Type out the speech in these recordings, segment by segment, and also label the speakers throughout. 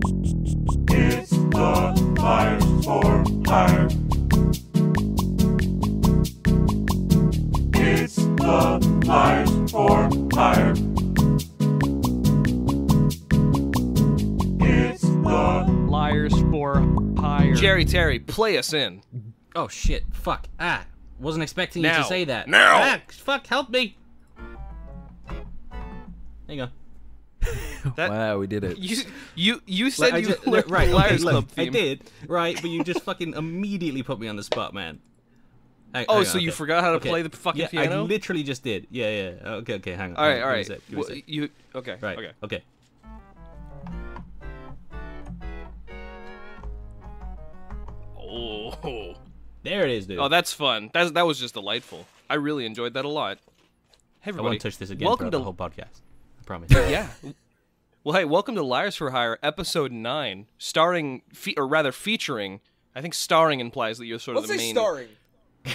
Speaker 1: It's the Liars for Hire. It's the Liars for Hire. It's the
Speaker 2: Liars for hire.
Speaker 3: Jerry Terry, play us in.
Speaker 4: Oh shit! Fuck! Ah, wasn't expecting you
Speaker 3: Now.
Speaker 4: to say that.
Speaker 3: Now.
Speaker 4: Ah, fuck! Help me! There you go.
Speaker 3: That-
Speaker 5: Wow, we did it.
Speaker 3: You you you
Speaker 4: Like,
Speaker 3: said
Speaker 4: I
Speaker 3: you
Speaker 4: ju-
Speaker 3: learned
Speaker 4: right,
Speaker 3: the Liars
Speaker 4: okay, look,
Speaker 3: Club theme.
Speaker 4: I did, right? But you just fucking immediately put me on the spot, man. Hang-
Speaker 3: Oh,
Speaker 4: hang
Speaker 3: so you
Speaker 4: okay.
Speaker 3: forgot how to
Speaker 4: Okay.
Speaker 3: play the fucking
Speaker 4: yeah, I
Speaker 3: piano?
Speaker 4: literally just did. Yeah, yeah. Okay, okay. Hang on.
Speaker 3: All right, all
Speaker 4: Hang on,
Speaker 3: right.
Speaker 4: Give me a sec, give me a
Speaker 3: Well,
Speaker 4: sec.
Speaker 3: you okay?
Speaker 4: Right.
Speaker 3: Okay.
Speaker 4: Okay.
Speaker 3: Oh.
Speaker 4: There it is, dude.
Speaker 3: Oh, that's fun. That's that was just delightful. I really enjoyed that a lot. Hey,
Speaker 4: I
Speaker 3: everybody.
Speaker 4: won't touch this again
Speaker 3: Welcome
Speaker 4: welcome
Speaker 3: to
Speaker 4: the whole podcast. I promise. Oh, yeah.
Speaker 3: yeah. Well, hey, welcome to Liars for Hire, episode nine, starring fe- or rather featuring. I think starring implies that you're sort
Speaker 6: Let's
Speaker 3: of the
Speaker 6: say
Speaker 3: main.
Speaker 6: starring.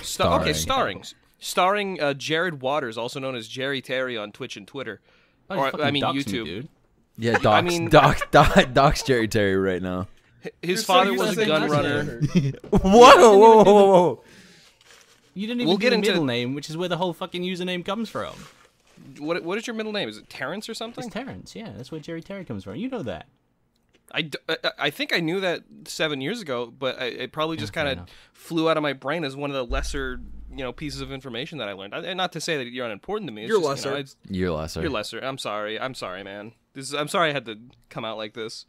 Speaker 3: Sta- okay, starring.
Speaker 5: Starring.
Speaker 3: Starring uh, Jared Waters, also known as Jerry Terry on Twitch and Twitter.
Speaker 4: Oh, you
Speaker 3: Or,
Speaker 4: fucking
Speaker 3: I mean,
Speaker 4: doxed me,
Speaker 3: YouTube.
Speaker 4: dude.
Speaker 5: Yeah, docs,
Speaker 3: mean-
Speaker 5: doc, doc, docs Jerry Terry right now.
Speaker 3: His
Speaker 6: You're so
Speaker 3: father
Speaker 6: used
Speaker 3: was
Speaker 6: to
Speaker 3: a
Speaker 6: saying
Speaker 3: gun
Speaker 6: Jack
Speaker 3: runner.
Speaker 6: Tanner.
Speaker 5: Whoa, whoa, whoa, whoa, whoa!
Speaker 4: You didn't even
Speaker 3: We'll
Speaker 4: do
Speaker 3: get
Speaker 4: the
Speaker 3: into-
Speaker 4: middle name, which is where the whole fucking username comes from.
Speaker 3: What, what is your middle name? Is it Terrence or something?
Speaker 4: It's Terrence. Yeah, that's where Jerry Terry comes from. You know that.
Speaker 3: I, d- I- I think I knew that seven years ago, but I, it probably
Speaker 5: Oh,
Speaker 3: just kind of flew out of my brain as one of the lesser, you know, pieces of information that I learned. I, and not to say that you're unimportant to me. It's
Speaker 6: You're
Speaker 3: just, you know,
Speaker 6: lesser.
Speaker 3: it's-
Speaker 5: You're lesser.
Speaker 3: you're lesser. I'm sorry. I'm sorry, man. This is, I'm sorry I had to come out like this.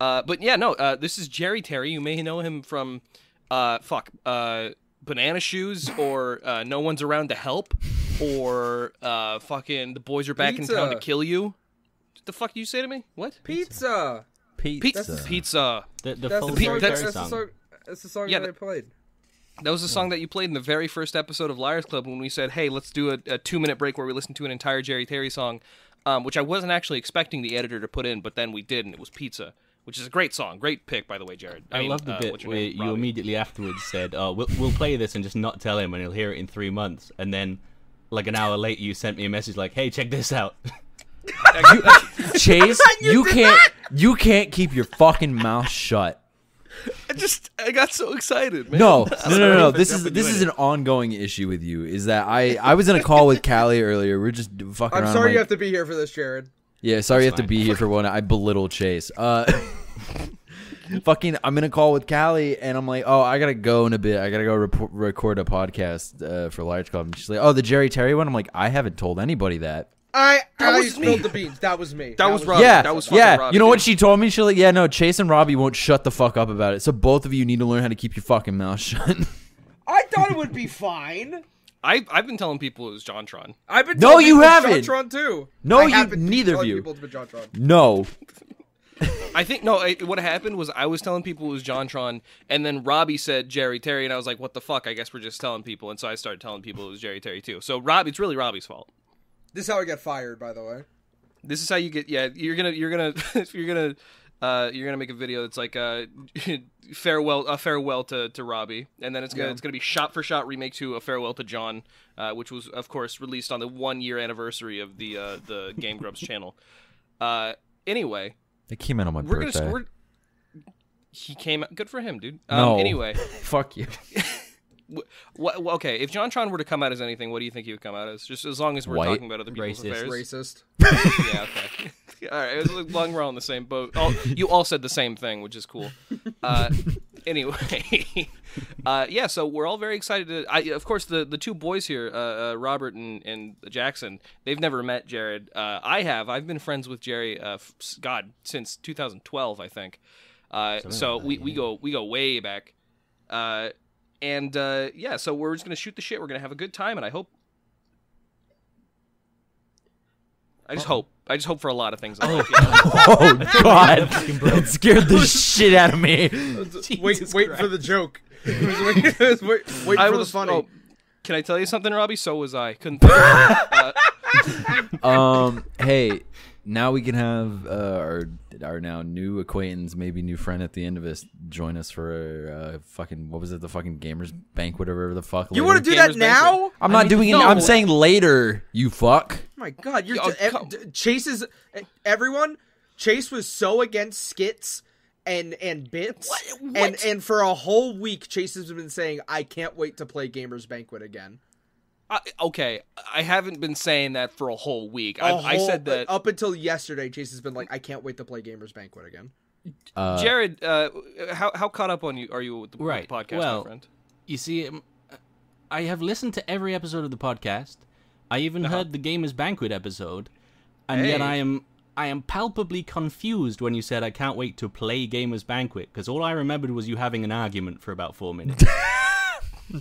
Speaker 3: Uh, but yeah, no. Uh, this is Jerry Terry. You may know him from, uh, fuck, uh, Banana Shoes or uh, No One's Around to Help or uh, fucking The Boys Are Back in Town to
Speaker 6: Pizza.
Speaker 3: Kill You. What the fuck you say to me? What?
Speaker 6: Pizza.
Speaker 3: Pizza. Pizza.
Speaker 4: The, the
Speaker 6: That's
Speaker 4: full
Speaker 6: the
Speaker 3: that's-
Speaker 4: Jerry
Speaker 6: song. That's
Speaker 4: Terry
Speaker 6: the
Speaker 4: song.
Speaker 6: song. That's the song
Speaker 3: Yeah,
Speaker 6: that I
Speaker 3: that-
Speaker 6: played.
Speaker 3: That was the song that you played in the very first episode of Liars Club when we said, "Hey, let's do a, a two-minute break where we listen to an entire Jerry Terry song," um, which I wasn't actually expecting the editor to put in, but then we did, and it was "Pizza," which is a great song, great pick by the way, Jared.
Speaker 4: I,
Speaker 3: mean,
Speaker 4: love the
Speaker 3: uh,
Speaker 4: bit
Speaker 3: what's your
Speaker 4: where
Speaker 3: name?
Speaker 4: you
Speaker 3: Robbie.
Speaker 4: immediately afterwards said, "Oh, we'll, we'll play this and just not tell him, and he'll hear it in three months." And then, like an hour later, you sent me a message like, "Hey, check this out."
Speaker 5: Chase, you, can't, you can't keep your fucking mouth shut.
Speaker 3: I just I got so excited, man.
Speaker 5: No, no, no, no.
Speaker 4: for
Speaker 5: This is
Speaker 4: jumping
Speaker 5: this
Speaker 4: you
Speaker 5: is
Speaker 4: in
Speaker 5: an ongoing issue with you. Is that I I was in a call with Callie earlier. We're just fucking.
Speaker 6: I'm
Speaker 5: around,
Speaker 6: sorry
Speaker 5: like-
Speaker 6: you have to be here for this, Jared.
Speaker 5: Yeah, sorry you have to
Speaker 4: fine.
Speaker 5: be here for one. I belittle Chase. Uh, fucking, I'm in a call with Callie, and I'm like, oh, I gotta go in a bit. I gotta go report, record a podcast uh, for Large Club. And she's like, oh, the Jerry Terry one. I'm like, I haven't told anybody that.
Speaker 6: I I
Speaker 3: was me.
Speaker 6: spilled the beans. That was me.
Speaker 3: That was Rob.
Speaker 5: yeah,
Speaker 3: that was fucking
Speaker 5: yeah.
Speaker 3: Robbie,
Speaker 5: you know what
Speaker 3: dude.
Speaker 5: she told me? She's like, yeah, no, Chase and Robbie won't shut the fuck up about it. So both of you need to learn how to keep your fucking mouth shut.
Speaker 6: I thought it would be fine.
Speaker 3: I I've been telling people it was JonTron.
Speaker 6: I've been
Speaker 5: No,
Speaker 6: telling
Speaker 5: you
Speaker 6: people
Speaker 5: haven't.
Speaker 6: JonTron too.
Speaker 5: No,
Speaker 6: I
Speaker 5: you-
Speaker 6: have been
Speaker 5: neither of
Speaker 6: telling
Speaker 5: you.
Speaker 6: people it's been JonTron.
Speaker 5: no,
Speaker 3: I think no. I, what happened was I was telling people it was JonTron, and then Robbie said Jerry Terry, and I was like, "What the fuck? I guess we're just telling people." And so I started telling people it was Jerry Terry too. So Rob, it's really Robbie's fault.
Speaker 6: This is how I got fired, by the way.
Speaker 3: This is how you get. Yeah, you're gonna, you're gonna, you're gonna, uh, you're gonna make a video that's like a farewell, a farewell to, to Robbie, and then it's gonna, it's gonna be shot for shot remake to a farewell to John, uh, which was of course released on the one year anniversary of the uh, the Game Grumps channel. Uh, anyway,
Speaker 5: it came out on my
Speaker 3: we're
Speaker 5: birthday.
Speaker 3: gonna. We're, he came. Good for him, dude. Um,
Speaker 5: No.
Speaker 3: Anyway,
Speaker 5: Fuck you,
Speaker 3: wha- wha- okay. If JonTron were to come out as anything, what do you think he would come out as? Just as long as we're
Speaker 5: White.
Speaker 3: talking about other people's
Speaker 4: Racist.
Speaker 3: affairs.
Speaker 6: Racist.
Speaker 3: Yeah, okay. all right, as long we're all in the same boat. All, you all said the same thing, which is cool. Uh, anyway, uh, yeah, so we're all very excited. To, I, of course, the, the two boys here, uh, uh, Robert and, and Jackson, they've never met Jared. Uh, I have. I've been friends with Jerry, uh, f- s- God, since 2012, I think. Uh, so we, we go we go way back. Uh, and uh, yeah, so we're just gonna shoot the shit. We're gonna have a good time, and I hope. I just hope. I just hope for a lot of things. in life, you know?
Speaker 5: Oh God, that scared the shit out of me.
Speaker 6: wait, wait for the joke. It was wait, it was wait, wait
Speaker 3: I
Speaker 6: for
Speaker 3: was
Speaker 6: the funny.
Speaker 3: oh, can I tell you something, Robbie? So was I. Couldn't. think of it. uh,
Speaker 5: Um, hey, now we can have uh, our our now new acquaintance, maybe new friend at the end of this, join us for a uh, fucking what was it, the fucking gamers banquet or whatever the fuck.
Speaker 6: You
Speaker 5: later.
Speaker 6: want to
Speaker 3: Gamers
Speaker 6: do that
Speaker 3: Banquet.
Speaker 6: now?
Speaker 5: I'm not doing it. I'm
Speaker 3: no.
Speaker 5: saying later. You fuck.
Speaker 6: Oh my god, you're
Speaker 3: Yo,
Speaker 6: d- ev-
Speaker 3: come-
Speaker 6: d- Chase is everyone. Chase was so against skits and and bits, and and for a whole week, Chase has been saying, "I can't wait to play Gamers Banquet again."
Speaker 3: I, okay, I haven't been saying that for a whole week.
Speaker 6: A
Speaker 3: I, I
Speaker 6: whole-
Speaker 3: said that.
Speaker 6: up until yesterday. Chase has been like, "I can't wait to play Gamers Banquet again."
Speaker 5: Uh,
Speaker 3: Jared, uh, how how caught up on you are you with the, with the
Speaker 4: Right,
Speaker 3: podcast,
Speaker 4: well,
Speaker 3: my friend?
Speaker 4: You see, um, I have listened to every episode of the podcast. I even heard the Gamers Banquet episode, and yet
Speaker 3: Hey.
Speaker 4: I am I am palpably confused when you said I can't wait to play Gamers Banquet because all I remembered was you having an argument for about four minutes.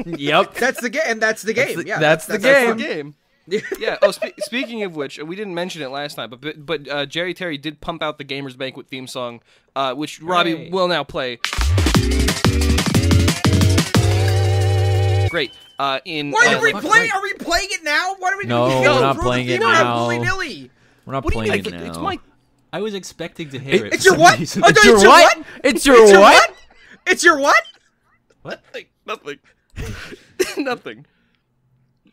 Speaker 5: yep.
Speaker 6: That's the game, and that's the game.
Speaker 5: the-
Speaker 6: yeah,
Speaker 5: that's the
Speaker 3: That's
Speaker 5: game.
Speaker 3: the game. yeah. Oh, spe- speaking of which, we didn't mention it last time, but but, but uh, Jerry Terry did pump out the Gamers Banquet theme song, uh, which Robbie
Speaker 4: Hooray.
Speaker 3: will now play. Great. Uh, in
Speaker 6: Why
Speaker 3: uh,
Speaker 6: are we
Speaker 3: like-
Speaker 6: playing? Are we playing it now? What are we
Speaker 5: No,
Speaker 6: doing?
Speaker 5: we're not playing it now.
Speaker 6: Willy nilly.
Speaker 5: We're not
Speaker 3: What do you
Speaker 5: playing
Speaker 3: mean?
Speaker 5: it
Speaker 3: It's-
Speaker 5: now.
Speaker 3: It's my
Speaker 4: I was expecting to hear it.
Speaker 6: It's
Speaker 4: for
Speaker 6: your
Speaker 4: some
Speaker 6: what?
Speaker 4: reason.
Speaker 6: I thought
Speaker 5: It's your what? It's your what?
Speaker 6: It's your what?
Speaker 3: nothing. Nothing. nothing.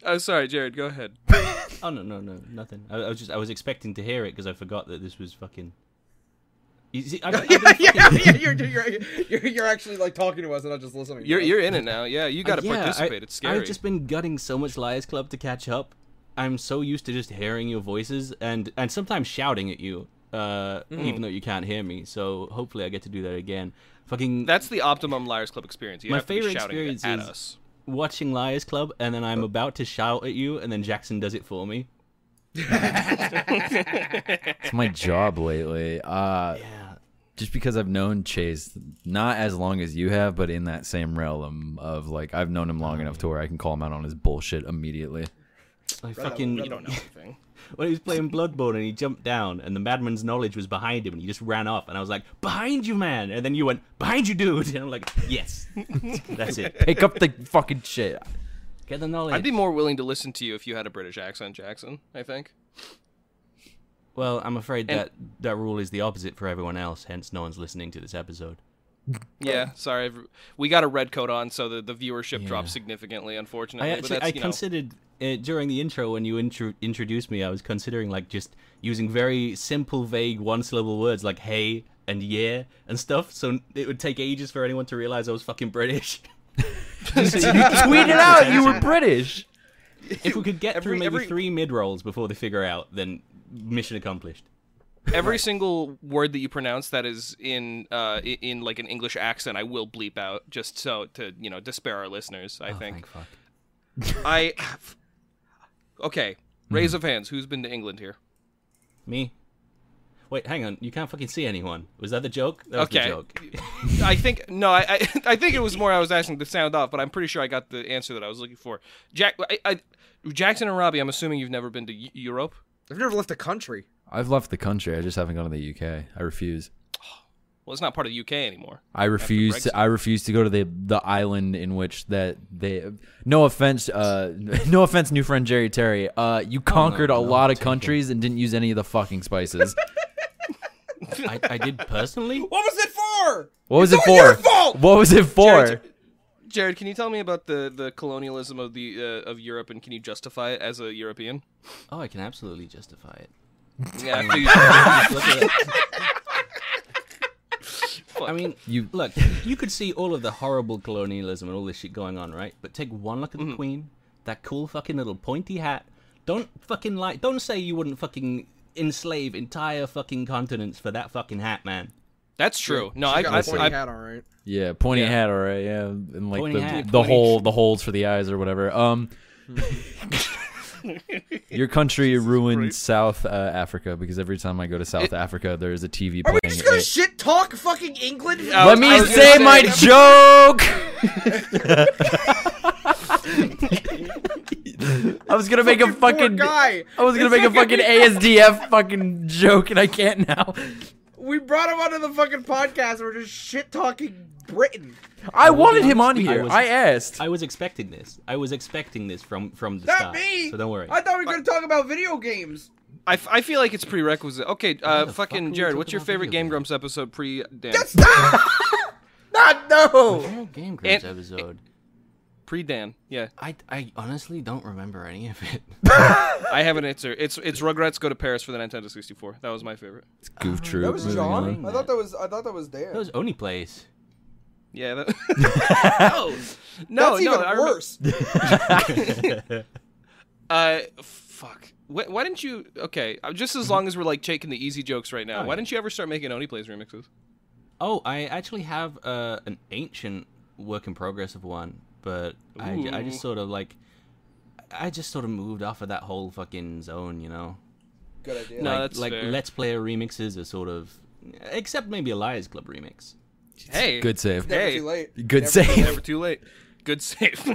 Speaker 3: Oh, sorry, Jared. Go ahead.
Speaker 4: Oh no no no nothing. I, I was just I was expecting to hear it because I forgot that this was fucking. You see, I've, I've been
Speaker 6: yeah,
Speaker 4: fucking-
Speaker 6: yeah, yeah. You're, you're, you're, you're actually like talking to us and not just listening. to
Speaker 3: You're
Speaker 6: us.
Speaker 3: you're in it now. Yeah, you got to
Speaker 4: uh, Yeah, I-
Speaker 3: participate. it's scary.
Speaker 4: I've just been gutting so much Liars Club to catch up. I'm so used to just hearing your voices and and sometimes shouting at you, uh,
Speaker 3: Hmm.
Speaker 4: even though you can't hear me. So hopefully I get to do that again. Fucking
Speaker 3: That's the optimum Liars Club experience. You
Speaker 4: My
Speaker 3: have to be
Speaker 4: favorite
Speaker 3: shouting
Speaker 4: experience
Speaker 3: at
Speaker 4: is-
Speaker 3: us.
Speaker 4: watching Liars Club, and then I'm about to shout at you, and then Jackson does it for me.
Speaker 5: It's my job lately. Uh,
Speaker 4: Yeah.
Speaker 5: just because I've known Chase not as long as you have, but in that same realm of like I've known him long enough to where I can call him out on his bullshit immediately.
Speaker 4: I fucking
Speaker 6: brother.
Speaker 3: Don't know anything.
Speaker 4: when he was playing Bloodborne and he jumped down and the madman's knowledge was behind him and he just ran off and I was like, Behind you, man! And then you went, Behind you, dude! And I'm like, Yes. That's it.
Speaker 5: Pick up the fucking shit.
Speaker 4: Get the knowledge.
Speaker 3: I'd be more willing to listen to you if you had a British accent, Jackson. I think.
Speaker 4: Well, I'm afraid
Speaker 3: And-
Speaker 4: that that rule is the opposite for everyone else, hence no one's listening to this episode.
Speaker 3: Yeah, sorry. I've- We got a red coat on, so the, the viewership dropped significantly,
Speaker 4: I
Speaker 3: unfortunately.
Speaker 4: actually
Speaker 3: but that's,
Speaker 4: I
Speaker 3: you know,
Speaker 4: considered uh, during the intro when you intro- introduced me, I was considering like just using very simple, vague, one-syllable words like "hey" and "yeah" and stuff, so it would take ages for anyone to realize I was fucking British.
Speaker 5: Tweet it out. You were British.
Speaker 4: if we could get
Speaker 3: Every-
Speaker 4: through maybe
Speaker 3: every-
Speaker 4: three mid rolls before they figure out, then mission accomplished.
Speaker 3: every single word that you pronounce that is in uh, i- in like an English accent, I will bleep out just so to you know despair our listeners. I think
Speaker 4: Oh, Thank fuck.
Speaker 3: I. Okay, raise of hands. Who's been to England here?
Speaker 4: Me. Wait, hang on. You can't fucking see anyone. Was that the joke? That was
Speaker 3: Okay.
Speaker 4: the joke.
Speaker 3: I think no, I, I I think it was more I was asking to sound off, but I'm pretty sure I got the answer that I was looking for. Jack, I, I, Jackson and Robbie, I'm assuming you've never been to Eu- Europe.
Speaker 6: I've never left a country.
Speaker 5: I've left the country. I just haven't gone to the UK. I refuse.
Speaker 3: Well, it's not part of the UK anymore.
Speaker 5: I refuse to. I refuse to go to the the island in which that they. No offense. Uh, no offense, new friend Jerry Terry. Uh,
Speaker 3: Oh,
Speaker 5: you conquered a lot of countries and didn't use any of the fucking spices.
Speaker 4: I, I did personally.
Speaker 6: What was it for?
Speaker 5: What was it
Speaker 6: It's
Speaker 5: for?
Speaker 6: all your fault!
Speaker 5: What was it for?
Speaker 3: Jerry, Jared, can you tell me about the, the colonialism of the uh, of Europe and can you justify it as a European?
Speaker 4: Oh, I can absolutely justify it.
Speaker 3: Yeah, I figured-
Speaker 4: Look at it. I mean,
Speaker 5: You-
Speaker 4: you look. You could see all of the horrible colonialism and all this shit going on, right? But take one look at
Speaker 6: Mm-hmm.
Speaker 4: the queen, that cool fucking little pointy hat. Don't fucking like. Don't say you wouldn't fucking enslave entire fucking continents for that fucking hat, man.
Speaker 3: that's true. No,
Speaker 6: I
Speaker 3: I,
Speaker 6: got
Speaker 3: I,
Speaker 6: a pointy
Speaker 3: I-
Speaker 6: hat, all right.
Speaker 5: Yeah, pointy hat, all right. Yeah, and like
Speaker 4: Pointy
Speaker 5: the
Speaker 4: hat.
Speaker 5: the hole, the holes for the eyes or whatever. Um, your country ruined South uh, Africa because every time I go to South Africa, there is a TV
Speaker 6: Are we
Speaker 5: playing.
Speaker 6: just gonna
Speaker 5: it.
Speaker 6: shit talk fucking England?
Speaker 3: I
Speaker 5: Let
Speaker 3: was-
Speaker 5: me
Speaker 3: I was gonna
Speaker 5: say my
Speaker 3: that-
Speaker 5: joke. I was gonna make a
Speaker 6: Poor
Speaker 5: fucking
Speaker 6: guy.
Speaker 3: Oh.
Speaker 5: I was gonna make a fucking ASDF fucking joke, and I can't now.
Speaker 6: We brought him onto the fucking podcast. and We're just shit talking Britain.
Speaker 5: I wanted him on
Speaker 4: honest, I
Speaker 5: here.
Speaker 4: was-
Speaker 5: I asked.
Speaker 4: I was expecting this. this. I was expecting this from from the
Speaker 6: Not
Speaker 4: start.
Speaker 6: me.
Speaker 4: So don't worry.
Speaker 6: I thought we were gonna talk about video games.
Speaker 3: I, f- I feel like it's prerequisite. Okay, uh,
Speaker 4: the fuck
Speaker 3: fucking
Speaker 4: are we
Speaker 3: Jared,
Speaker 4: talking
Speaker 3: what's your
Speaker 4: about
Speaker 3: favorite
Speaker 4: video
Speaker 3: Game
Speaker 4: games?
Speaker 3: Grumps episode pre Dan?
Speaker 6: That's not. not no.
Speaker 4: Favorite Game Grumps
Speaker 3: It-
Speaker 4: episode.
Speaker 3: Pre Dan, yeah.
Speaker 4: I, I honestly don't remember any of it.
Speaker 3: I have an answer. It's it's Rugrats Go to Paris for the Nintendo 64. That was my favorite.
Speaker 5: It's goof troop.
Speaker 6: Uh, That was
Speaker 5: Moving
Speaker 6: John.
Speaker 5: on.
Speaker 6: I thought that was. I thought that was Dan.
Speaker 4: That was Oni Place.
Speaker 3: Yeah. That... Oh, no, no,
Speaker 6: That's
Speaker 3: no,
Speaker 6: even
Speaker 3: I remember-
Speaker 6: worse.
Speaker 3: Uh, fuck. Why, why didn't you? Okay, uh, just as long as we're like taking the easy jokes right now, why didn't you ever start making Oni Plays remixes?
Speaker 4: Oh, I actually have uh, an ancient work in progress of one, but I, ju- I
Speaker 3: Ooh.
Speaker 4: just sort of like, I just sort of moved off of that whole fucking zone, you know.
Speaker 6: Good idea.
Speaker 3: No.
Speaker 4: like,
Speaker 3: that's
Speaker 4: like
Speaker 3: fair.
Speaker 4: let's player remixes are sort of, except maybe a Liars Club remix.
Speaker 3: Hey,
Speaker 5: Good save.
Speaker 6: Never
Speaker 3: Hey.
Speaker 6: too late.
Speaker 5: Good
Speaker 6: Never
Speaker 5: save.
Speaker 3: Never too late. Good save.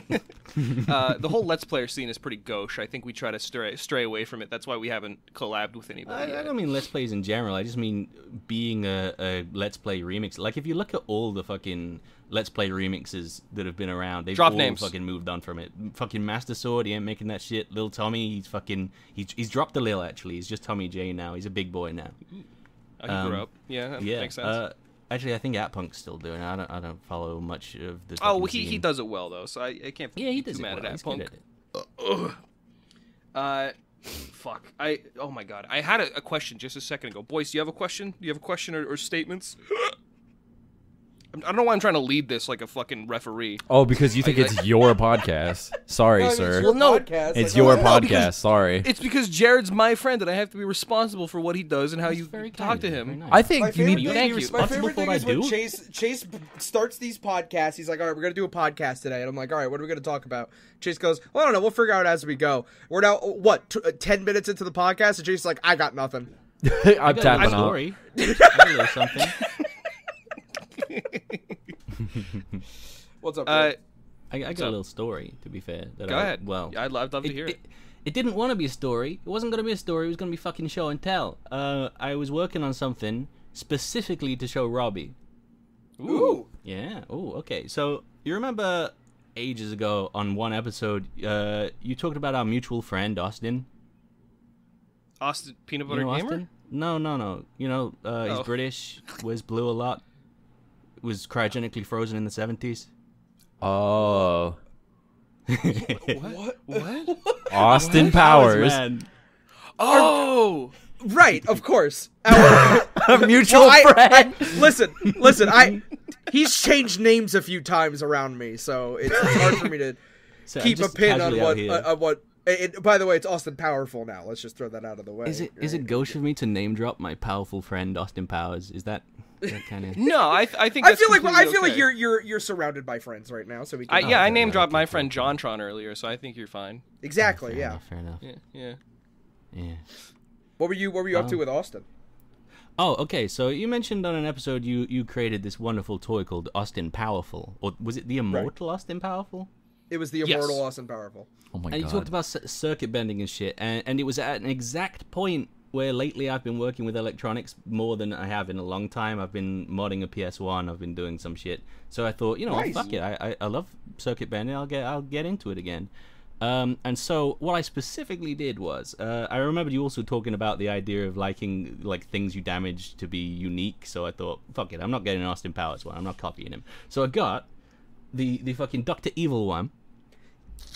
Speaker 3: uh, the whole Let's Player scene is pretty gauche. I think we try to stray stray away from it. That's why we haven't collabed with anybody.
Speaker 4: I, I
Speaker 3: yet.
Speaker 4: don't mean let's plays in general. I just mean being a, a let's play remix. Like if you look at all the fucking let's play remixes that have been around, they've
Speaker 3: Drop
Speaker 4: all
Speaker 3: names.
Speaker 4: fucking moved on from it. Fucking Master Sword, he ain't making that shit. Lil Tommy, he's fucking he's, he's dropped the Lil actually. He's just Tommy J now. He's a big boy now.
Speaker 3: Oh, you grew up. Yeah, that
Speaker 4: Um, Yeah.
Speaker 3: makes sense.
Speaker 4: Uh, actually, I think At Punk's still doing. it. I don't I don't follow much of the.
Speaker 3: oh,
Speaker 4: fucking
Speaker 3: he, he
Speaker 4: scene.
Speaker 3: does it well though, so I, I can't.
Speaker 4: Yeah, he
Speaker 3: be
Speaker 4: does.
Speaker 3: too
Speaker 4: it
Speaker 3: mad
Speaker 4: well.
Speaker 3: at that
Speaker 4: He's
Speaker 3: punk.
Speaker 4: good at it.
Speaker 3: Uh, fuck. I. Oh my god. I had a, a question just a second ago. Boys, do you have a question? Do you have a question or, or statements? I'm- I don't know why I'm trying to lead this like a fucking referee.
Speaker 5: Oh, because you think it's your podcast. Sorry,
Speaker 6: No, I mean,
Speaker 5: sir.
Speaker 6: It's
Speaker 5: It's
Speaker 6: your
Speaker 5: your,
Speaker 3: no,
Speaker 6: podcast. like, oh, no,
Speaker 5: podcast.
Speaker 3: because-
Speaker 5: Sorry.
Speaker 3: It's because Jared's my friend and I have to be responsible for what he does and how
Speaker 4: He's
Speaker 3: you
Speaker 4: very
Speaker 3: talk
Speaker 4: kind
Speaker 3: to
Speaker 4: of you, very
Speaker 3: him.
Speaker 4: nice.
Speaker 5: I
Speaker 6: My
Speaker 5: think you
Speaker 6: favorite
Speaker 5: need.
Speaker 6: thing,
Speaker 4: be
Speaker 6: my
Speaker 4: responsible
Speaker 6: favorite
Speaker 4: for
Speaker 6: thing
Speaker 4: what I
Speaker 6: is when
Speaker 4: do.
Speaker 6: Chase Chase b- starts these podcasts. He's like, "All right, we're gonna do a podcast today," and I'm like, "All right, what are we gonna talk about?" Chase goes, "Well, I don't know. We'll figure out as we go." We're now what t- uh, ten minutes into the podcast, and Chase's like, "I got nothing."
Speaker 5: I'm
Speaker 4: got a
Speaker 5: tapping out.
Speaker 4: story. I know something.
Speaker 6: What's up?
Speaker 3: Uh,
Speaker 6: Jay?
Speaker 4: I, I got
Speaker 3: So-
Speaker 4: a little story, to be fair. That
Speaker 3: go
Speaker 4: I,
Speaker 3: ahead.
Speaker 4: Well,
Speaker 3: Yeah, I'd, lo- I'd love to hear it.
Speaker 4: it, it didn't want to be a story. It wasn't going to be a story. It was going to be fucking show and tell. Uh, I was working on something specifically to show Robbie.
Speaker 6: Ooh,
Speaker 4: Yeah. Oh, okay. So you remember ages ago on one episode, uh, you talked about our mutual friend Austin.
Speaker 3: Austin Peanut
Speaker 4: You
Speaker 3: Butter
Speaker 4: know
Speaker 3: Gamer.
Speaker 4: Austin? No, no, no. You know, uh,
Speaker 3: Oh.
Speaker 4: he's British. Wears blue a lot. Was cryogenically frozen in the seventies.
Speaker 5: Oh,
Speaker 3: What? What?
Speaker 5: Austin Powers,
Speaker 4: Man.
Speaker 3: oh,
Speaker 6: right, of course. Our-
Speaker 5: a mutual
Speaker 6: I-
Speaker 5: friend.
Speaker 6: I- listen, listen. I he's changed names a few times around me, so it's, it's hard for me to
Speaker 4: So I'm
Speaker 6: keep a
Speaker 4: just
Speaker 6: pin on
Speaker 4: casually out
Speaker 6: what
Speaker 4: here.
Speaker 6: uh, on what. It, by the way, it's Austin Powerful now. Let's just throw that out of the way.
Speaker 4: Is it is it gauche of me to name drop my powerful friend Austin Powers? Is that that kind of?
Speaker 3: no! I, th- I think
Speaker 6: I
Speaker 3: that's
Speaker 6: feel like I
Speaker 3: completely
Speaker 6: feel like
Speaker 3: okay.
Speaker 6: you're you're you're surrounded by friends right now, so we
Speaker 3: I,
Speaker 6: can
Speaker 3: yeah, I
Speaker 4: Oh, okay,
Speaker 3: name
Speaker 4: yeah,
Speaker 3: dropped
Speaker 4: okay,
Speaker 3: my
Speaker 4: okay,
Speaker 3: friend Jontron earlier, so I think you're fine.
Speaker 6: exactly yeah.
Speaker 4: Fair enough.
Speaker 3: Yeah, yeah.
Speaker 4: Yeah.
Speaker 6: What were you what were you up
Speaker 4: Um,
Speaker 6: to with Austin?
Speaker 4: Oh, okay. So you mentioned on an episode you you created this wonderful toy called Austin Powerful, or was it the Immortal Austin Powerful?
Speaker 6: It was the
Speaker 3: Yes.
Speaker 6: immortal Austin Powerful.
Speaker 5: Oh my
Speaker 4: And you talked
Speaker 5: god.
Speaker 4: about cir- circuit bending and shit, and, and it was at an exact point where lately I've been working with electronics more than I have in a long time. I've been modding a PS One. I've been doing some shit. So I thought, you know,
Speaker 6: Nice.
Speaker 4: fuck it. I, I, I love circuit bending. I'll get I'll get into it again. Um, and so what I specifically did was uh, I remembered you also talking about the idea of liking like things you damage to be unique. So I thought, fuck it, I'm not getting an Austin Powers one. I'm not copying him. So I got the the fucking Doctor Evil one.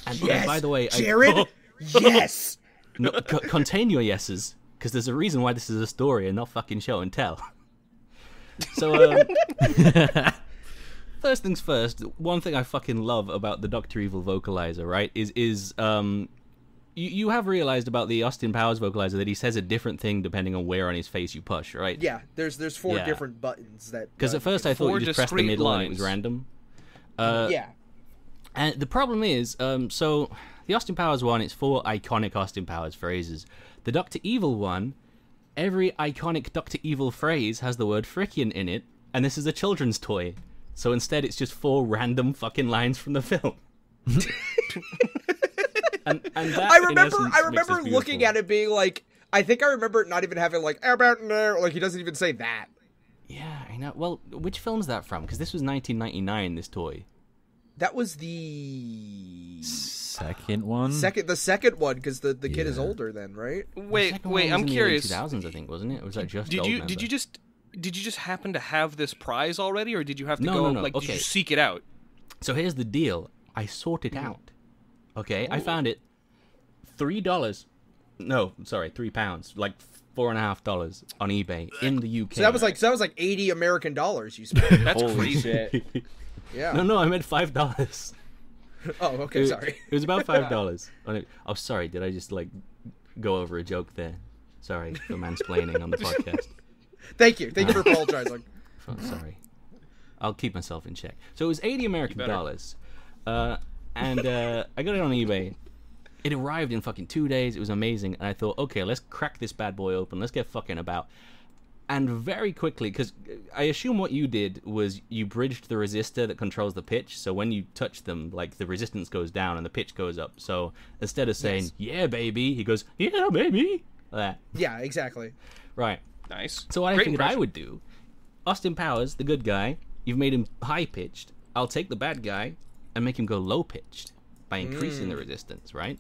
Speaker 4: And, and
Speaker 6: Yes.
Speaker 4: by the way, I-
Speaker 6: Jared, yes.
Speaker 4: no, c- contain your yeses, because there's a reason why this is a story and not fucking show and tell. So, um, first things first. One thing I fucking love about the Doctor Evil vocalizer, right, is is um, you you have realized about the Austin Powers vocalizer that he says a different thing depending on where on his face you push, right?
Speaker 6: Yeah, there's there's four
Speaker 4: Yeah.
Speaker 6: different buttons that uh,
Speaker 4: Because at first uh, I thought
Speaker 3: Four
Speaker 4: you just pressed the
Speaker 3: discrete
Speaker 4: middle and it was
Speaker 3: lines.
Speaker 4: random.
Speaker 6: yeah.
Speaker 4: And the problem is, um, so the Austin Powers one, it's four iconic Austin Powers phrases. The Doctor Evil one, every iconic Doctor Evil phrase has the word frickin' in it, and this is a children's toy. So instead, it's just four random fucking lines from the film. and, and that,
Speaker 6: I
Speaker 4: in
Speaker 6: remember
Speaker 4: essence, makes
Speaker 6: I
Speaker 4: this
Speaker 6: remember looking
Speaker 4: beautiful.
Speaker 6: at it being like I think I remember it not even having like "Eh, about no like he doesn't even say that.
Speaker 4: Yeah, I know. Well, which film's that from? Because this was 1999. This toy.
Speaker 6: That was the
Speaker 4: Hmm.
Speaker 5: Second one.
Speaker 6: second, the second one, because the, the kid is
Speaker 5: Yeah.
Speaker 6: older then, right?
Speaker 3: Wait, wait, I'm curious.
Speaker 4: Two thousands, I think, wasn't it? Or was that just?
Speaker 3: Did you
Speaker 4: Goldmember?
Speaker 3: did you just did you just happen to have this prize already, or did you have to
Speaker 4: No,
Speaker 3: go
Speaker 4: no, no,
Speaker 3: like did
Speaker 4: okay.
Speaker 3: you seek it out?
Speaker 4: So here's the deal. I sorted
Speaker 6: Mm-hmm.
Speaker 4: out. Okay,
Speaker 6: Oh.
Speaker 4: I found it. Three dollars. No, sorry, three pounds. Like four and a half dollars on eBay in the UK.
Speaker 6: So that was like so that was like eighty American dollars you spent.
Speaker 3: That's crazy.
Speaker 6: Yeah.
Speaker 4: no, Uh, no, I meant five dollars.
Speaker 6: Oh, okay, sorry.
Speaker 4: It was about five dollars. on it. Oh, sorry. Did I just like go over a joke there? Sorry for mansplaining on the podcast.
Speaker 6: Thank you, thank you for apologizing.
Speaker 4: Oh, sorry. I'll keep myself in check. So it was 80 American dollars. Uh, and uh, I got it on eBay. It arrived in fucking two days. It was amazing. And I thought, okay, let's crack this bad boy open. Let's get fucking about. And very quickly, because I assume what you did was you bridged the resistor that controls the pitch. So when you touch them, like the resistance goes down and the pitch goes up. So instead of saying, yeah, baby, he goes, yeah, baby. Like that.
Speaker 6: Yeah, exactly.
Speaker 4: Right.
Speaker 3: Nice.
Speaker 4: So what I
Speaker 3: Great
Speaker 4: figured I
Speaker 3: impression.
Speaker 4: would do, Austin Powers, the good guy, you've made him high pitched. I'll take the bad guy and make him go low pitched by increasing
Speaker 3: Hmm.
Speaker 4: the resistance, right?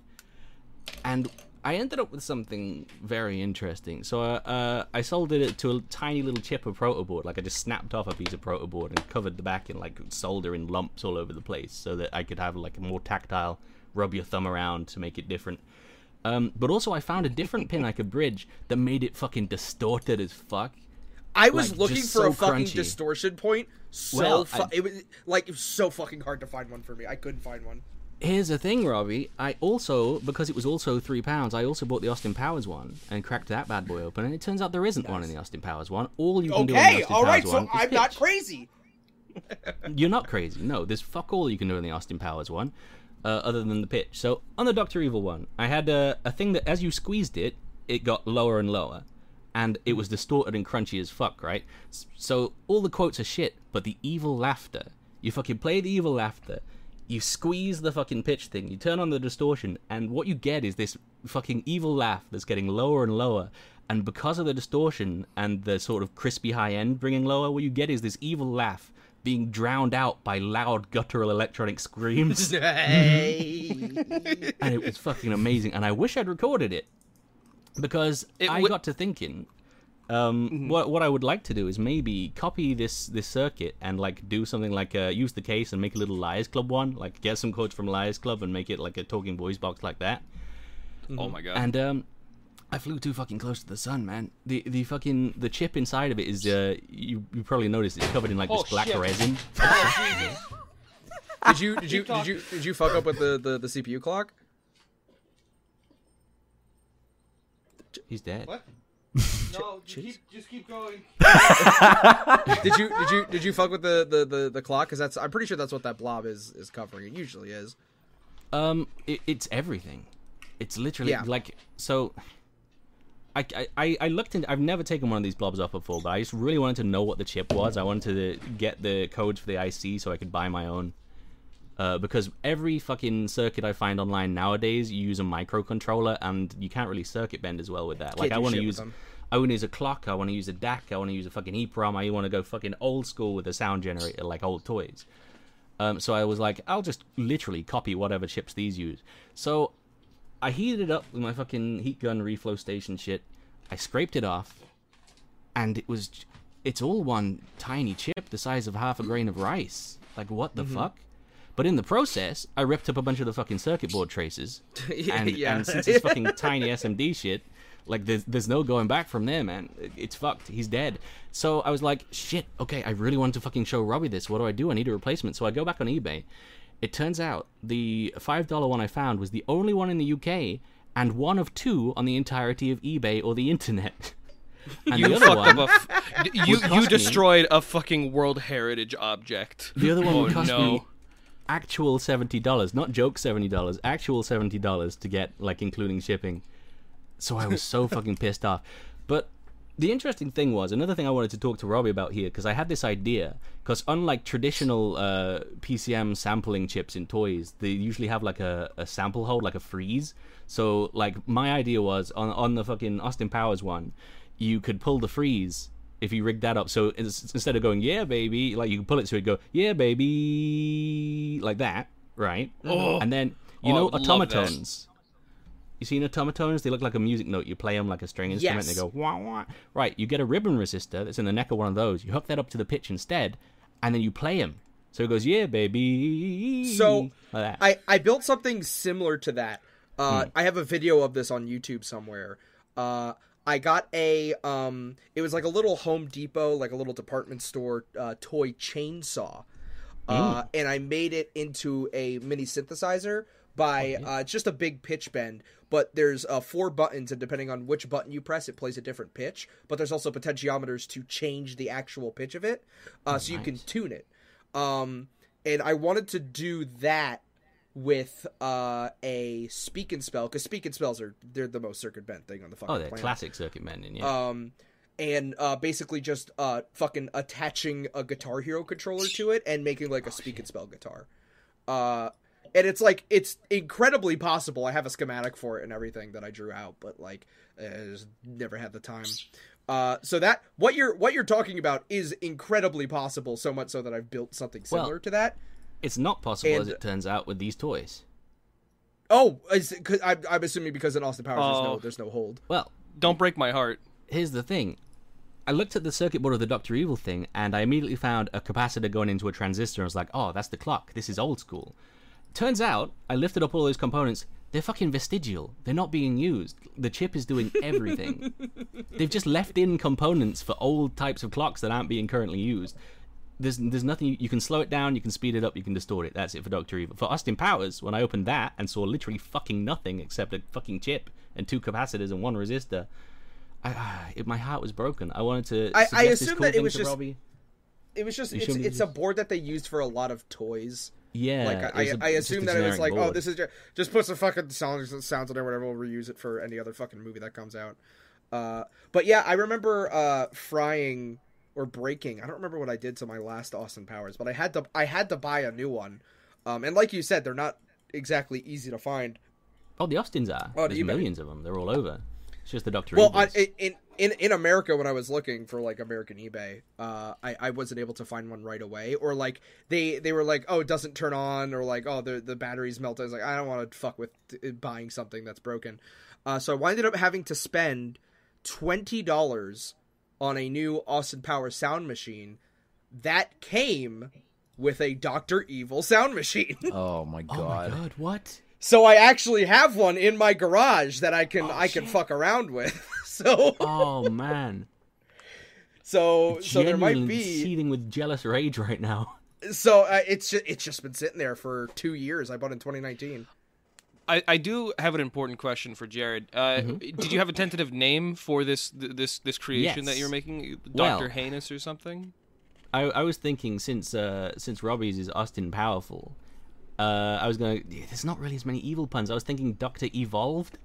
Speaker 4: And I ended up with something very interesting. So uh, uh, I soldered it to a tiny little chip of protoboard. Like I just snapped off a piece of protoboard and covered the back in like solder in lumps all over the place, so that I could have like a more tactile. Rub your thumb around to make it different. Um, but also, I found a different pin I could bridge that made it fucking distorted as fuck.
Speaker 6: I was
Speaker 4: Like,
Speaker 6: looking for
Speaker 4: just
Speaker 6: a
Speaker 4: so
Speaker 6: fucking
Speaker 4: crunchy.
Speaker 6: distortion point. So
Speaker 4: Well,
Speaker 6: fu-
Speaker 4: I-
Speaker 6: it was like it was so fucking hard to find one for me. I couldn't find one.
Speaker 4: Here's the thing, Robbie. I also, because it was also three pounds, I also bought the Austin Powers one and cracked that bad boy open. And it turns out there isn't one in the Austin Powers one. All you can do in the
Speaker 6: Okay,
Speaker 4: Austin
Speaker 6: all right.
Speaker 4: Powers
Speaker 6: So
Speaker 4: one is
Speaker 6: I'm not
Speaker 4: pitch.
Speaker 6: crazy.
Speaker 4: You're not crazy. No, there's fuck all you can do in the Austin Powers one, uh, other than the pitch. So on the Doctor Evil one, I had a, a thing that as you squeezed it, it got lower and lower, and it was distorted and crunchy as fuck, right? S- So all the quotes are shit, but the evil laughter. You fucking play the evil laughter. You squeeze the fucking pitch thing. You turn on the distortion, and what you get is this fucking evil laugh that's getting lower and lower. And because of the distortion and the sort of crispy high end bringing lower, what you get is this evil laugh being drowned out by loud guttural electronic screams and it was fucking amazing and i wish i'd recorded it because
Speaker 3: It
Speaker 4: i
Speaker 3: would-
Speaker 4: got to thinking um,
Speaker 3: Mm-hmm.
Speaker 4: what what i would like to do is maybe copy this this circuit and like do something like uh, use the case and make a little liars club one like get some quotes from liars club and make it like a talking voice box like that
Speaker 3: Oh my god.
Speaker 4: and um, I flew too fucking close to the sun, man. The the fucking the chip inside of it is uh you, you probably noticed it's covered in like
Speaker 3: Oh,
Speaker 4: this black
Speaker 3: shit.
Speaker 4: resin.
Speaker 6: Did you did you did you did you fuck up with the the, the CPU clock?
Speaker 4: He's dead.
Speaker 7: No, just keep, just keep going.
Speaker 6: Did you did you did you fuck with the the the, the clock? Because that's I'm pretty sure that's what that blob is is covering. It usually is.
Speaker 4: Um, it, it's everything. It's literally
Speaker 6: Yeah.
Speaker 4: like so. I, I- I, I looked into. I've never taken one of these blobs off before, but I just really wanted to know what the chip was. I wanted to get the codes for the IC so I could buy my own. Uh, because every fucking circuit I find online nowadays, you use a microcontroller, and you can't really circuit bend as well with that. Like
Speaker 6: do
Speaker 4: I want
Speaker 6: shit
Speaker 4: to
Speaker 6: with
Speaker 4: use,
Speaker 6: them.
Speaker 4: I want to use a clock. I want to use a DAC. I want to use a fucking EEPROM. I want to go fucking old school with a sound generator, like old toys. Um, so I was like, I'll just literally copy whatever chips these use. So I heated it up with my fucking heat gun reflow station shit. I scraped it off, and it was, j- it's all one tiny chip the size of half a grain of rice. Like what
Speaker 3: Mm-hmm.
Speaker 4: the fuck? But in the process, I ripped up a bunch of the fucking circuit board traces, and,
Speaker 6: yeah.
Speaker 4: and since it's fucking tiny SMD shit, like there's there's no going back from there, man. It- It's fucked. He's dead. So I was like, shit. Okay, I really want to fucking show Robbie this. What do I do? I need a replacement. So I go back on eBay. It turns out the five dollar one I found was the only one in the UK and one of two on the entirety of eBay or the internet. And the
Speaker 3: you
Speaker 4: other
Speaker 3: fucked
Speaker 4: one,
Speaker 3: up a. F- you
Speaker 4: cost me-
Speaker 3: you destroyed a fucking World Heritage object.
Speaker 4: the other one
Speaker 3: oh,
Speaker 4: would cost
Speaker 3: no.
Speaker 4: me actual seventy dollars, not joke seventy dollars, actual seventy dollars to get, like including shipping. So I was so fucking pissed off. But the interesting thing was another thing I wanted to talk to Robbie about here because I had this idea because unlike traditional uh, PCM sampling chips in toys, they usually have like a, a sample hold, like a freeze. So like my idea was on on the fucking Austin Powers one, you could pull the freeze if you rig that up. So it's, instead of going yeah baby, like you can pull it so it go yeah baby like that, right? And then
Speaker 3: Oh,
Speaker 4: you
Speaker 3: I
Speaker 4: know
Speaker 3: would love
Speaker 4: automatones. You seen automatones? They look like a music note. You play them like a string instrument.
Speaker 6: Yes.
Speaker 4: They go wah wah. Right. You get a ribbon resistor that's in the neck of one of those. You hook that up to the pitch instead, and then you play them. So it goes yeah baby.
Speaker 6: So
Speaker 4: like that.
Speaker 6: I, I built something similar to that. Uh, I have a video of this on YouTube somewhere. Uh, I got a um, it was like a little Home Depot, like a little department store uh, toy chainsaw, uh, and I made it into a mini synthesizer by uh, just a big pitch bend. But there's uh, four buttons, and depending on which button you press, it plays a different pitch. But there's also potentiometers to change the actual pitch of it, uh, so you can tune it. Um, and I wanted to do that with uh, a speak and spell because speak and spells are they're the most circuit bent thing on the fucking
Speaker 4: oh, they're
Speaker 6: planet.
Speaker 4: classic circuit bending. Yeah.
Speaker 6: Um, and uh, basically just uh, fucking attaching a Guitar Hero controller to it and making
Speaker 4: Oh,
Speaker 6: like a speak and spell guitar. Uh, and it's like it's incredibly possible. I have a schematic for it and everything that I drew out, but like uh, I just never had the time. Uh, so that what you're what you're talking about is incredibly possible. So much so that I've built something
Speaker 4: Well-
Speaker 6: similar to that.
Speaker 4: it's not possible as
Speaker 6: and-
Speaker 4: it turns out with these toys.
Speaker 6: Oh, is it, cause I, I'm assuming because in Austin Powers there's
Speaker 3: Oh.
Speaker 6: no there's no hold.
Speaker 4: Well,
Speaker 3: Don't break my heart.
Speaker 4: here's the thing. I looked at the circuit board of the Doctor Evil thing, and I immediately found a capacitor going into a transistor. and I was like, "Oh, that's the clock. This is old school." Turns out, I lifted up all those components. They're fucking vestigial. They're not being used. The chip is doing everything. They've just left in components for old types of clocks that aren't being currently used. There's there's nothing you can slow it down, you can speed it up, you can distort it. That's it for Doctor Evil. For Austin Powers, when I opened that and saw literally fucking nothing except a fucking chip and two capacitors and one resistor, I, ah, it, my heart was broken. I wanted to.
Speaker 6: I- I
Speaker 4: suggest this
Speaker 6: assume
Speaker 4: cool
Speaker 6: that it
Speaker 4: thing
Speaker 6: was
Speaker 4: to
Speaker 6: just-
Speaker 4: Robbie.
Speaker 6: It was just
Speaker 4: You
Speaker 6: it's,
Speaker 4: shouldn't
Speaker 6: it's a
Speaker 4: just-
Speaker 6: board that they used for a lot of toys.
Speaker 4: Yeah,
Speaker 6: Like I,
Speaker 4: was
Speaker 6: I
Speaker 4: a-
Speaker 6: I
Speaker 4: just a
Speaker 6: assume that it was
Speaker 4: generic
Speaker 6: like, oh,
Speaker 4: board.
Speaker 6: this is just, just put some fucking sounds sounds on there, whatever. We'll reuse it for any other fucking movie that comes out. Uh, but yeah, I remember uh, frying or breaking. I don't remember what I did to my last Austin Powers, but I had to I had to buy a new one. Um, and like you said, they're not exactly easy to find.
Speaker 4: Oh, the Austins are.
Speaker 6: Oh,
Speaker 4: There's
Speaker 6: you bet.
Speaker 4: millions of them. They're all over. It's just the Doctor
Speaker 6: Well,
Speaker 4: Evil.
Speaker 6: I, in in in America, when I was looking for like American eBay, uh, I I wasn't able to find one right away, or like they they were like, oh, it doesn't turn on, or like, oh, the the batteries melt. I was like, I don't want to fuck with uh, buying something that's broken, uh, so I winded up having to spend twenty dollars on a new Austin Power sound machine that came with a Doctor Evil sound machine.
Speaker 5: Oh my
Speaker 4: oh
Speaker 5: god.
Speaker 4: my god, what?
Speaker 6: so I actually have one in my garage that I can I can fuck around with. so
Speaker 4: Oh man.
Speaker 6: So so there might
Speaker 4: Genuinely
Speaker 6: be
Speaker 4: seething with jealous rage right now.
Speaker 6: so uh, it's just, it's just been sitting there for two years. I bought it in 2019.
Speaker 3: I, I do have an important question for Jared. Uh,
Speaker 4: Mm-hmm.
Speaker 3: Did you have a tentative name for this th- this this creation that
Speaker 4: Yes.
Speaker 3: you're making,
Speaker 4: Well-
Speaker 3: Doctor Heinous or something?
Speaker 4: I, I was thinking since uh, since Robbie's is Austin powerful, uh, I was going. to There's not really as many evil puns. I was thinking Doctor Evolved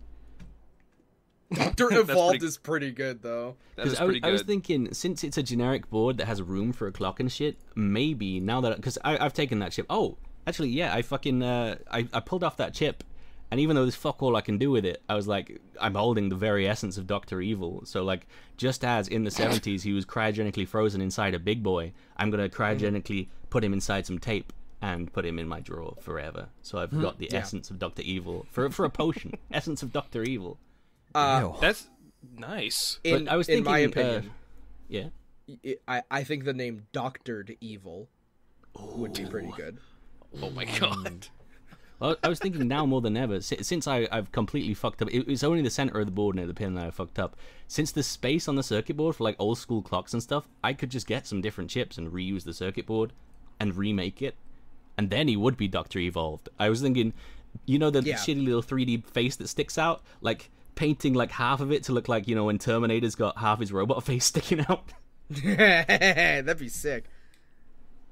Speaker 6: Doctor Evolved
Speaker 3: pretty-
Speaker 6: is pretty good though.
Speaker 3: That is
Speaker 4: I, was-
Speaker 3: pretty
Speaker 4: I was
Speaker 3: good.
Speaker 4: thinking since it's a generic board that has room for a clock and shit, maybe now that because I've taken that chip. Oh, actually, yeah, I fucking uh, I I pulled off that chip, and even though there's fuck all I can do with it, I was like, I'm holding the very essence of Doctor Evil. So like, just as in the 70s he was cryogenically frozen inside a big boy, I'm gonna cryogenically put him inside some tape and put him in my drawer forever. So I've got the essence of Doctor Evil for for a potion, essence of Doctor Evil.
Speaker 3: That's nice.
Speaker 6: In,
Speaker 4: I was
Speaker 6: in my
Speaker 4: thinking, uh,
Speaker 6: opinion,
Speaker 4: Yeah.
Speaker 6: it- I I think the name Doctored Evil would be pretty good.
Speaker 3: Oh my god.
Speaker 4: Well, I was thinking now more than ever, si- since I, I've completely fucked up, it, it's only the center of the board near the pin that I fucked up. Since the space on the circuit board for like old school clocks and stuff, I could just get some different chips and reuse the circuit board and remake it. And then he would be Dr. Evolved. I was thinking, you know, the
Speaker 6: Yeah.
Speaker 4: shitty little 3D face that sticks out? Like painting like half of it to look like, you know, when Terminator's got half his robot face sticking out.
Speaker 6: That'd be sick.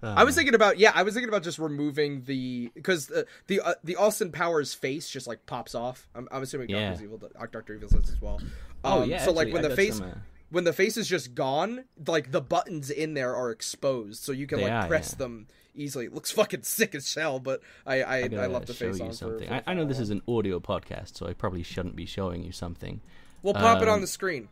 Speaker 6: I
Speaker 4: Um,
Speaker 6: was thinking about yeah, I was thinking about just removing the because the the, uh, the Austin Powers face just like pops off. I'm, I'm assuming
Speaker 4: Yeah.
Speaker 6: Doctor Evil, Doctor Evil does as well.
Speaker 4: Oh,
Speaker 6: Um,
Speaker 4: yeah,
Speaker 6: So
Speaker 4: actually,
Speaker 6: like when
Speaker 4: I
Speaker 6: the
Speaker 4: got
Speaker 6: face
Speaker 4: some, uh,
Speaker 6: when the face is just gone, like the buttons in there are exposed, so you can
Speaker 4: They
Speaker 6: like
Speaker 4: are,
Speaker 6: press
Speaker 4: yeah.
Speaker 6: them easily. It looks fucking sick as hell, but I I, I,
Speaker 4: gotta
Speaker 6: love the
Speaker 4: show
Speaker 6: face
Speaker 4: you
Speaker 6: on for-
Speaker 4: something.
Speaker 6: for
Speaker 4: I, I know this
Speaker 6: follow-up.
Speaker 4: is an audio podcast, so I probably shouldn't be showing you something.
Speaker 6: We'll pop it
Speaker 4: um,
Speaker 6: on the screen.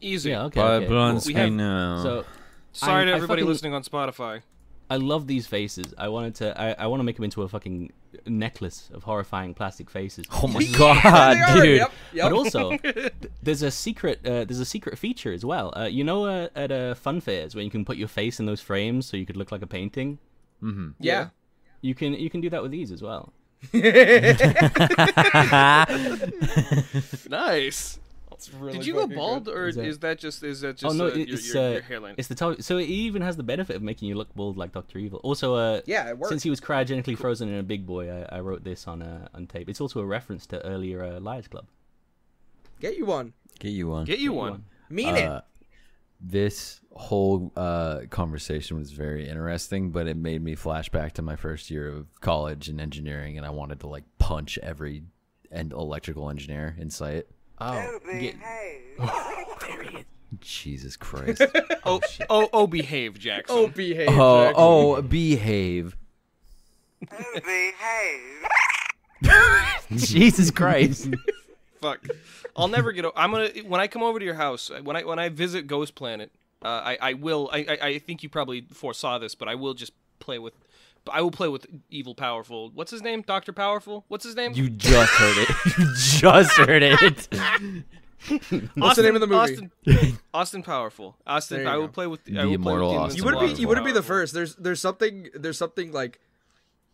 Speaker 3: Easy.
Speaker 4: Yeah, okay.
Speaker 8: But
Speaker 4: okay,
Speaker 8: on
Speaker 4: cool.
Speaker 3: We have-
Speaker 8: screen now.
Speaker 4: So
Speaker 3: Sorry
Speaker 4: I-
Speaker 3: to
Speaker 4: I
Speaker 3: everybody
Speaker 4: fucking-
Speaker 3: listening on Spotify.
Speaker 4: I love these faces. I wanted to. I, I want to make them into a fucking necklace of horrifying plastic faces.
Speaker 5: Oh my god,
Speaker 6: They are,
Speaker 5: dude!
Speaker 6: Yep, yep.
Speaker 4: But also, th- there's a secret. Uh, there's a secret feature as well. Uh, you know, uh, at uh, fun fairs when you can put your face in those frames so you could look like a painting.
Speaker 6: yeah.
Speaker 4: You can you can do that with these as well.
Speaker 3: Nice. Did you go bald, or
Speaker 4: Is
Speaker 3: is,
Speaker 4: that-
Speaker 3: that just is that
Speaker 4: oh
Speaker 3: just
Speaker 4: no,
Speaker 3: uh, your,
Speaker 4: it's
Speaker 3: your,
Speaker 4: uh,
Speaker 3: your hairline?
Speaker 4: it's the top. So it even has the benefit of making you look bald like Doctor Evil. Also, uh,
Speaker 6: Yeah, it worked.
Speaker 4: Since he was cryogenically frozen in a big boy, I, I wrote this on uh, on tape. It's also a reference to earlier uh, Liars Club.
Speaker 6: Get you one.
Speaker 5: Get you one.
Speaker 3: Get you one.
Speaker 6: Mean
Speaker 5: Uh,
Speaker 6: it.
Speaker 5: This whole uh, conversation was very interesting, but it made me flash back to my first year of college in engineering, and I wanted to like punch every and electrical engineer in sight.
Speaker 4: Oh, get-
Speaker 5: Jesus Christ!
Speaker 3: Oh, oh, oh, behave, Jackson.
Speaker 6: Oh, behave.
Speaker 5: oh,
Speaker 6: Jack.
Speaker 5: oh, behave! oh, Jesus Christ!
Speaker 3: Fuck. I'll never get. O- I'm gonna when I come over to your house when I when I visit Ghost Planet. Uh, I I will. I, I I think you probably foresaw this, but I will just play with. I will play with evil powerful. What's his name? Doctor Powerful. What's his name?
Speaker 5: You just heard it. You just heard it.
Speaker 6: What's the name of the movie?
Speaker 3: Austin, Austin Powerful. Austin.
Speaker 6: There you
Speaker 3: I will
Speaker 6: go.
Speaker 3: play with
Speaker 5: The
Speaker 3: I will play with
Speaker 5: immortal
Speaker 3: the
Speaker 5: Austin
Speaker 3: invincible
Speaker 6: you would be.
Speaker 5: Powerful.
Speaker 6: You would be the
Speaker 3: Powerful.
Speaker 6: first. There's. There's something. There's something like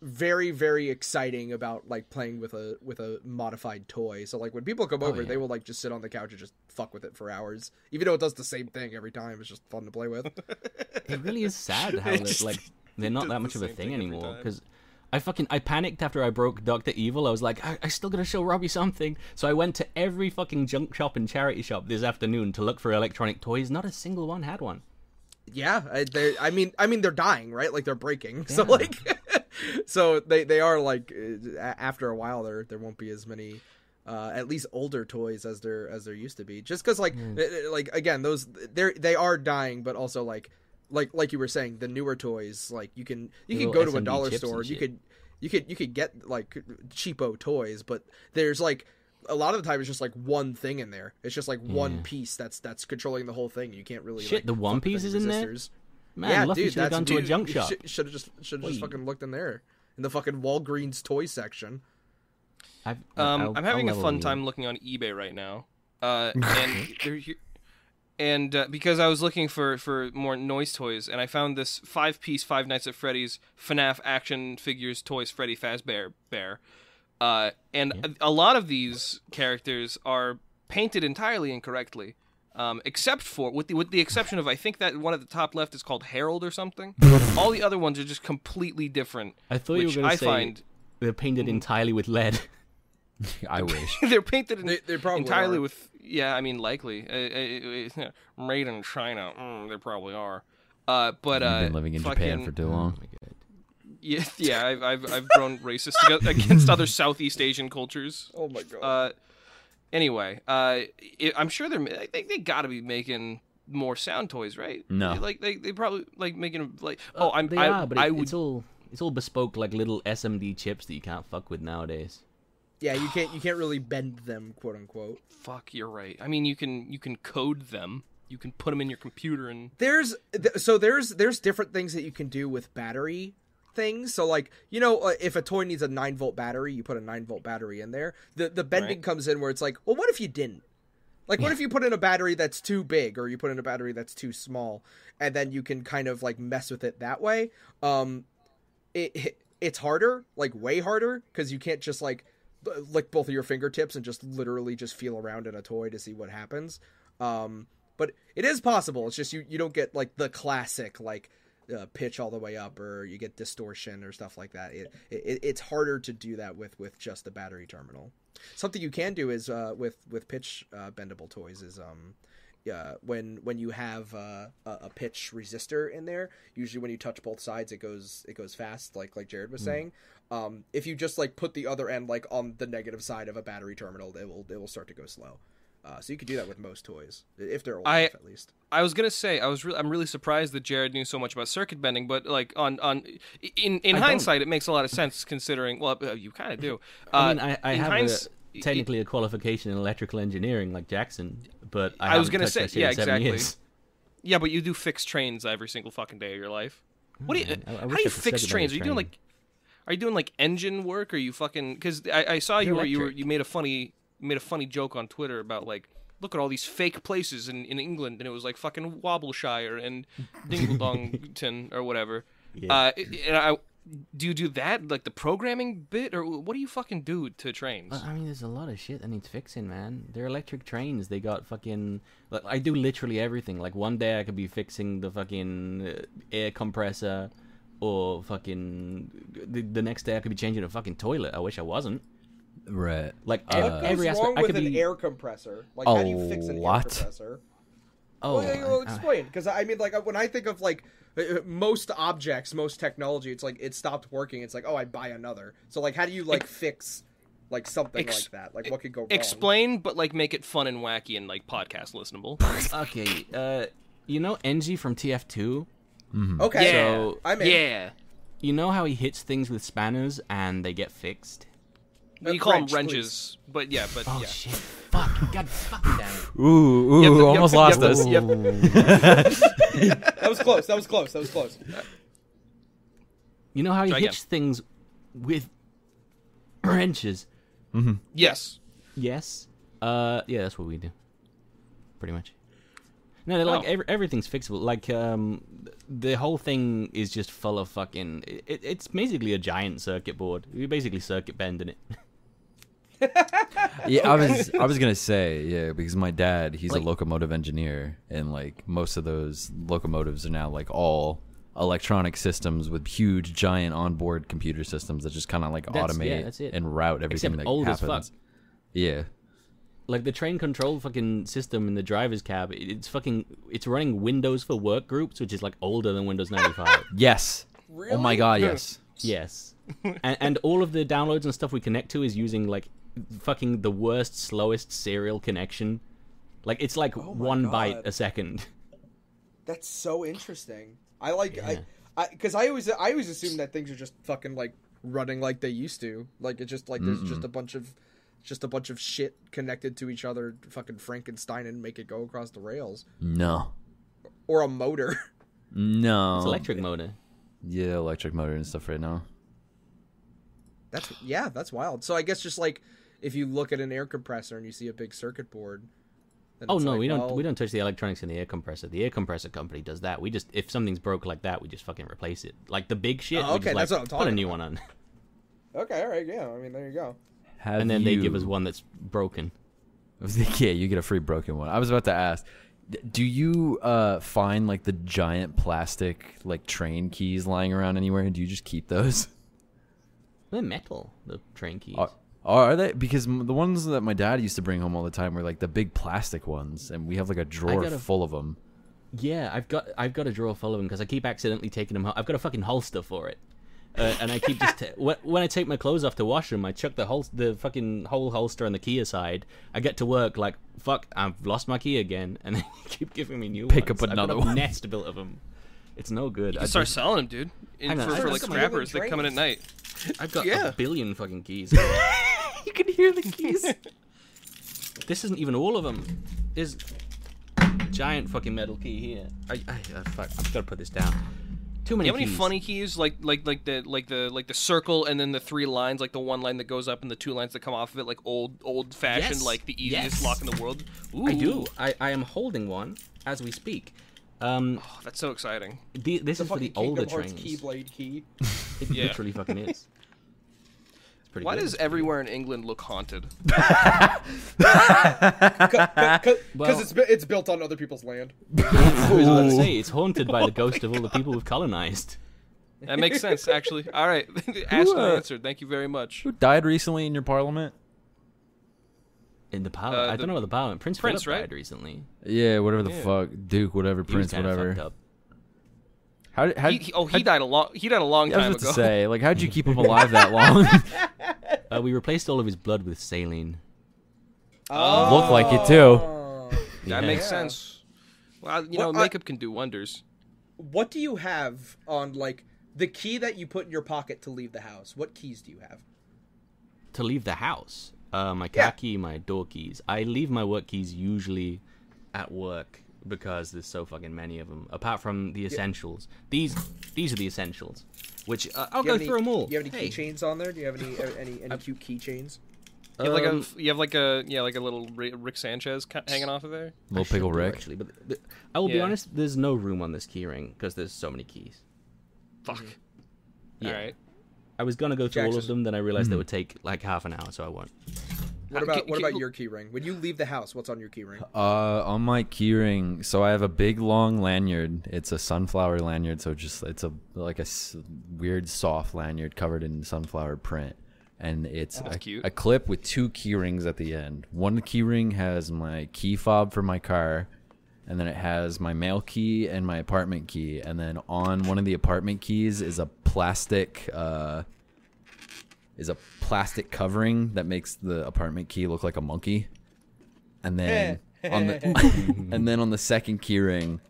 Speaker 6: very very exciting about like playing with a with a modified toy so like when people come over they will like just sit on the couch and just fuck with it for hours even though it does the same thing every time it's just fun to play with
Speaker 4: it really is sad how
Speaker 3: It
Speaker 4: that,
Speaker 3: just-
Speaker 4: like they're not
Speaker 3: does
Speaker 4: that
Speaker 3: the
Speaker 4: much of a
Speaker 3: same
Speaker 4: thing,
Speaker 3: thing every
Speaker 4: anymore.
Speaker 3: time.
Speaker 4: Because I fucking I panicked after I broke Doctor Evil. I was like, I, I still gotta show Robbie something. So I went to every fucking junk shop and charity shop this afternoon to look for electronic toys. Not a single one had one.
Speaker 6: yeah I, they I mean i mean they're dying right like they're breaking so like so they they are like uh, a- after a while there there won't be as many uh at least older toys as there as there used to be just because like
Speaker 4: Hmm.
Speaker 6: uh, uh, like again those they're they are dying but also like like like you were saying the newer toys like you can
Speaker 4: The
Speaker 6: you can
Speaker 4: little
Speaker 6: go to a
Speaker 4: SMD
Speaker 6: dollar
Speaker 4: chips and
Speaker 6: store you
Speaker 4: shit.
Speaker 6: could you could you could get like cheapo toys but there's like a lot of the time it's just like one thing in there it's just like
Speaker 4: Hmm.
Speaker 6: one piece that's that's controlling the whole thing you can't really
Speaker 4: Shit,
Speaker 6: like,
Speaker 4: the One
Speaker 6: fuck with
Speaker 4: Piece
Speaker 6: any
Speaker 4: is in there?
Speaker 6: resistors.
Speaker 4: Man, Luffy should have gone to a junk shop.
Speaker 6: Should have just should have
Speaker 4: Wait.
Speaker 6: just fucking looked in there in the fucking Walgreens toy section.
Speaker 4: I've,
Speaker 3: Um,
Speaker 4: I'll-
Speaker 3: I'm having
Speaker 4: I'll
Speaker 3: a
Speaker 4: level
Speaker 3: fun
Speaker 4: you.
Speaker 3: time looking on eBay right now, uh, and they're here, and uh, because I was looking for for more noise toys, and I found this five piece Five Nights at Freddy's FNAF action figures toys Freddy Fazbear Bear, uh, and a, a lot of these characters are painted entirely incorrectly. Um, except for with the with the exception of I think that one at the top left is called Harold or something. All the other ones are just completely different.
Speaker 4: I thought you were
Speaker 3: which
Speaker 4: gonna
Speaker 3: I
Speaker 4: say
Speaker 3: find
Speaker 4: they're painted
Speaker 3: Mm.
Speaker 4: entirely with lead.
Speaker 5: I wish.
Speaker 3: they're painted in,
Speaker 6: They- they probably
Speaker 3: entirely
Speaker 6: are.
Speaker 3: with yeah i mean likely uh, uh, uh, made in china mm, they probably are uh, but uh,
Speaker 5: I've been living in Japan
Speaker 3: fucking-
Speaker 5: for too long.
Speaker 4: Oh,
Speaker 3: yeah, yeah I've, I've, I've grown racist ag- against other Southeast Asian cultures.
Speaker 6: Oh my god.
Speaker 3: Uh, anyway, uh, it, I'm sure they're. ma- I think they got to be making more sound toys, right?
Speaker 8: No.
Speaker 3: like they, they probably like making like. Oh, I'm.
Speaker 4: They
Speaker 3: I,
Speaker 4: are, but
Speaker 3: I
Speaker 4: it-
Speaker 3: would
Speaker 4: it's all it's all bespoke, like little SMD chips that you can't fuck with nowadays.
Speaker 6: yeah, you can't you can't really bend them, quote unquote.
Speaker 3: fuck. You're right. I mean, you can you can code them. You can put them in your computer and
Speaker 6: There's th- so there's there's different things that you can do with battery things. So like you know uh, if a toy needs a nine volt battery, you put a nine volt battery in there. The the bending
Speaker 3: Right.
Speaker 6: comes in where it's like, well, what if you didn't? Like, what if you put in a battery that's too big, or you put in a battery that's too small, and then you can kind of like mess with it that way? Um, it, it it's harder, like way harder, because you can't just like b- lick both of your fingertips and just literally just feel around in a toy to see what happens. Um, but it is possible. It's just you you don't get like the classic like uh, pitch all the way up, or you get distortion or stuff like that. It, it it's harder to do that with with just the battery terminal. Something you can do is uh, with with pitch uh, bendable toys is um uh, when when you have uh, a, a pitch resistor in there. Usually when you touch both sides, it goes it goes fast, like like Jared
Speaker 4: Hmm.
Speaker 6: was saying. Um, if you just like put the other end like on the negative side of a battery terminal, it will it will start to go slow. Uh, so you could do that with most toys if they're old
Speaker 3: I-
Speaker 6: enough, at least.
Speaker 3: I was gonna say I was really I'm really surprised that Jared knew so much about circuit bending, but like on on in in hindsight it makes a lot of sense considering well uh, you kind of do. Uh,
Speaker 4: I mean, I, I
Speaker 3: in
Speaker 4: have
Speaker 3: hinds-
Speaker 4: a, technically a qualification in electrical engineering, like Jackson, but I,
Speaker 3: I was
Speaker 4: haven't
Speaker 3: gonna
Speaker 4: touched
Speaker 3: say-
Speaker 4: that shit
Speaker 3: yeah,
Speaker 4: in seven
Speaker 3: exactly.
Speaker 4: years.
Speaker 3: Yeah, but you do fix trains every single fucking day of your life. What do you?
Speaker 4: Oh, I- I
Speaker 3: how
Speaker 4: wish
Speaker 3: do you
Speaker 4: I could
Speaker 3: fix
Speaker 4: segway a
Speaker 3: trains? Are you doing
Speaker 4: train.
Speaker 3: like? Are you doing like engine work? Or you fucking? Because I, I saw you were, you were
Speaker 4: electric.
Speaker 3: you made a funny made a funny joke on Twitter about like look at all these fake places in, in England and it was like fucking Wobbleshire and Dingledongton or whatever.
Speaker 4: Yeah.
Speaker 3: Uh, and I do you do that like the programming bit or what do you fucking do to trains?
Speaker 4: Well, I mean, there's a lot of shit that needs fixing, man. They're electric trains. They got fucking. Like, I do literally everything. Like one day I could be fixing the fucking uh, air compressor, or fucking. The, the next day I could be changing a fucking toilet. I wish I wasn't.
Speaker 5: Right.
Speaker 4: Like e-
Speaker 6: What goes
Speaker 4: every
Speaker 6: wrong
Speaker 4: aspect. I
Speaker 6: with
Speaker 4: could
Speaker 6: an
Speaker 4: be.
Speaker 6: air compressor? Like,
Speaker 5: A
Speaker 6: how do you fix an air
Speaker 5: lot.
Speaker 6: compressor?
Speaker 4: oh,
Speaker 6: Well, yeah, well,
Speaker 3: uh,
Speaker 4: I- I-
Speaker 6: explain, because I mean, like when I think of like uh, most objects, most technology, it's like it stopped working. It's like, oh, I buy another. So like, how do you like fix like something
Speaker 3: Ex-
Speaker 6: like that? Like, what could go wrong?
Speaker 3: Explain, but like make it fun and wacky and like podcast listenable.
Speaker 4: okay. Uh, you know Engie from TF2.
Speaker 6: Okay,
Speaker 3: Yeah.
Speaker 4: So-
Speaker 6: I'm in.
Speaker 3: yeah.
Speaker 4: You know how he hits things with spanners and they get fixed.
Speaker 3: You call
Speaker 6: wrench,
Speaker 3: them wrenches, but yeah, but
Speaker 4: Oh
Speaker 3: yeah.
Speaker 4: shit! Fuck! God fucking damn it!
Speaker 5: Ooh, ooh,
Speaker 3: Yep, yep,
Speaker 5: almost
Speaker 3: yep,
Speaker 5: lost
Speaker 3: yep,
Speaker 5: us.
Speaker 3: yep.
Speaker 6: That was close. That was close. That was close.
Speaker 4: You know how he
Speaker 3: Try again.
Speaker 4: hits things with wrenches.
Speaker 3: Yes.
Speaker 4: Yes. Uh, yeah, that's what we do. Pretty much. No, they're like
Speaker 3: Oh.
Speaker 4: ev- everything's fixable. Like um, th- the whole thing is just full of fucking. It, it- it's basically a giant circuit board. You're basically circuit bending it.
Speaker 5: Yeah, I was I was gonna say yeah because my dad he's
Speaker 4: Like-
Speaker 5: a locomotive engineer and like most of those locomotives are now like all electronic systems with huge giant onboard computer systems that just kind of like
Speaker 4: That's- yeah,
Speaker 5: automate
Speaker 4: that's it.
Speaker 5: and route everything
Speaker 4: Except
Speaker 5: that
Speaker 4: old as
Speaker 5: happens.
Speaker 4: fuck.
Speaker 5: Yeah,
Speaker 4: Like the train control fucking system in the driver's cab. It, it's fucking. It's running Windows for work groups, which is like older than Windows ninety five.
Speaker 5: yes. Oh my god, yes.
Speaker 4: Yes. and, and all of the downloads and stuff we connect to is using like fucking the worst, slowest serial connection. Like it's like one byte
Speaker 6: Oh God.
Speaker 4: a second.
Speaker 6: That's so interesting. I like I because I, always I always assume that things are just fucking like running like they used to. Like it's just like there's just a bunch of just a bunch of shit connected to each other, fucking Frankenstein and make it go across the rails
Speaker 5: No,
Speaker 6: or a motor.
Speaker 5: no.
Speaker 4: It's electric motor.
Speaker 5: Yeah, electric motor and stuff right now.
Speaker 6: That's yeah, that's wild. So I guess just like if you look at an air compressor and you see a big circuit board. then
Speaker 4: Oh
Speaker 6: it's
Speaker 4: no,
Speaker 6: like,
Speaker 4: we don't
Speaker 6: well,
Speaker 4: we don't touch the electronics in the air compressor. The air compressor company does that. We just if something's broke like that, we just fucking replace it. Like the big shit.
Speaker 6: Oh,
Speaker 4: we just,
Speaker 6: okay, that's
Speaker 4: like,
Speaker 6: what I'm
Speaker 4: Put a
Speaker 6: talking
Speaker 4: new one on,
Speaker 6: Okay, all right, yeah. I mean, there you go.
Speaker 5: Have
Speaker 4: and then they give
Speaker 5: you-
Speaker 4: us one that's broken.
Speaker 5: Yeah, you get a free broken one. I was about to ask, d- do you uh, find like the giant plastic like train keys lying around anywhere? Do you just keep those?
Speaker 4: They're metal. The train keys.
Speaker 5: Are, are they? Because m- the ones that my dad used to bring home all the time were like the big plastic ones, and we have like a drawer
Speaker 4: gotta-
Speaker 5: full of them.
Speaker 4: Yeah, I've got I've got a drawer full of them because I keep accidentally taking them. Ho- I've got a fucking holster for it, uh, and I keep just ta- when, when I take my clothes off to wash them, I chuck the whole the fucking whole holster and the key aside. I get to work like fuck, I've lost my key again, and they keep giving me new.
Speaker 5: Pick up
Speaker 4: ones. I've got
Speaker 5: another
Speaker 4: a
Speaker 5: one.
Speaker 4: Nest built of them. It's no good. I
Speaker 3: You start selling them, dude. In,
Speaker 4: Hang on,
Speaker 3: for,
Speaker 4: I
Speaker 3: for
Speaker 4: got
Speaker 3: like
Speaker 6: some
Speaker 3: scrappers that
Speaker 6: hidden
Speaker 3: come in at night.
Speaker 4: have got
Speaker 6: yeah.
Speaker 4: a billion fucking keys.
Speaker 5: You can hear the keys.
Speaker 4: this isn't even all of them. There's a giant fucking metal key here. I, I, uh, fuck, I've got to put this down. Too many.
Speaker 3: You have any
Speaker 4: keys.
Speaker 3: funny keys like like like the like the like the circle and then the three lines, like the one line that goes up and the two lines that come off of it, like old old fashioned,
Speaker 4: Yes.
Speaker 3: like the easiest
Speaker 4: Yes.
Speaker 3: lock in the world. Ooh,
Speaker 4: I do. I, I am holding one as we speak. Um,
Speaker 3: Oh, that's so exciting.
Speaker 4: the, this is for the
Speaker 6: Kingdom
Speaker 4: older
Speaker 6: Hearts
Speaker 4: trains.
Speaker 6: Keyblade key.
Speaker 4: It
Speaker 3: Yeah.
Speaker 4: literally fucking is. It's pretty
Speaker 3: Why
Speaker 4: good.
Speaker 3: does everywhere in England look haunted?
Speaker 6: Because
Speaker 4: Well-
Speaker 6: it's bu- it's built on other people's land.
Speaker 4: I was about to say it's haunted by
Speaker 3: Oh
Speaker 4: the ghost of all the people we've colonized.
Speaker 3: That makes sense, actually. All right, asked and
Speaker 5: uh,
Speaker 3: answered. Thank you very much.
Speaker 5: Who died recently in your parliament?
Speaker 4: In the power,
Speaker 3: Uh,
Speaker 4: I
Speaker 3: the-
Speaker 4: don't know about the power. Prince,
Speaker 3: Prince,
Speaker 4: Philip
Speaker 3: right?
Speaker 4: died recently.
Speaker 5: Yeah, whatever the fuck, Duke, whatever,
Speaker 4: He was
Speaker 5: Prince,
Speaker 4: kinda fucked
Speaker 5: whatever.
Speaker 4: up.
Speaker 5: How did? How,
Speaker 3: He, he- oh, he died a long. He died a long
Speaker 5: I was
Speaker 3: time
Speaker 5: about to
Speaker 3: ago.
Speaker 5: say, like, how'd you keep him alive that long?
Speaker 4: Uh, we replaced all of his blood with saline.
Speaker 5: Looked like it too.
Speaker 3: That
Speaker 4: Yeah.
Speaker 3: makes sense. Well, you
Speaker 6: Well,
Speaker 3: know,
Speaker 6: I-
Speaker 3: makeup can do wonders.
Speaker 6: What do you have on like the key that you put in your pocket to leave the house? What keys do you have?
Speaker 4: to leave the house. Uh, my car
Speaker 6: Yeah.
Speaker 4: key, my door keys. I leave my work keys usually at work because there's so fucking many of them. Apart from the essentials, these these are the essentials, which uh, I'll
Speaker 6: Do
Speaker 4: go
Speaker 6: you have any-
Speaker 4: through them all.
Speaker 6: Do you have any
Speaker 4: Hey,
Speaker 6: keychains on there? Do you have any any, any cute keychains?
Speaker 3: You have like
Speaker 4: um,
Speaker 3: a you have like a yeah like a little Ri- Rick Sanchez ca- hanging off of there.
Speaker 5: Little
Speaker 4: should
Speaker 5: pickle
Speaker 4: do,
Speaker 5: Rick.
Speaker 4: Actually, but th- I will be
Speaker 3: Yeah.
Speaker 4: honest. There's no room on this keyring because there's so many keys.
Speaker 3: Fuck.
Speaker 4: Yeah.
Speaker 3: Mm-hmm. All right.
Speaker 4: I was gonna go through all of
Speaker 6: Jackson.
Speaker 4: them, then I realized
Speaker 5: Hmm.
Speaker 4: it would take like half an hour, so I won't.
Speaker 6: What
Speaker 3: Uh,
Speaker 6: about
Speaker 3: ca-
Speaker 6: what
Speaker 3: ca-
Speaker 6: about your keyring? When you leave the house, what's on your keyring?
Speaker 5: Uh, on my keyring, so I have a big long lanyard. It's a sunflower lanyard, so just it's a like a s- weird soft lanyard covered in sunflower print, and it's a,
Speaker 3: cute.
Speaker 5: a clip with two keyrings at the end. One keyring has my key fob for my car, and then it has my mail key and my apartment key, and then on one of the apartment keys is a plastic. Uh, is a plastic covering that makes the apartment key look like a monkey. And then on the and then on the second key ring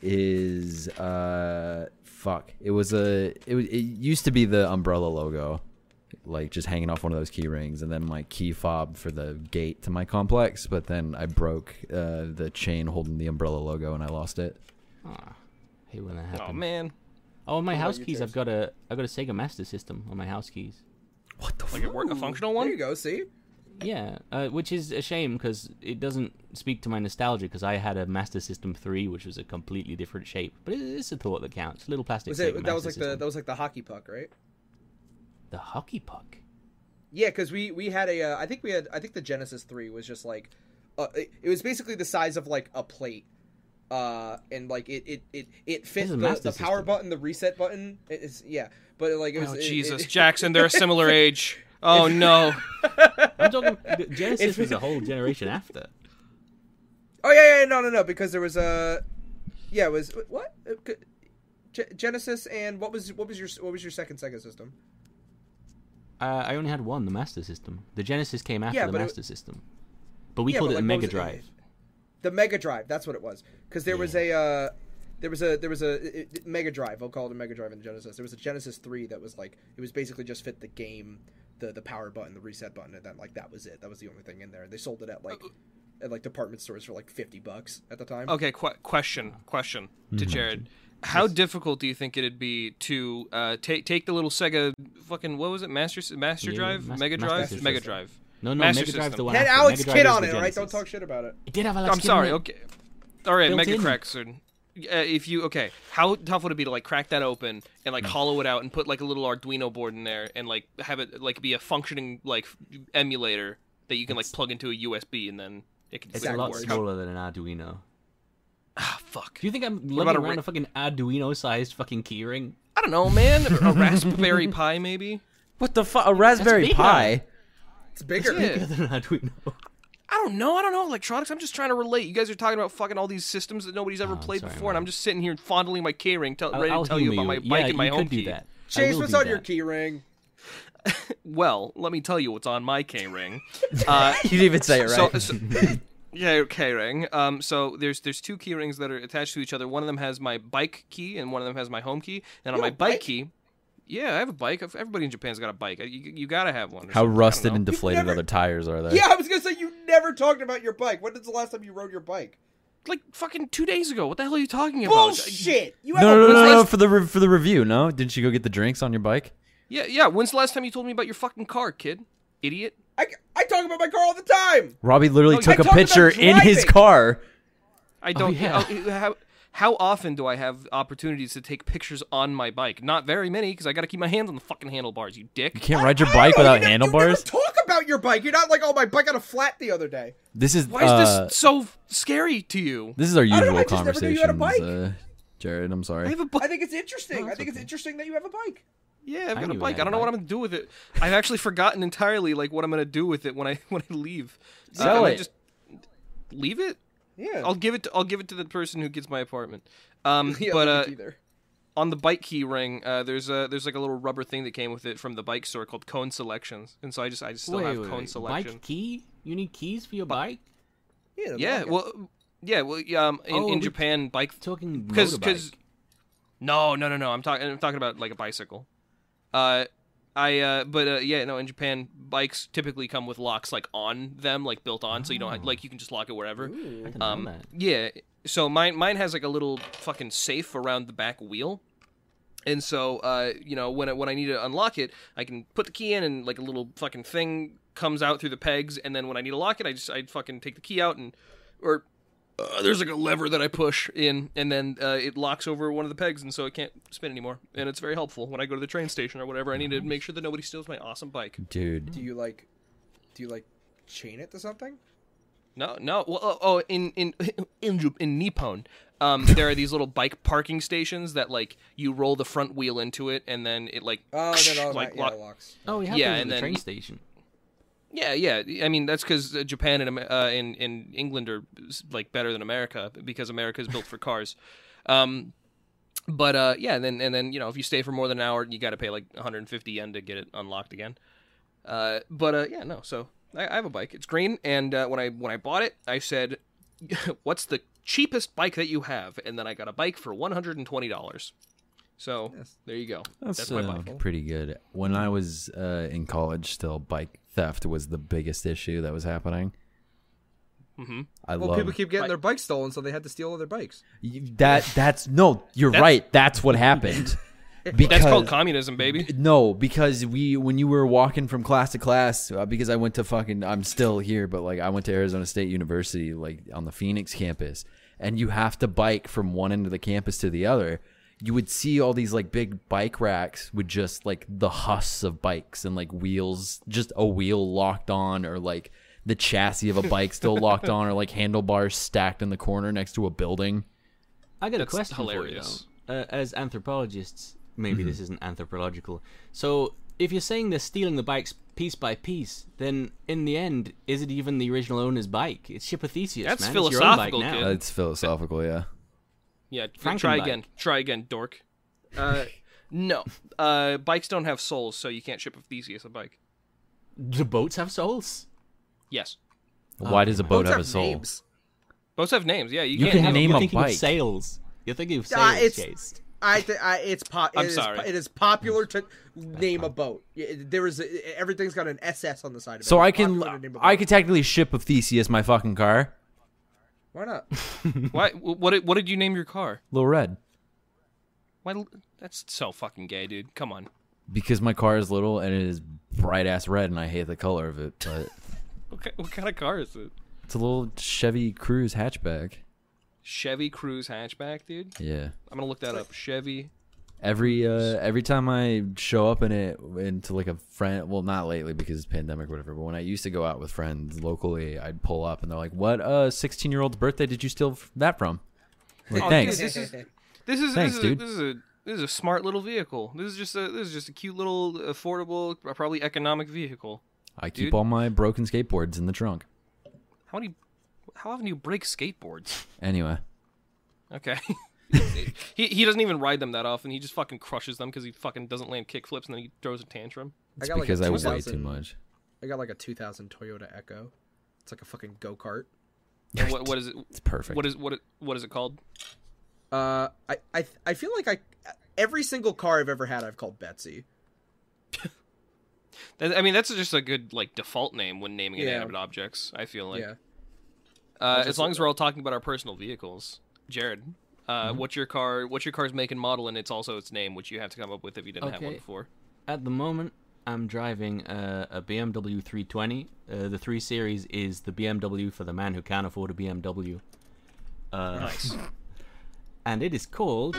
Speaker 5: is uh fuck. It was a it was, it used to be the umbrella logo like just hanging off one of those key rings and then my key fob for the gate to my complex, but then I broke uh, the chain holding the umbrella logo and I lost it.
Speaker 4: Hey, when that
Speaker 3: Oh
Speaker 4: happens.
Speaker 3: man.
Speaker 4: Oh, on my house keys. I've got a I've got a Sega Master System on my house keys.
Speaker 5: What the
Speaker 3: Like a, work, a functional
Speaker 6: There
Speaker 3: one.
Speaker 6: you go. See,
Speaker 4: Yeah, uh, which is a shame because it doesn't speak to my nostalgia because I had a Master System three, which was a completely different shape. But it, it's a thought that counts. Little plastic.
Speaker 6: was
Speaker 4: Sega
Speaker 6: it that
Speaker 4: Master
Speaker 6: was like the
Speaker 4: System.
Speaker 6: that was like the hockey puck, right?
Speaker 4: the hockey puck.
Speaker 6: Yeah, because we we had a uh, I think we had I think the Genesis three was just like, uh, it, it was basically the size of like a plate, uh, and like it it it it fit
Speaker 4: is a
Speaker 6: the, the power
Speaker 4: Master System.
Speaker 6: button, the reset button. It- It's yeah, but like it was
Speaker 3: Oh
Speaker 6: it-
Speaker 3: Jesus,
Speaker 6: it-
Speaker 3: Jackson, they're a similar age. Oh no.
Speaker 4: I'm talking. Genesis was a whole generation after.
Speaker 6: Oh yeah, yeah, no, no, no, because there was a, yeah, it was what Uh, c- Ge- Genesis and what was what was your what was your second Sega system?
Speaker 4: Uh, I only had one, the Master System. The Genesis came after
Speaker 6: Yeah,
Speaker 4: the
Speaker 6: but it-
Speaker 4: Master System, but we
Speaker 6: Yeah,
Speaker 4: called
Speaker 6: but
Speaker 4: it the
Speaker 6: like, what
Speaker 4: Mega
Speaker 6: was it-
Speaker 4: Drive.
Speaker 6: The Mega Drive, that's what it was, because there was a. Uh, there was a there was a it- it- Mega Drive. I'll call it a Mega Drive in the Genesis. There was a Genesis three that was like it was basically just fit the game, the the power button, the reset button, and then like that was it. That was the only thing in there. They sold it at like at like department stores for like fifty bucks at the time.
Speaker 3: Okay, qu- question, question
Speaker 4: Mm-hmm.
Speaker 3: to Jared. How difficult do you think it'd be to uh, take take the little Sega fucking what was it Master S- Master
Speaker 4: Yeah,
Speaker 3: Drive
Speaker 4: Mas-
Speaker 3: Mega
Speaker 4: Master
Speaker 3: Drive
Speaker 4: System.
Speaker 3: Mega Drive
Speaker 4: No, no,
Speaker 3: Master
Speaker 4: Mega Drive
Speaker 3: System.
Speaker 4: the one.
Speaker 6: Had
Speaker 4: after.
Speaker 6: Alex
Speaker 4: Mega Drive
Speaker 6: Kidd
Speaker 4: was
Speaker 6: on
Speaker 4: the
Speaker 6: it, all right? Don't
Speaker 4: Genesis.
Speaker 6: talk shit about it.
Speaker 4: It did have Alex
Speaker 3: I'm
Speaker 4: Kidd in
Speaker 3: sorry.
Speaker 4: it.
Speaker 3: Okay. All right,
Speaker 4: Built
Speaker 3: Mega
Speaker 4: in.
Speaker 3: Cracks. Or, uh, if you okay, how tough would it be to like crack that open and
Speaker 4: Mm.
Speaker 3: like hollow it out and put like a little Arduino board in there and like have it like be a functioning like emulator that you can like plug into a USB and then it can
Speaker 4: It's
Speaker 3: like,
Speaker 4: a lot
Speaker 3: work.
Speaker 4: smaller than an Arduino.
Speaker 3: Ah, fuck.
Speaker 4: Do you think I'm
Speaker 3: about
Speaker 4: lugging
Speaker 3: a
Speaker 4: around
Speaker 3: ri-
Speaker 4: a fucking Arduino-sized fucking keyring?
Speaker 3: I don't know, man. A Raspberry Pi maybe.
Speaker 5: What the fuck? A Raspberry
Speaker 4: bigger.
Speaker 5: Pi?
Speaker 6: It's bigger.
Speaker 3: Yeah.
Speaker 4: Than an Arduino.
Speaker 3: I don't know. I don't know electronics. I'm just trying to relate. You guys are talking about fucking all these systems that nobody's ever
Speaker 4: Oh,
Speaker 3: played
Speaker 4: sorry,
Speaker 3: before, and
Speaker 4: man.
Speaker 3: I'm just sitting here fondling my keyring, tell, ready
Speaker 4: I'll
Speaker 3: to tell you
Speaker 4: humor
Speaker 3: about my
Speaker 4: Yeah,
Speaker 3: bike and my
Speaker 4: you
Speaker 3: home
Speaker 4: could
Speaker 3: key.
Speaker 4: Do that. I
Speaker 6: Chase,
Speaker 4: will
Speaker 6: what's
Speaker 4: do
Speaker 6: on your
Speaker 4: that.
Speaker 6: key ring?
Speaker 3: Well, let me tell you what's on my keyring. Uh,
Speaker 5: You didn't even say it right.
Speaker 3: so, so yeah, your key ring. Um, so there's there's two key rings that are attached to each other. One of them has my bike key, and one of them has my home key. And on my bike, key, yeah, I have a bike. Everybody in Japan's got a bike. Uh, You, you gotta have one. or something.
Speaker 5: How
Speaker 3: I don't
Speaker 5: rusted
Speaker 3: know.
Speaker 5: and deflated
Speaker 6: never-
Speaker 5: other tires are they?
Speaker 6: Yeah, I was gonna say you never talked about your bike. When was the last time you rode your bike?
Speaker 3: like fucking two days ago. What the hell are you talking about?
Speaker 6: Bullshit! You have
Speaker 5: No,
Speaker 6: a
Speaker 5: no, no, no,
Speaker 6: list-
Speaker 5: no, for the re- for the review. No, didn't you go get the drinks on your bike?
Speaker 3: Yeah, yeah. When's the last time you told me about your fucking car, kid? Idiot.
Speaker 6: I, I talk about my car all the time.
Speaker 5: Robbie literally
Speaker 3: No, I
Speaker 5: took a
Speaker 6: talked about
Speaker 5: picture in his
Speaker 6: driving.
Speaker 5: car.
Speaker 3: I don't.
Speaker 4: yeah.
Speaker 3: oh, how, how often do I have opportunities to take pictures on my bike? Not very many, because I gotta keep my hands on the fucking handlebars. You dick.
Speaker 5: You can't ride your
Speaker 6: I
Speaker 5: bike
Speaker 6: don't know,
Speaker 5: without
Speaker 6: you ne-
Speaker 5: handlebars.
Speaker 6: You never talk about your bike. You're not like, oh, my bike got a flat the other day.
Speaker 5: This is
Speaker 3: Why is
Speaker 5: uh,
Speaker 3: this so scary to you?
Speaker 5: This is our
Speaker 6: don't know,
Speaker 5: usual
Speaker 6: I just never knew
Speaker 5: conversations.
Speaker 6: you had a
Speaker 5: Uh, Jared, I'm sorry.
Speaker 3: I have a bike.
Speaker 6: I think it's interesting. I think it's interesting that you have a bike.
Speaker 3: Yeah, I've
Speaker 4: I
Speaker 3: got a
Speaker 4: knew we
Speaker 3: bike. I
Speaker 4: had a
Speaker 3: don't know what I'm
Speaker 4: bike.
Speaker 3: gonna do with it. I've actually forgotten entirely like what I'm gonna do with it when I when I leave. Uh,
Speaker 5: Sell
Speaker 3: I'm gonna
Speaker 5: it.
Speaker 3: Just leave it.
Speaker 6: Yeah.
Speaker 3: I'll give it. To, I'll give it to the person who gets my apartment. Um,
Speaker 6: Yeah,
Speaker 3: but uh,
Speaker 6: like either.
Speaker 3: on the bike key ring, uh, there's a there's like a little rubber thing that came with it from the bike store called Cone Selections, and so I just I just still
Speaker 4: Wait,
Speaker 3: have
Speaker 4: wait,
Speaker 3: Cone
Speaker 4: wait.
Speaker 3: Selection.
Speaker 4: Bike key? You need keys for your bike?
Speaker 6: yeah,
Speaker 3: Yeah.
Speaker 6: like-
Speaker 3: Well. Yeah. Well. yeah, Um. In,
Speaker 4: Oh,
Speaker 3: in
Speaker 4: we-
Speaker 3: Japan, bike
Speaker 4: Talking
Speaker 3: because
Speaker 4: motorbike.
Speaker 3: because no no no no i'm talking i'm talking about like a bicycle uh I uh, but uh, yeah, no. In Japan, bikes typically come with locks like on them, like built on, so you don't like you can just lock it wherever.
Speaker 4: I didn't
Speaker 3: Um,
Speaker 4: know that.
Speaker 3: Yeah. So mine mine has like a little fucking safe around the back wheel. And so uh, you know, when I, when I need to unlock it, I can put the key in and like a little fucking thing comes out through the pegs and then when I need to lock it, I just I fucking take the key out and or uh, there's like a lever that I push in and then uh, it locks over one of the pegs and so it can't spin anymore. And it's very helpful when I go to the train station or whatever. I need to make sure that nobody steals my awesome bike.
Speaker 5: Dude.
Speaker 6: Do you like? Do you like chain it to something?
Speaker 3: No, no. Well, oh, oh in in in Ju- in Nippon, um, there are these little bike parking stations that like you roll the front wheel into it, and then it like
Speaker 6: Oh, then all
Speaker 3: like
Speaker 6: like, yeah,
Speaker 3: lock-
Speaker 6: it locks.
Speaker 4: Oh, we have
Speaker 3: yeah,
Speaker 4: yeah, at
Speaker 3: and
Speaker 4: the
Speaker 3: then-
Speaker 4: train station.
Speaker 3: yeah, yeah. I mean that's because Japan and Am- uh, in in England are like better than America because America is built for cars. Um, but uh, yeah, and then and then you know if you stay for more than an hour, you got to pay like 150 yen to get it unlocked again. Uh, but uh, yeah, no. So I, I have a bike. It's green, and uh, when I when I bought it, I said, "What's the cheapest bike that you have?" And then I got a bike for 120 dollars. So there you go.
Speaker 5: That's,
Speaker 3: That's my
Speaker 5: uh,
Speaker 3: bike.
Speaker 5: pretty good. When I was uh, in college, still bike theft was the biggest issue that was happening.
Speaker 3: Mhm.
Speaker 5: I
Speaker 6: Well,
Speaker 5: love
Speaker 6: people keep getting their bikes stolen, so they had to steal all their bikes.
Speaker 5: You- that. That's no, you're
Speaker 3: That's-
Speaker 5: right. That's what happened. Because
Speaker 3: That's called communism, baby.
Speaker 5: No, because we when you were walking from class to class, uh, because I went to fucking I'm still here, but like I went to Arizona State University, like on the Phoenix campus, and you have to bike from one end of the campus to the other. You would see all these like big bike racks with just like the husks of bikes and like wheels, just a wheel locked on, or like the chassis of a bike still locked on, or like handlebars stacked in the corner next to a building.
Speaker 4: I got a
Speaker 3: That's
Speaker 4: question
Speaker 3: hilarious. Mm-hmm.
Speaker 4: for you. Though. Uh, as anthropologists, maybe this isn't anthropological. So, if you're saying they're stealing the bikes piece by piece, then in the end, is it even the original owner's bike? It's Ship of Theseus,
Speaker 3: That's
Speaker 4: man. It's your own bike
Speaker 3: philosophical,
Speaker 4: now.
Speaker 3: kid.
Speaker 5: That's philosophical, yeah.
Speaker 3: Yeah,
Speaker 4: Franken
Speaker 3: try
Speaker 4: bike.
Speaker 3: again. Try again, dork. Uh, no, uh, bikes don't have souls, so you can't ship a Theseus a bike.
Speaker 4: Do boats have souls?
Speaker 3: Yes,
Speaker 5: Why does a boat
Speaker 6: Boats
Speaker 5: have
Speaker 6: have
Speaker 5: a soul?
Speaker 6: names.
Speaker 3: boats have names. Yeah, you,
Speaker 5: You
Speaker 3: can't.
Speaker 5: can
Speaker 3: have-
Speaker 5: name
Speaker 4: you're
Speaker 5: a
Speaker 4: thinking
Speaker 5: bike.
Speaker 4: of sails. You're thinking of sails,
Speaker 6: Ah, it's-
Speaker 4: Chase.
Speaker 6: I, th- I it's pop.
Speaker 3: I'm
Speaker 6: it is-
Speaker 3: sorry.
Speaker 6: it is popular to name a boat. Yeah, There is a, everything's got an SS on the side of it.
Speaker 5: So
Speaker 6: It's
Speaker 5: I can
Speaker 6: popular to name a
Speaker 5: I
Speaker 6: boat.
Speaker 5: could technically ship of Theseus my fucking car.
Speaker 6: Why not?
Speaker 3: Why? What? did- What did you name your car?
Speaker 5: Little Red.
Speaker 3: Why? That's so fucking gay, dude. Come on.
Speaker 5: Because my car is little and it is bright ass red and I hate the color of it, but
Speaker 3: What, ki- what kind of car is it?
Speaker 5: it's a little Chevy Cruise hatchback.
Speaker 3: Chevy Cruze hatchback, dude.
Speaker 5: Yeah.
Speaker 3: I'm gonna look that up. Chevy.
Speaker 5: Every uh every time I show up in it into like a friend well not lately because it's pandemic or whatever, but when I used to go out with friends locally, I'd pull up and they're like, What uh sixteen year old's birthday did you steal f- that from? I'm like,
Speaker 3: Oh,
Speaker 5: Thanks.
Speaker 3: dude, this is this is
Speaker 5: Thanks,
Speaker 3: this is, A,
Speaker 5: dude.
Speaker 3: this is a this is a smart little vehicle. This is just a this is just a cute little affordable, probably economic vehicle.
Speaker 5: I keep
Speaker 3: dude.
Speaker 5: all my broken skateboards in the trunk.
Speaker 3: How many? How often do you break skateboards?
Speaker 5: Anyway.
Speaker 3: Okay. he he doesn't even ride them that often. He just fucking crushes them because he fucking doesn't land kickflips and then he throws a tantrum.
Speaker 6: I
Speaker 5: It's
Speaker 6: got like a
Speaker 5: because I was way too
Speaker 6: 2000
Speaker 5: much.
Speaker 6: I got like a 2000 Toyota Echo. It's like a fucking go kart.
Speaker 3: And what what is it?
Speaker 5: It's perfect.
Speaker 3: What is what it- what is it called?
Speaker 6: Uh, I, I I feel like I every single car I've ever had I've called Betsy.
Speaker 3: That- I mean, that's just a good like default name when naming
Speaker 6: Yeah.
Speaker 3: inanimate objects. I feel like
Speaker 6: yeah.
Speaker 3: uh, as long as we're all talking about our personal vehicles, Jared. Uh,
Speaker 4: Mm-hmm.
Speaker 3: What's your car? What's your car's make and model, and it's also its name, which you have to come up with if you didn't have one
Speaker 4: Okay.
Speaker 3: before.
Speaker 4: At the moment, I'm driving uh, a BMW 320. Uh, the 3 Series is the BMW for the man who can't afford a BMW. Uh,
Speaker 3: Nice.
Speaker 4: And it is called.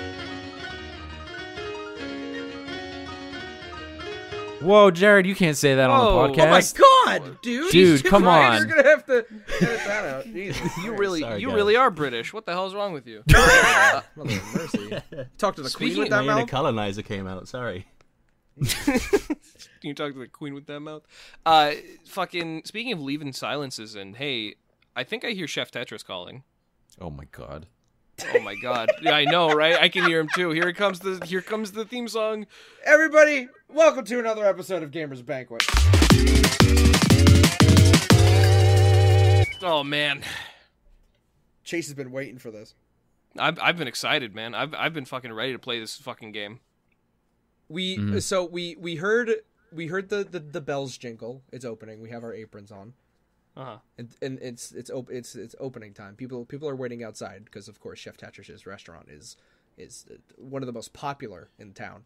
Speaker 5: Whoa, Jared, you can't say that
Speaker 3: Whoa.
Speaker 5: on
Speaker 3: Oh
Speaker 5: the
Speaker 3: my
Speaker 6: Oh my
Speaker 5: podcast.
Speaker 6: god, dude!
Speaker 5: Dude,
Speaker 6: Jesus
Speaker 5: come
Speaker 6: Christ,
Speaker 5: on.
Speaker 6: You're gonna have to edit that out. Jesus,
Speaker 3: You really,
Speaker 4: Sorry,
Speaker 3: you
Speaker 4: guys.
Speaker 3: really are British. What the hell's wrong with you?
Speaker 6: Mother of mercy. Talk to the
Speaker 3: Speaking-
Speaker 6: queen with that
Speaker 4: My inner
Speaker 6: mouth.
Speaker 4: colonizer came out, sorry.
Speaker 3: Can you talk to the queen with that mouth? Uh, fucking. Speaking of leaving silences, and hey, I think I hear Chef Tetris calling.
Speaker 5: Oh my god.
Speaker 3: Oh my god! Yeah, I know, right? I can hear him too. Here comes the here comes the theme song.
Speaker 6: Everybody, welcome to another episode of Gamers Banquet.
Speaker 3: Oh man,
Speaker 6: Chase has been waiting for this.
Speaker 3: I've I've been excited, man. I've I've been fucking ready to play this fucking game.
Speaker 6: We so we we heard we heard the, the the bells jingle. It's opening. We have our aprons on.
Speaker 3: Uh huh.
Speaker 6: and, and it's it's op- it's it's opening time. People people are waiting outside because of course Chef Tatris's restaurant is is uh, one of the most popular in town.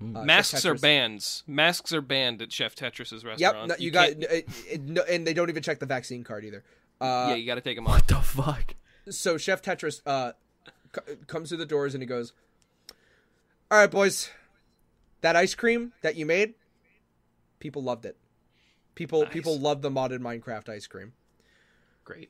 Speaker 6: Uh, Chef
Speaker 3: Masks are
Speaker 6: Tetris-
Speaker 3: banned. Masks are banned at Chef Tetris's
Speaker 6: Yep,
Speaker 3: restaurant.
Speaker 6: no, you, got
Speaker 3: can't-
Speaker 6: it, it- no, and they don't even check the vaccine card either. Uh,
Speaker 3: yeah, you got to take them off.
Speaker 5: The fuck?
Speaker 6: so Chef Tetris uh, c- comes through the doors and he goes, "All right, boys, that ice cream that you made, people loved it. People people love the modded Minecraft ice cream.
Speaker 3: Great.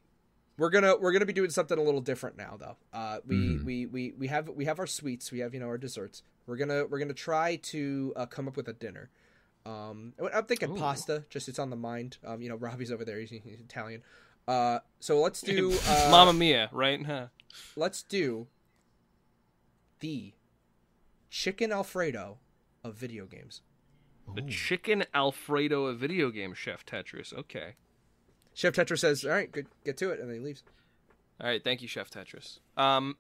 Speaker 6: We're gonna we're gonna be doing something a little different now, though. Uh, we, we we we have we have our sweets, we have you know our desserts. We're gonna we're gonna try to uh, come up with a dinner. Um, I- I'm thinking pasta, just it's on the mind. Um, you know, Robbie's over there, he's, he's Italian. Uh, so let's do uh,
Speaker 3: Mamma Mia, right? Huh.
Speaker 6: let's do the chicken alfredo of video games.
Speaker 3: The chicken Alfredo of video game Chef Tetris. Okay.
Speaker 6: Chef Tetra says, "All right, good, get to it," and then he leaves.
Speaker 3: All right, thank you, Chef Tetris. Um,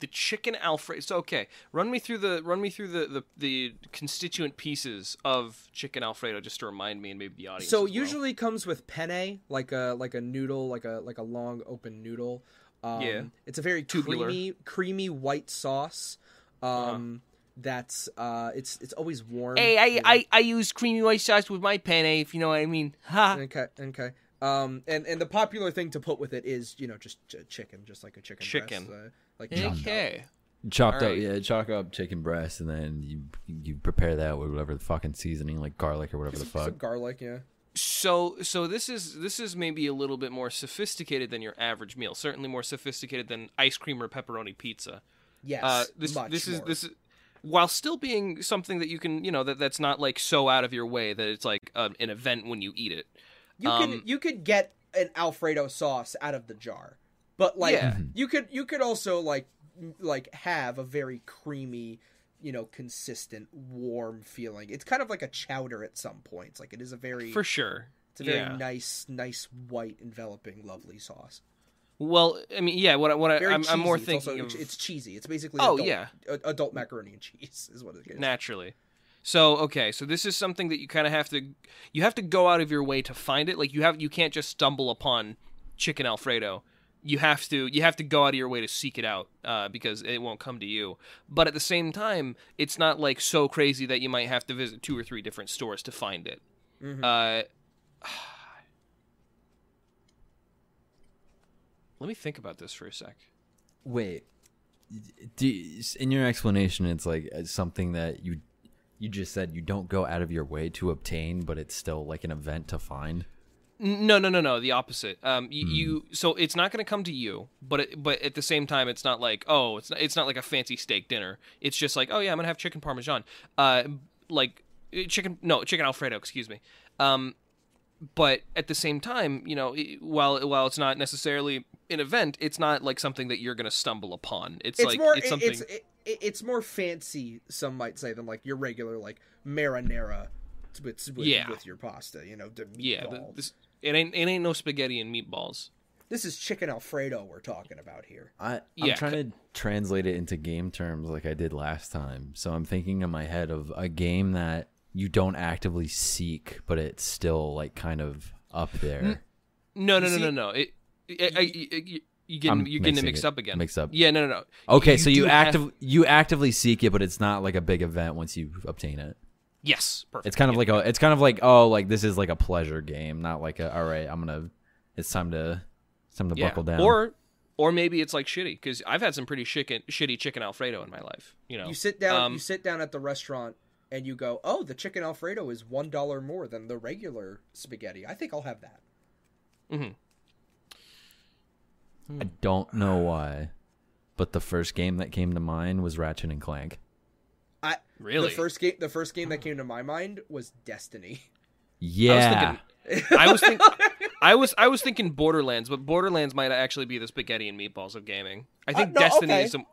Speaker 3: the chicken Alfredo. So okay, run me through the run me through the, the the constituent pieces of chicken Alfredo just to remind me and maybe the audience.
Speaker 6: So
Speaker 3: as well.
Speaker 6: usually comes with penne, like a like a noodle, like a like a long open noodle. Um,
Speaker 3: Yeah.
Speaker 6: it's a very
Speaker 3: Tubular. Uh-huh.
Speaker 6: creamy creamy white sauce. Um, that's uh, it's it's always warm.
Speaker 3: Hey, I, uh I, I use creamy white sauce with my penne, if you know what I mean. Ha!
Speaker 6: okay, okay. Um, and and the popular thing to put with it is you know just ch- chicken, just like a chicken. breast,
Speaker 3: Chicken.
Speaker 6: uh, like chopped up.
Speaker 3: Okay.
Speaker 5: Chopped
Speaker 3: All
Speaker 5: up,
Speaker 3: right.
Speaker 5: yeah, chop up chicken breast, and then you you prepare that with whatever the fucking seasoning, like garlic or whatever the
Speaker 6: Some
Speaker 5: fuck.
Speaker 6: garlic, yeah.
Speaker 3: So so this is this is maybe a little bit more sophisticated than your average meal. Certainly more sophisticated than ice cream or pepperoni pizza.
Speaker 6: Yes,
Speaker 3: Uh, this
Speaker 6: much
Speaker 3: this is
Speaker 6: more.
Speaker 3: this is while still being something that you can you know that that's not like so out of your way that it's like uh, an event when you eat it.
Speaker 6: You
Speaker 3: Um,
Speaker 6: could you could get an Alfredo sauce out of the jar, but like
Speaker 3: Yeah.
Speaker 6: you could you could also like m- like have a very creamy, you know, consistent, warm feeling. It's kind of like a chowder at some points. Like it is a very
Speaker 3: For sure.
Speaker 6: it's a very
Speaker 3: yeah.
Speaker 6: nice nice white enveloping lovely sauce.
Speaker 3: Well, I mean, yeah. What I what I,
Speaker 6: Very
Speaker 3: I'm, I'm more
Speaker 6: cheesy. it's
Speaker 3: thinking
Speaker 6: also,
Speaker 3: of
Speaker 6: it's cheesy. It's basically
Speaker 3: Oh,
Speaker 6: adult,
Speaker 3: yeah.
Speaker 6: a- adult macaroni and cheese is what it is.
Speaker 3: naturally. So okay, so this is something that you kind of have to you have to go out of your way to find it. Like you have you can't just stumble upon chicken alfredo. You have to you have to go out of your way to seek it out uh, because it won't come to you. But at the same time, it's not like so crazy that you might have to visit two or three different stores to find it. Uh, let me think about this for a sec.
Speaker 5: Wait, do you- in your explanation, it's like uh, something that you you just said you don't go out of your way to obtain, but it's still like an event to find.
Speaker 3: No, no, no, no. The opposite. Um, you, you so it's not going to come to you, but it, but at the same time, it's not like oh, it's not, it's not like a fancy steak dinner. It's just like oh yeah, I'm gonna have chicken parmesan. Uh, like eh, chicken no chicken alfredo. Excuse me. Um, but at the same time, you know, eh, while while it's not necessarily an event, it's not like something that you're gonna stumble upon. It's,
Speaker 6: it's
Speaker 3: like
Speaker 6: more
Speaker 3: it's
Speaker 6: it-
Speaker 3: something.
Speaker 6: it's it, it- it's more fancy some might say than like your regular like marinara with with,
Speaker 3: Yeah.
Speaker 6: with your pasta you know the
Speaker 3: yeah, th-
Speaker 6: meatball. this,
Speaker 3: this, it ain't it ain't no spaghetti and meatballs.
Speaker 6: is chicken alfredo we're talking about here
Speaker 5: I,
Speaker 3: Yeah,
Speaker 5: I'm trying to translate it into game terms like I did last time. So I'm thinking in my head of a game that you don't actively seek, but it's still like kind of up there.
Speaker 3: No, no, no,
Speaker 6: see-
Speaker 3: no, no. It, it, I, you- you getting
Speaker 5: I'm
Speaker 3: you getting it
Speaker 5: mixing
Speaker 3: mixed
Speaker 5: it-
Speaker 3: up again.
Speaker 5: mixed up.
Speaker 3: Yeah, no, no, no.
Speaker 5: Okay, so
Speaker 3: do
Speaker 5: you
Speaker 3: have-
Speaker 5: active you actively seek it, but it's not like a big event once you obtain it.
Speaker 3: Yes, perfect.
Speaker 5: It's kind of like a it's kind of like oh like this is like a pleasure game, not like a all right I'm gonna it's time to it's time to
Speaker 3: yeah.
Speaker 5: buckle down.
Speaker 3: Or, or maybe it's like shitty because I've had some pretty chicken, shitty chicken Alfredo in my life. You know,
Speaker 6: you sit down
Speaker 3: Um,
Speaker 6: you sit down at the restaurant and you go oh the chicken alfredo is one dollar more than the regular spaghetti i think i'll have that
Speaker 5: I don't know why, but the first game that came to mind was Ratchet and Clank.
Speaker 6: i
Speaker 3: Really?
Speaker 6: the first game the first game that came to my mind was destiny
Speaker 5: Yeah,
Speaker 3: I was thinking, I was, think, I was, I was thinking Borderlands, but Borderlands might actually be the spaghetti and meatballs of gaming. I think
Speaker 6: Uh, no,
Speaker 3: Destiny
Speaker 6: okay.
Speaker 3: is. A,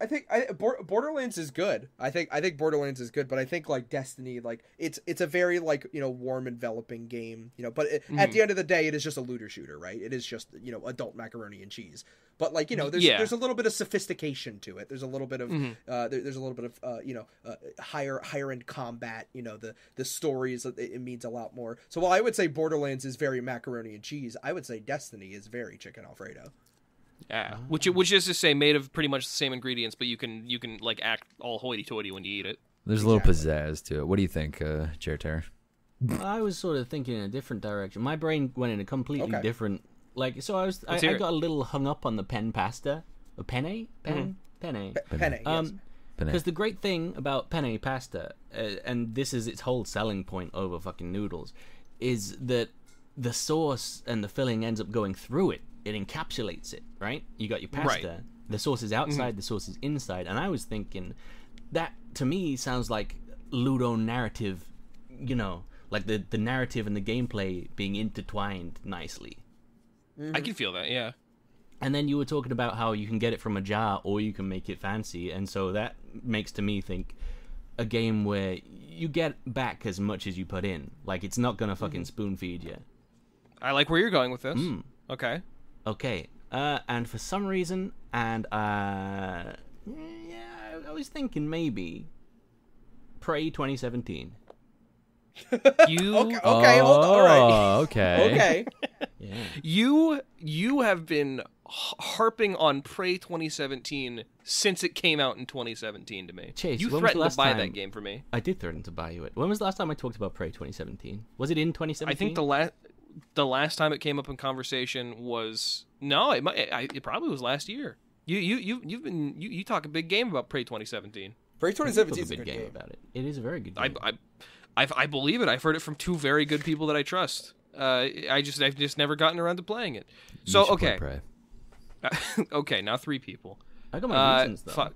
Speaker 6: I think I, Bor- Borderlands is good. I think I think Borderlands is good, but I think like Destiny, like it's it's a very like you know warm enveloping game, you know. But it, at the end of the day, it is just a looter shooter, right? It is just you know adult macaroni and cheese. But like you know, there's
Speaker 3: Yeah.
Speaker 6: there's a little bit of sophistication to it. There's a little bit of uh, there, there's a little bit of uh, you know uh, higher higher end combat. You know the the stories uh, it, it means a lot more. So while I would say Borderlands is very macaroni and cheese, I would say Destiny is very chicken alfredo.
Speaker 3: Yeah, which which is to say, made of pretty much the same ingredients, but you can you can like act all hoity-toity when you eat it.
Speaker 5: There's a little pizzazz to it. What do you think, uh, Chair Terror?
Speaker 4: I was sort of thinking in a different direction. My brain went in a completely
Speaker 6: Okay.
Speaker 4: different like. So I was I,
Speaker 3: Let's hear
Speaker 4: I
Speaker 3: it.
Speaker 4: got a little hung up on the pen pasta, a penne,
Speaker 3: Mm-hmm.
Speaker 4: pen, penne.
Speaker 6: Penne, yes.
Speaker 4: Um,
Speaker 5: Penne.
Speaker 4: because the great thing about penne pasta, uh, and this is its whole selling point over fucking noodles, is that the sauce and the filling ends up going through it. It encapsulates it, right? You got your pasta. The sauce is outside. The sauce is inside. And I was thinking, that to me sounds like ludo narrative. You know, like the the narrative and the gameplay being intertwined nicely.
Speaker 6: Mm-hmm.
Speaker 3: I can feel that. Yeah.
Speaker 4: And then you were talking about how you can get it from a jar or you can make it fancy. And so that makes to me think a game where you get back as much as you put in. Like it's not going to
Speaker 3: Mm-hmm.
Speaker 4: fucking spoon feed you.
Speaker 3: I like where you're going with this.
Speaker 5: Mm.
Speaker 3: Okay.
Speaker 4: Okay. Uh, and for some reason, and uh, yeah, I- I was thinking maybe Prey 2017.
Speaker 3: You
Speaker 6: Okay, oh. hold on. All right.
Speaker 5: Oh, okay.
Speaker 6: Okay.
Speaker 4: Yeah.
Speaker 3: you you have been h- harping on Prey 2017 since it came out in 2017 to me.
Speaker 4: Chase,
Speaker 3: you
Speaker 4: when was the
Speaker 3: threatened
Speaker 4: last
Speaker 3: to buy
Speaker 4: time-
Speaker 3: that game for me.
Speaker 4: I did threaten to buy you it. When was the last time I talked about Prey 2017? Was it in 2017?
Speaker 3: I think the last the last time it came up in conversation was no, it might I, it probably was last year. You you you you've been you, you talk a big game about Prey 2017.
Speaker 6: Prey
Speaker 4: Talk a
Speaker 6: 2017 is a
Speaker 4: big
Speaker 6: good
Speaker 4: game,
Speaker 6: game.
Speaker 4: about it. It is a very good game.
Speaker 3: I I I've, I believe it. I've heard it from two very good people that I trust. Uh, I just I've just never gotten around to playing it.
Speaker 5: You
Speaker 3: So
Speaker 5: should play
Speaker 3: okay,
Speaker 5: Prey.
Speaker 3: okay, now three people.
Speaker 4: I got my
Speaker 3: Uh,
Speaker 4: reasons though.
Speaker 3: fuck.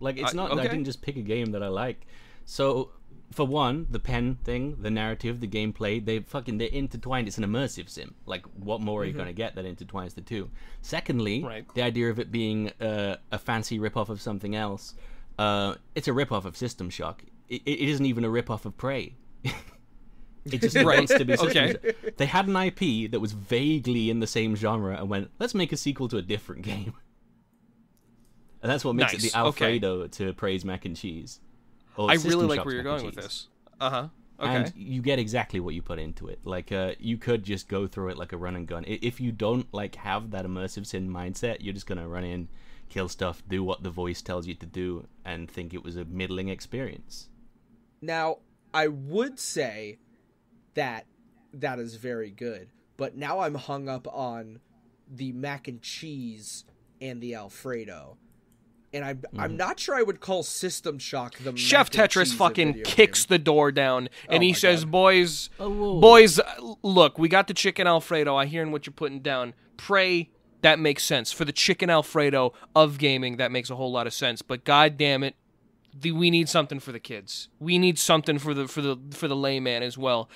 Speaker 4: Like it's
Speaker 3: I-
Speaker 4: not that I
Speaker 3: okay.
Speaker 4: didn't just pick a game that I like. So for one, the pen thing, the narrative, the gameplay, they fucking they're intertwined. It's an immersive sim. Like what more are you gonna get that intertwines the two? Secondly,
Speaker 3: Mm-hmm. Right.
Speaker 4: the idea of it being uh, a fancy ripoff of something else, uh, it's a ripoff of System Shock. It, it isn't even a ripoff of Prey. it just wants to be. System
Speaker 3: Okay.
Speaker 4: Shock. They had an IP that was vaguely in the same genre and went, let's make a sequel to a different game. And that's what makes it
Speaker 3: Nice.
Speaker 4: the
Speaker 3: Okay.
Speaker 4: Alfredo to praise mac and cheese. Or
Speaker 3: I
Speaker 4: System
Speaker 3: really like
Speaker 4: Shock's
Speaker 3: where you're
Speaker 4: mac and
Speaker 3: going with
Speaker 4: cheese.
Speaker 3: this. Uh huh. Okay.
Speaker 4: And you get exactly what you put into it. Like uh, you could just go through it like a run and gun. I- If you don't like have that immersive sim mindset, you're just gonna run in, kill stuff, do what the voice tells you to do, and think it was a middling experience.
Speaker 6: Now, I would say that that is very good, but now I'm hung up on the mac and cheese and the alfredo. And I'm I'm not sure I would call System Shock the
Speaker 3: Chef
Speaker 6: mac and
Speaker 3: Tetris
Speaker 6: cheese of
Speaker 3: fucking
Speaker 6: video
Speaker 3: kicks
Speaker 6: games.
Speaker 3: the door down
Speaker 4: Oh
Speaker 3: and he
Speaker 6: my
Speaker 3: says,
Speaker 6: God.
Speaker 3: "Boys,
Speaker 4: whoa.
Speaker 3: boys, uh, look, we got the chicken alfredo. I hearing what you're putting down. Pray that makes sense for the chicken alfredo of gaming. That makes a whole lot of sense. But god damn it, the, we need something for the kids. We need something for the for the for the layman as well."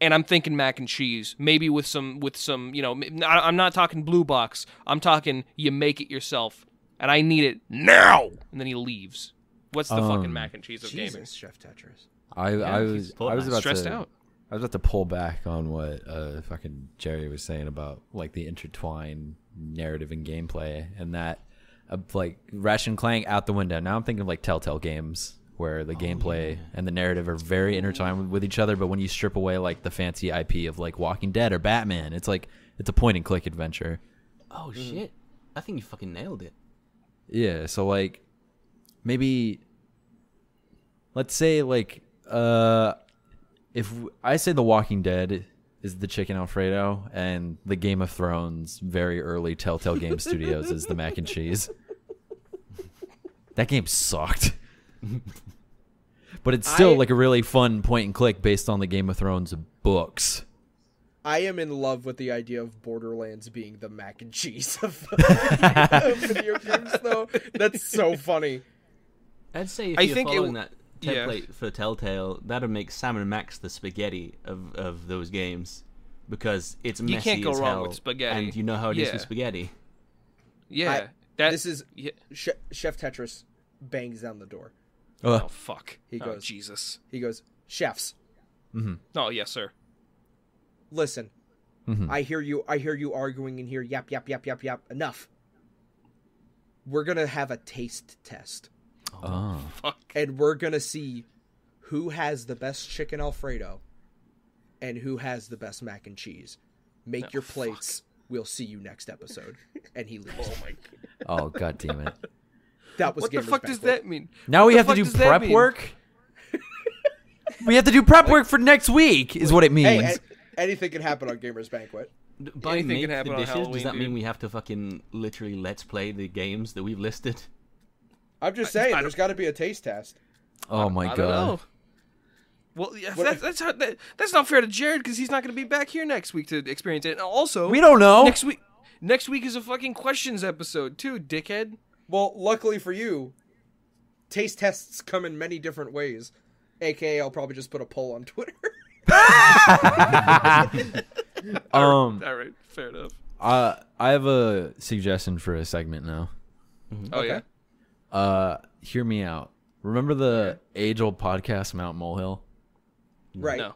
Speaker 3: And I'm thinking mac and cheese, maybe with some with some, you know, m- I- I'm not talking blue box. I'm talking you make it yourself, and I need it now. And then he leaves. What's the
Speaker 5: Um,
Speaker 3: fucking mac and cheese of gaming?
Speaker 6: Jesus, Chef Tetris.
Speaker 5: I, I was
Speaker 4: keeps
Speaker 5: I was
Speaker 4: Fortnite.
Speaker 5: about
Speaker 3: Stressed
Speaker 5: to,
Speaker 3: out.
Speaker 5: I was about to pull back on what uh, fucking Jerry was saying about like the intertwined narrative and gameplay, and that uh, like Ratchet and Clank out the window. Now I'm thinking of like Telltale games where the gameplay and the narrative are very intertwined with, with each other. But when you strip away like the fancy IP of like Walking Dead or Batman, it's like it's a point and click adventure.
Speaker 4: Oh
Speaker 3: Mm-hmm.
Speaker 4: shit! I think you fucking nailed it.
Speaker 5: Yeah, so like maybe let's say like uh if w- I say The Walking Dead is the chicken alfredo and the Game of Thrones very early Telltale Game Studios is the mac and cheese. That game sucked. but it's still
Speaker 6: I-
Speaker 5: like a really fun point and click based on the Game of Thrones books.
Speaker 6: I am in love with the idea of Borderlands being the mac and cheese of video games, though. That's so funny.
Speaker 4: I'd say if
Speaker 3: I
Speaker 4: you're
Speaker 3: think it
Speaker 4: following
Speaker 3: w-
Speaker 4: that
Speaker 3: yeah.
Speaker 4: template for Telltale, that'd make Sam and Max the spaghetti of, of those games because it's messy
Speaker 3: can't go
Speaker 4: as
Speaker 3: wrong
Speaker 4: hell,
Speaker 3: with spaghetti.
Speaker 4: and you know how it is
Speaker 3: Yeah.
Speaker 4: with spaghetti.
Speaker 3: Yeah. That
Speaker 6: This is
Speaker 3: yeah.
Speaker 6: Sh- Chef Tetris bangs down the door.
Speaker 3: Oh fuck.
Speaker 6: Uh, He
Speaker 3: oh,
Speaker 6: goes-
Speaker 3: Jesus.
Speaker 6: He goes, "Chefs,
Speaker 3: Oh yes, sir.
Speaker 6: listen.
Speaker 3: Mm-hmm.
Speaker 6: I hear you. I hear you arguing in here. Yap yap yap yap yap. Enough. We're gonna have a taste test,
Speaker 5: Oh.
Speaker 3: Fuck.
Speaker 6: and we're gonna see who has the best chicken alfredo, and who has the best mac and cheese. Make your plates. We'll see you next episode." And he leaves. Oh my god.
Speaker 5: Oh god damn it.
Speaker 6: That was
Speaker 3: What the
Speaker 6: Gamer's
Speaker 3: fuck does
Speaker 6: Banquet.
Speaker 3: that mean?
Speaker 5: Now
Speaker 3: What
Speaker 5: we
Speaker 3: the
Speaker 5: have to
Speaker 3: fuck
Speaker 5: do
Speaker 3: does that
Speaker 5: prep
Speaker 3: mean?
Speaker 5: work. we have to do prep work for next week, is what it means.
Speaker 6: Hey, a- anything can happen on Gamers Banquet.
Speaker 4: D- By
Speaker 3: Anything can
Speaker 4: make
Speaker 3: happen
Speaker 4: the
Speaker 3: on
Speaker 4: dishes,
Speaker 3: Halloween,
Speaker 4: does that mean
Speaker 3: dude.
Speaker 4: we have to fucking literally let's play the games that we've listed?
Speaker 6: I'm just saying, there's got to be a taste test.
Speaker 5: oh my
Speaker 3: I
Speaker 5: god.
Speaker 3: don't know. Well, yeah, that's that's how, that, that's not fair to Jared because he's not going to be back here next week to experience it. And also,
Speaker 5: We don't know.
Speaker 3: Next week, next week is a fucking questions episode too, dickhead.
Speaker 6: Well, luckily for you, taste tests come in many different ways. AKA, I'll probably just put a poll on Twitter.
Speaker 5: um
Speaker 3: All right, fair enough.
Speaker 5: uh, I have a suggestion for a segment now.
Speaker 3: Oh yeah,
Speaker 5: Uh hear me out. Remember the age old podcast Mount Molehill?
Speaker 6: right.
Speaker 3: no,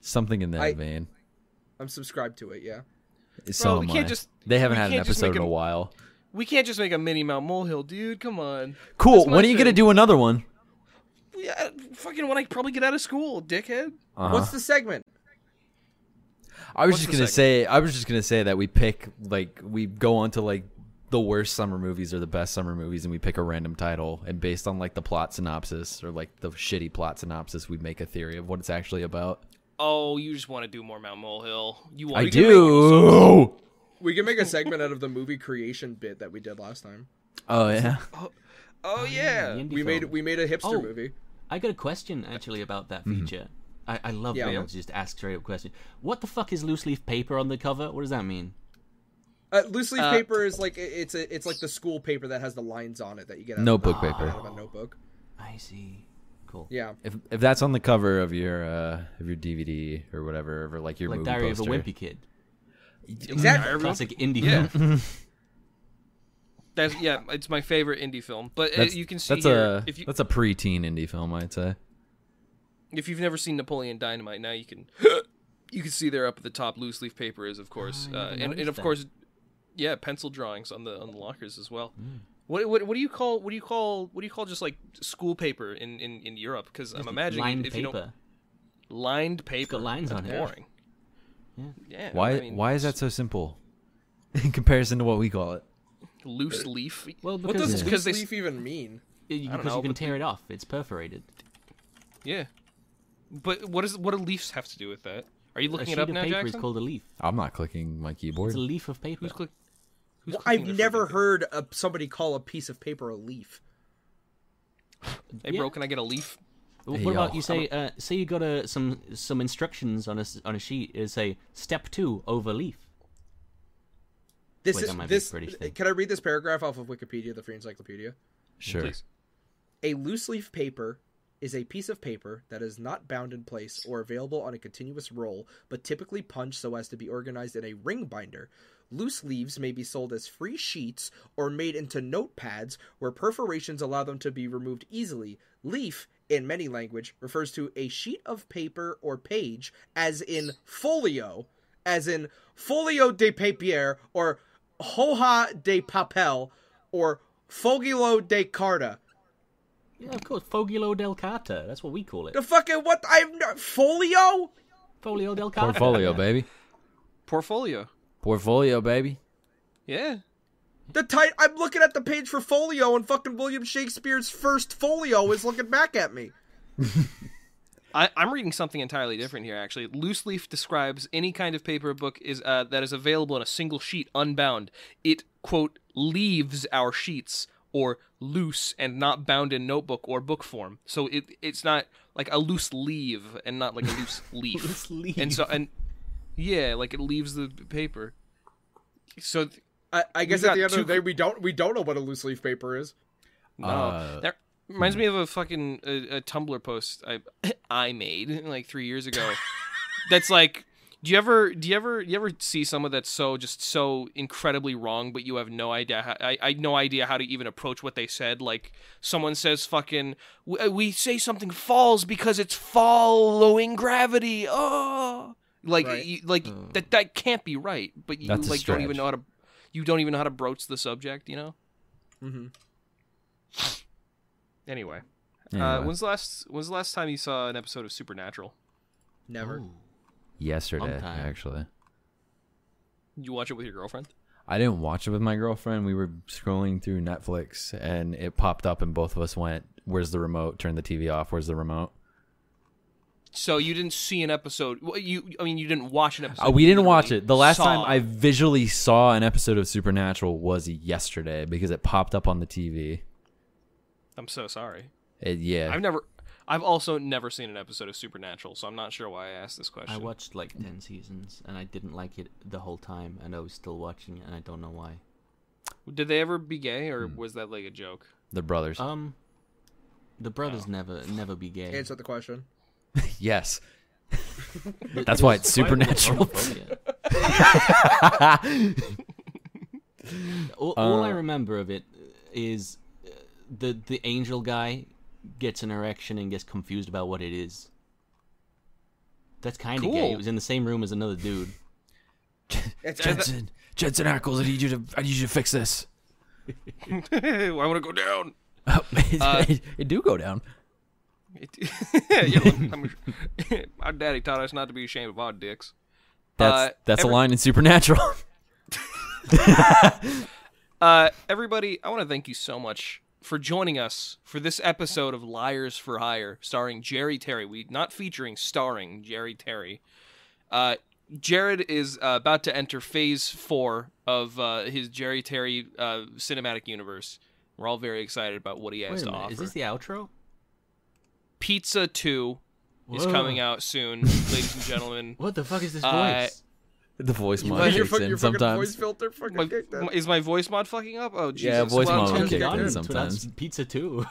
Speaker 5: Something in that
Speaker 6: I-
Speaker 5: vein.
Speaker 6: I'm subscribed to it, yeah.
Speaker 5: so
Speaker 3: we
Speaker 5: am
Speaker 3: can't
Speaker 5: I.
Speaker 3: just-
Speaker 5: they haven't
Speaker 3: we
Speaker 5: had an
Speaker 3: can't just
Speaker 5: episode
Speaker 3: make
Speaker 5: in a
Speaker 3: a-
Speaker 5: while.
Speaker 3: we can't just make a mini Mount Molehill, dude. Come on,
Speaker 5: Cool.
Speaker 3: That's my
Speaker 5: When are you gonna
Speaker 3: thing.
Speaker 5: do another one?
Speaker 3: yeah, fucking when I probably get out of school, dickhead.
Speaker 6: What's the segment?
Speaker 5: I was
Speaker 3: What's
Speaker 5: just
Speaker 3: the
Speaker 5: gonna
Speaker 3: second?
Speaker 5: say I was just gonna say that we pick like we go on to like the worst summer movies or the best summer movies and we pick a random title and based on like the plot synopsis or like the shitty plot synopsis we make a theory of what it's actually about.
Speaker 3: Oh, you just want to do more Mount Molehill. You want
Speaker 5: I
Speaker 3: we can make-
Speaker 5: do.
Speaker 6: We can make a segment out of the movie creation bit that we did last time.
Speaker 5: Oh yeah.
Speaker 3: Oh yeah.
Speaker 4: The indie
Speaker 6: We made
Speaker 4: film.
Speaker 6: we made a hipster
Speaker 4: Oh.
Speaker 6: movie.
Speaker 4: I got a question actually about that
Speaker 5: Mm-hmm.
Speaker 4: feature. I, I love
Speaker 6: Yeah.
Speaker 4: being able to just ask straight up questions. What the fuck is loose leaf paper on the cover? What does that mean?
Speaker 6: Uh, loose leaf
Speaker 3: Uh,
Speaker 6: paper is like it's a, it's like the school paper that has the lines on it that you get out
Speaker 5: Notebook
Speaker 6: of,
Speaker 5: paper.
Speaker 6: out of a notebook.
Speaker 4: I see. Cool.
Speaker 6: Yeah,
Speaker 5: If if that's on the cover of your uh of your DVD or whatever or like your
Speaker 4: Like
Speaker 5: movie
Speaker 4: Diary
Speaker 5: poster.
Speaker 4: of a Wimpy Kid.
Speaker 6: exactly.
Speaker 4: Classic indie
Speaker 3: Yeah.
Speaker 4: film.
Speaker 3: That's yeah, it's my favorite indie film. But uh,
Speaker 5: That's,
Speaker 3: you can see
Speaker 5: that's
Speaker 3: here,
Speaker 5: a
Speaker 3: if you
Speaker 5: that's a preteen indie film, I'd say.
Speaker 3: if you've never seen Napoleon Dynamite, now you can you can see there up at the top loose leaf paper is of course,
Speaker 4: Ah, I
Speaker 3: uh,
Speaker 4: never
Speaker 3: and, and
Speaker 4: noticed
Speaker 3: of
Speaker 4: that.
Speaker 3: course, yeah, pencil drawings on the on the lockers as well.
Speaker 4: Hmm.
Speaker 3: What, what, what do you call what do you call what do you call just like school paper in in, in Europe? Because I'm imagining
Speaker 4: Lined
Speaker 3: if
Speaker 4: paper.
Speaker 3: you don't lined paper,
Speaker 4: lines
Speaker 3: that's
Speaker 4: on it.
Speaker 3: boring.
Speaker 4: Yeah.
Speaker 3: Yeah.
Speaker 5: Why
Speaker 3: I mean,
Speaker 5: why is that so simple in comparison to what we call it?
Speaker 3: loose leaf?
Speaker 4: Well,
Speaker 3: what does
Speaker 4: because it's-
Speaker 6: Loose
Speaker 3: because they
Speaker 6: leaf even mean?
Speaker 4: You,
Speaker 3: don't
Speaker 4: because
Speaker 3: know,
Speaker 4: you can
Speaker 3: but
Speaker 4: tear it off. It's perforated.
Speaker 3: yeah, but what is what do leafs have to do with that? Are you
Speaker 4: A
Speaker 3: looking
Speaker 4: sheet
Speaker 3: it up
Speaker 4: of
Speaker 3: now,
Speaker 4: paper
Speaker 3: Jackson?
Speaker 4: is called a leaf.
Speaker 5: I'm not clicking my keyboard.
Speaker 4: It's a leaf of paper.
Speaker 3: Who's click? Who's
Speaker 6: Well,
Speaker 3: clicking
Speaker 6: I've
Speaker 3: their
Speaker 6: never
Speaker 3: freaking-
Speaker 6: heard of somebody call a piece of paper a leaf.
Speaker 3: Hey,
Speaker 4: Yeah.
Speaker 3: bro, can I get a leaf?
Speaker 4: Well,
Speaker 5: Hey,
Speaker 4: what
Speaker 5: yo.
Speaker 4: about you say? Uh, say you got a, some some instructions on a s- on a sheet. Is say step two over leaf.
Speaker 6: This
Speaker 4: Wait,
Speaker 6: is
Speaker 4: that might be a
Speaker 6: this.
Speaker 4: British thing.
Speaker 6: Can I read this paragraph off of Wikipedia, the Free Encyclopedia?
Speaker 5: sure.
Speaker 3: Please.
Speaker 6: A loose leaf paper is a piece of paper that is not bound in place or available on a continuous roll, but typically punched so as to be organized in a ring binder. Loose leaves may be sold as free sheets or made into notepads where perforations allow them to be removed easily. Leaf, in many language, refers to a sheet of paper or page, as in folio, as in folio de papier or hoja de papel or fogilo de carta.
Speaker 4: Yeah, of course. Fogilo del carta. That's what we call it.
Speaker 6: The fucking what? I'm not, folio.
Speaker 4: Folio del carta.
Speaker 5: Portfolio, baby.
Speaker 3: Portfolio.
Speaker 5: Portfolio, baby.
Speaker 3: Yeah.
Speaker 6: The title. I'm looking at the page for folio, and fucking William Shakespeare's first folio is looking back at me.
Speaker 3: I, I'm reading something entirely different here, actually. Loose leaf describes any kind of paper book is uh, that is available in a single sheet, unbound. It quote leaves our sheets or loose and not bound in notebook or book form. So it it's not like a loose leaf and not like a loose leaf.
Speaker 4: Loose leaf.
Speaker 3: And so and yeah, like it leaves the paper. So th-
Speaker 6: I, I guess
Speaker 3: We've
Speaker 6: at the
Speaker 3: got
Speaker 6: end of
Speaker 3: two
Speaker 6: the day, we don't we don't know what a loose leaf paper is.
Speaker 3: No,
Speaker 5: Uh,
Speaker 3: that reminds me of a fucking a, a Tumblr post I I made like three years ago. that's like Do you ever do you ever do you ever see someone that's so just so incredibly wrong, but you have no idea? How, I I no idea how to even approach what they said. Like someone says, "Fucking," we, uh, we say something falls because it's following gravity. Oh, like
Speaker 6: Right.
Speaker 3: you, like that that can't be right. But you
Speaker 5: That's a
Speaker 3: like don't even know
Speaker 5: stretch.
Speaker 3: how to you don't even know how to broach the subject. You know.
Speaker 6: Mm-hmm.
Speaker 3: Anyway, Uh,
Speaker 5: Anyway,
Speaker 3: when's the last when's the last time you saw an episode of Supernatural?
Speaker 6: Never.
Speaker 5: Oh. yesterday,
Speaker 4: long time.
Speaker 5: actually.
Speaker 3: You watch it with your girlfriend?
Speaker 5: I didn't watch it with my girlfriend. We were scrolling through Netflix and it popped up, and both of us went, Where's the remote? Turn the TV off. Where's the remote?
Speaker 3: So you didn't see an episode. well, You, I mean, you didn't watch an episode.
Speaker 5: Uh, we
Speaker 3: you
Speaker 5: didn't watch
Speaker 3: literally
Speaker 5: it. The last
Speaker 3: saw
Speaker 5: time I visually saw an episode of Supernatural was yesterday because it popped up on the TV.
Speaker 3: I'm so sorry.
Speaker 5: It, yeah.
Speaker 3: I've never. I've also never seen an episode of Supernatural, so I'm not sure why I asked this question.
Speaker 4: I watched like ten seasons and I didn't like it the whole time, and I was still watching it, and I don't know why.
Speaker 3: Did they ever be gay, or
Speaker 5: Hmm.
Speaker 3: was that like a joke?
Speaker 5: the brothers.
Speaker 4: Um, the brothers never never be gay.
Speaker 6: Answer the question.
Speaker 5: yes. That's why it's supernatural.
Speaker 4: all, all I remember of it is uh, the the angel guy gets an erection and gets confused about what it is. That's kind of gay.
Speaker 3: Cool.
Speaker 4: It was in the same room as another dude.
Speaker 6: It's
Speaker 5: Jensen, Jensen Ackles, I need you to, I need you to fix this.
Speaker 3: I want to go down.
Speaker 5: it, do go down.
Speaker 3: It, you know, I'm- our daddy taught us not to be ashamed of our dicks.
Speaker 5: That's
Speaker 3: uh,
Speaker 5: that's
Speaker 3: every-
Speaker 5: a line in Supernatural.
Speaker 3: Uh, everybody, I want to thank you so much for joining us for this episode of Liars for Hire, starring Jerry Terry. We not featuring, starring Jerry Terry. Uh, Jared is uh, about to enter phase four of uh, his Jerry Terry uh, cinematic universe. We're all very excited about what he
Speaker 4: Wait
Speaker 3: has
Speaker 4: a
Speaker 3: to
Speaker 4: minute,
Speaker 3: offer.
Speaker 4: is this the outro?
Speaker 3: Pizza Two is
Speaker 4: Whoa.
Speaker 3: coming out soon, ladies and gentlemen.
Speaker 4: What the fuck is this
Speaker 3: Uh,
Speaker 4: voice?
Speaker 5: the voice mod
Speaker 6: Your,
Speaker 5: kicks
Speaker 6: fuck- your
Speaker 5: in
Speaker 6: fucking voice
Speaker 5: sometimes.
Speaker 6: filter fucking
Speaker 3: My,
Speaker 6: kicked in.
Speaker 3: my- is my voice mod fucking up? Oh, Jesus.
Speaker 5: Yeah,
Speaker 3: Well,
Speaker 5: voice mod
Speaker 3: I'm
Speaker 5: will
Speaker 3: gonna-
Speaker 5: kick in
Speaker 4: God, it's
Speaker 5: sometimes.
Speaker 4: pronounced Pizza too.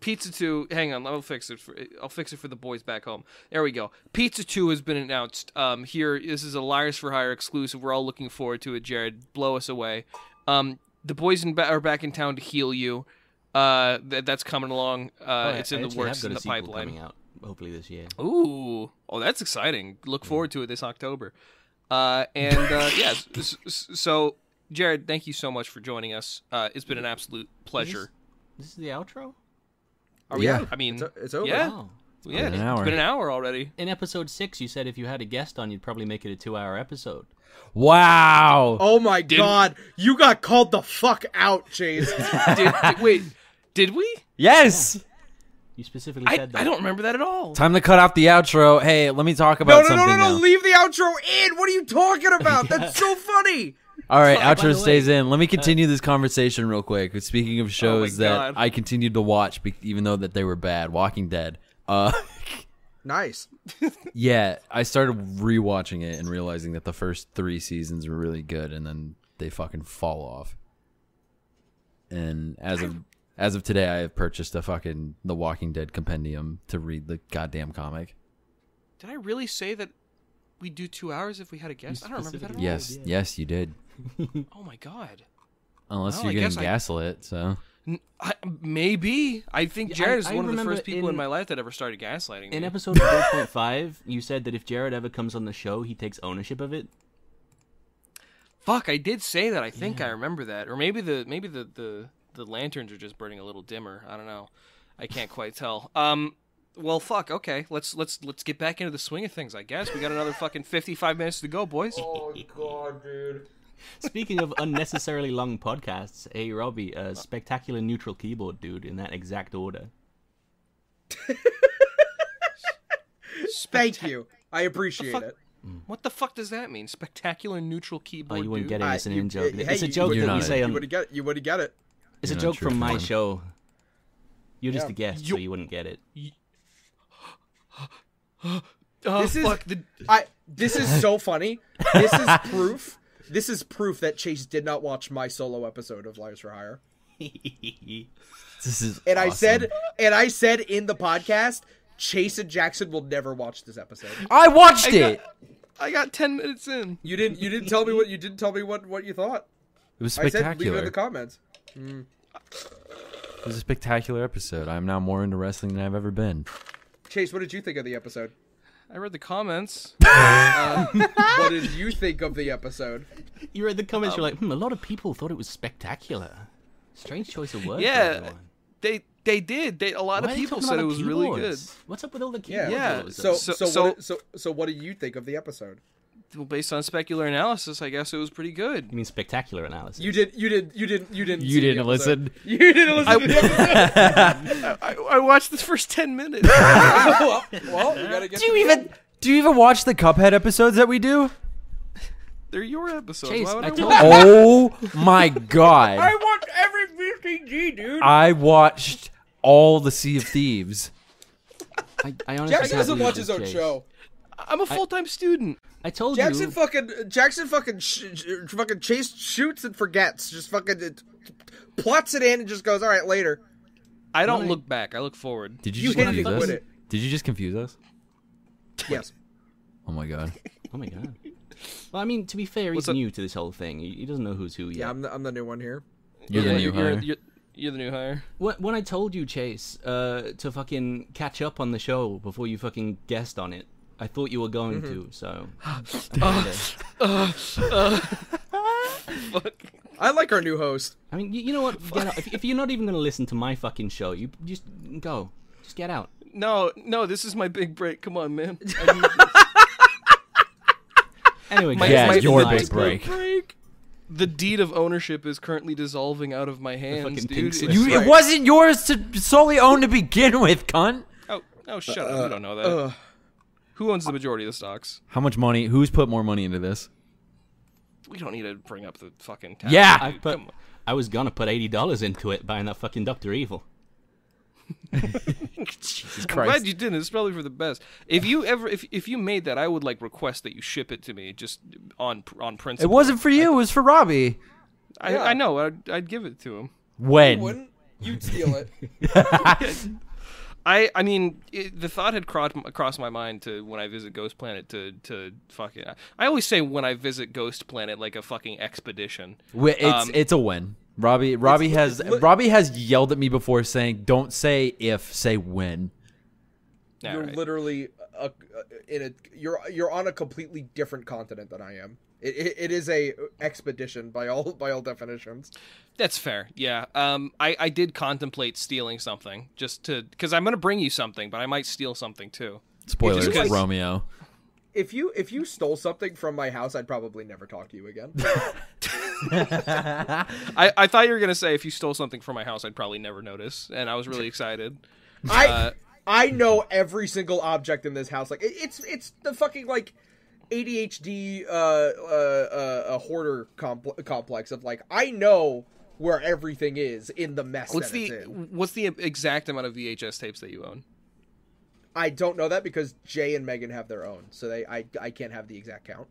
Speaker 3: Pizza Two. Hang on, I'll fix it. For, I'll fix it for the boys back home. There we go. Pizza Two has been announced. Um, here, this is a Liars for Hire exclusive. We're all looking forward to it. Jared, blow us away. Um, the boys in ba- are back in town to heal you. Uh, th- that's coming along. Uh,
Speaker 4: Oh,
Speaker 3: it's
Speaker 4: I
Speaker 3: in the
Speaker 4: actually have
Speaker 3: works
Speaker 4: got
Speaker 3: in
Speaker 4: a
Speaker 3: the
Speaker 4: sequel
Speaker 3: pipeline.
Speaker 4: Coming out hopefully this year.
Speaker 3: Ooh, oh, that's exciting. Look forward to it this October. Uh, and uh, yeah, s- s- s- so Jared, thank you so much for joining us. Uh, it's been an absolute pleasure.
Speaker 4: This is the outro.
Speaker 3: Are we?
Speaker 5: Yeah.
Speaker 3: out? I mean,
Speaker 6: It's- it's over.
Speaker 3: Yeah,
Speaker 4: Wow.
Speaker 3: yeah.
Speaker 5: been an
Speaker 3: It's
Speaker 5: hour.
Speaker 3: been an hour already.
Speaker 4: In episode six, you said if you had a guest on, you'd probably make it a two-hour episode.
Speaker 5: Wow.
Speaker 6: Oh my god, you got called the fuck out, Chase.
Speaker 3: Did, did- wait, did we?
Speaker 5: yes.
Speaker 4: You specifically
Speaker 3: I,
Speaker 4: said that.
Speaker 3: I don't remember that at all.
Speaker 5: Time to cut off the outro. Hey, let me talk
Speaker 6: no,
Speaker 5: about
Speaker 6: no, no, no,
Speaker 5: something
Speaker 6: no,
Speaker 5: now.
Speaker 6: leave the outro in. What are you talking about? That's so funny.
Speaker 5: All right,
Speaker 4: by the
Speaker 5: outro
Speaker 4: way-
Speaker 5: stays in. Let me continue this conversation real quick. Speaking of shows
Speaker 3: God.
Speaker 5: that I continued to watch, be- even though that they were bad, Walking Dead. Uh,
Speaker 6: Nice.
Speaker 5: yeah, I started rewatching it and realizing that the first three seasons were really good, and then they fucking fall off. And as of as of today, I have purchased a fucking The Walking Dead compendium to read the goddamn comic.
Speaker 3: Did I really say that we do two hours if we had a guest? I don't remember that at all.
Speaker 4: Yeah.
Speaker 5: Yes, yes, you did.
Speaker 3: Oh my god.
Speaker 5: Unless
Speaker 3: Well, I
Speaker 5: you're getting
Speaker 3: guess I-
Speaker 5: gaslit, so
Speaker 3: N- I, maybe I think
Speaker 4: Yeah,
Speaker 3: Jared
Speaker 4: I-
Speaker 3: is
Speaker 4: I
Speaker 3: one of the
Speaker 4: remember
Speaker 3: first people in,
Speaker 4: in-
Speaker 3: my life that ever started gaslighting me.
Speaker 4: In episode 4.5, you said that if Jared ever comes on the show, he takes ownership of it.
Speaker 3: Fuck, I did say that. I think I remember that, or maybe the maybe the, the the lanterns are just burning a little dimmer. I don't know. I can't quite tell. Um, well, fuck. Okay, let's let's let's get back into the swing of things. I guess we got another fucking fifty-five minutes to go, boys.
Speaker 7: Oh god, dude.
Speaker 4: Speaking of unnecessarily long podcasts, hey Robbie,
Speaker 6: Uh,
Speaker 4: a spectacular neutral keyboard dude in that exact order.
Speaker 6: Thank you. I appreciate
Speaker 3: fuck-
Speaker 6: it.
Speaker 3: What the fuck does that mean? Spectacular neutral
Speaker 4: Oh,
Speaker 3: keyboard.
Speaker 4: you weren't
Speaker 3: dude?
Speaker 4: getting
Speaker 6: Uh,
Speaker 4: this an
Speaker 6: you-
Speaker 4: in joke.
Speaker 6: hey,
Speaker 4: it's a
Speaker 6: you-
Speaker 4: joke
Speaker 5: You're
Speaker 4: that we
Speaker 5: not-
Speaker 4: say
Speaker 6: You
Speaker 4: on.
Speaker 6: would have get. You would have get it.
Speaker 4: It's a
Speaker 5: You're not
Speaker 4: joke from my
Speaker 5: truthful.
Speaker 4: show. You're just
Speaker 6: Yeah.
Speaker 4: a guest, so
Speaker 3: You-
Speaker 4: you wouldn't get it.
Speaker 3: Oh,
Speaker 6: This is-
Speaker 3: fuck. The,
Speaker 6: I. This is so funny. This is proof. This is proof that Chase did not watch my solo episode of Liars for Hire.
Speaker 5: this is.
Speaker 6: And I
Speaker 5: awesome.
Speaker 6: said, and I said in the podcast, Chase and Jackson will never watch this episode.
Speaker 5: I watched it.
Speaker 3: I got ten minutes in.
Speaker 6: You didn't. You didn't tell me what you didn't tell me what what you thought.
Speaker 5: It was
Speaker 6: I said leave it
Speaker 5: spectacular.
Speaker 6: in the comments.
Speaker 5: it was a spectacular episode. I'm now more into wrestling than I've ever been.
Speaker 6: Chase, what did you think of the episode?
Speaker 3: I read the comments.
Speaker 6: what did you think of the episode?
Speaker 4: You read the comments.
Speaker 6: Um,
Speaker 4: you're like, hmm. A lot of people thought it was spectacular. Strange choice of words. for
Speaker 3: Yeah,
Speaker 4: everyone.
Speaker 3: They they did. They a lot of
Speaker 4: Why are they
Speaker 3: people
Speaker 4: talking
Speaker 3: said
Speaker 4: about
Speaker 3: it was really good.
Speaker 4: keyboards? What's up with all the
Speaker 6: Yeah.
Speaker 4: keyboards? all of a
Speaker 6: So
Speaker 4: sudden?
Speaker 6: so
Speaker 3: So-
Speaker 6: so
Speaker 3: so-
Speaker 6: what, so so what do you think of the episode?
Speaker 3: Well, based on specular analysis, I guess it was pretty good.
Speaker 4: you mean spectacular analysis?
Speaker 6: You did. You did. You didn't. You didn't.
Speaker 5: You
Speaker 6: see the
Speaker 5: didn't
Speaker 6: episode.
Speaker 5: listen.
Speaker 6: You didn't listen. to the episode.
Speaker 3: I, I watched the first ten minutes.
Speaker 6: well, well, you gotta get.
Speaker 5: Do you even do you even watch the Cuphead episodes that we do?
Speaker 3: They're your episodes.
Speaker 4: Chase,
Speaker 3: Why would
Speaker 4: I
Speaker 3: I
Speaker 4: told
Speaker 3: watch-
Speaker 4: you.
Speaker 5: Oh my god!
Speaker 6: want every BCG, dude.
Speaker 5: I watched all the Sea of Thieves.
Speaker 4: I, I honestly
Speaker 6: Jackson
Speaker 4: can't
Speaker 6: doesn't
Speaker 4: believe
Speaker 6: watch
Speaker 4: you,
Speaker 6: his own
Speaker 4: Chase.
Speaker 6: show.
Speaker 3: I'm a full time student.
Speaker 4: I told
Speaker 6: Jackson
Speaker 4: you.
Speaker 6: fucking Jackson fucking sh- sh- fucking chase shoots and forgets. Just fucking it, plots it in and just goes, all right, later.
Speaker 3: I don't look back. I look forward.
Speaker 5: Did
Speaker 6: You
Speaker 5: you,
Speaker 6: hit
Speaker 5: just confuse
Speaker 6: me
Speaker 5: us?
Speaker 6: with it.
Speaker 5: Did you just confuse us?
Speaker 6: Yes.
Speaker 5: Oh my god!
Speaker 4: oh my god. Well, I mean, to be fair, he's
Speaker 3: up?
Speaker 4: new to this whole thing. He, he doesn't know who's who yet.
Speaker 6: Yeah, I'm the, I'm the new one here.
Speaker 5: You're the new
Speaker 3: you're, you're,
Speaker 5: hire.
Speaker 3: you're- you're the new hire.
Speaker 4: When, when I told you, Chase, uh, to fucking catch up on the show before you fucking guessed on it, I thought you were going
Speaker 6: Mm-hmm.
Speaker 4: to. So,
Speaker 3: Fuck.
Speaker 6: I like our new host.
Speaker 4: I mean, you, you know what? Get out. If, if you're not even gonna listen to my fucking show, you just go. Just get out.
Speaker 3: No, no, this is my big break. Come on, man.
Speaker 4: Anyway,
Speaker 3: My-
Speaker 4: Chase,
Speaker 5: Yeah,
Speaker 3: my-
Speaker 4: it's
Speaker 5: your
Speaker 4: been
Speaker 3: my
Speaker 5: big
Speaker 4: nice.
Speaker 5: break.
Speaker 3: The deed of ownership is currently dissolving out of my hands,
Speaker 4: fucking
Speaker 3: dude.
Speaker 4: pink
Speaker 3: It's-
Speaker 4: slip.
Speaker 5: You,
Speaker 3: Right.
Speaker 5: It wasn't yours to solely own to begin with, cunt.
Speaker 3: Oh, oh, shut up! You don't know that.
Speaker 6: uh.
Speaker 3: Who owns the majority of the stocks?
Speaker 5: How much money? Who's put more money into this?
Speaker 3: We don't need to bring up the fucking. Tax,
Speaker 5: Yeah.
Speaker 4: I
Speaker 3: dude.
Speaker 4: put.
Speaker 3: Come on.
Speaker 4: I was gonna put eighty dollars into it buying that fucking Doctor Evil.
Speaker 3: I'm glad you didn't. It's probably for the best. If you ever, if if you made that, I would like request that you ship it to me, just on on
Speaker 5: It
Speaker 3: principle.
Speaker 5: wasn't for you. It was for Robbie.
Speaker 3: I, I know. I'd, I'd give it to him.
Speaker 5: When?
Speaker 6: Wouldn't you steal it?
Speaker 3: I I mean, it, the thought had crossed crossed my mind to when I visit Ghost Planet to to fucking. I always say when I visit Ghost Planet like a fucking expedition.
Speaker 5: Wh- It's
Speaker 3: Um,
Speaker 5: it's a when. Robbie Robbie has
Speaker 6: it's li-
Speaker 5: Robbie has yelled at me before saying, "Don't say if, say when."
Speaker 3: Nah,
Speaker 6: you're
Speaker 3: right.
Speaker 6: literally uh, uh, in a you're you're on a completely different continent than I am. It, it, it is a expedition by all by all definitions.
Speaker 3: That's fair. Yeah. Um. I I did contemplate stealing something just to because I'm gonna bring you something, but I might steal something too.
Speaker 5: Spoilers,
Speaker 3: Because-
Speaker 5: Romeo.
Speaker 6: If you if you stole something from my house, I'd probably never talk to you again.
Speaker 3: I, I thought you were gonna say if you stole something from my house, I'd probably never notice, and I was really excited.
Speaker 6: I
Speaker 3: Uh,
Speaker 6: I know every single object in this house. Like it, it's it's the fucking like ADHD uh uh, uh, uh hoarder compl- complex of like I know where everything is in the mess
Speaker 3: What's
Speaker 6: that
Speaker 3: the
Speaker 6: it's in.
Speaker 3: what's the exact amount of VHS tapes that you own?
Speaker 6: I don't know that because Jay and Megan have their own, so they I I can't have the exact count.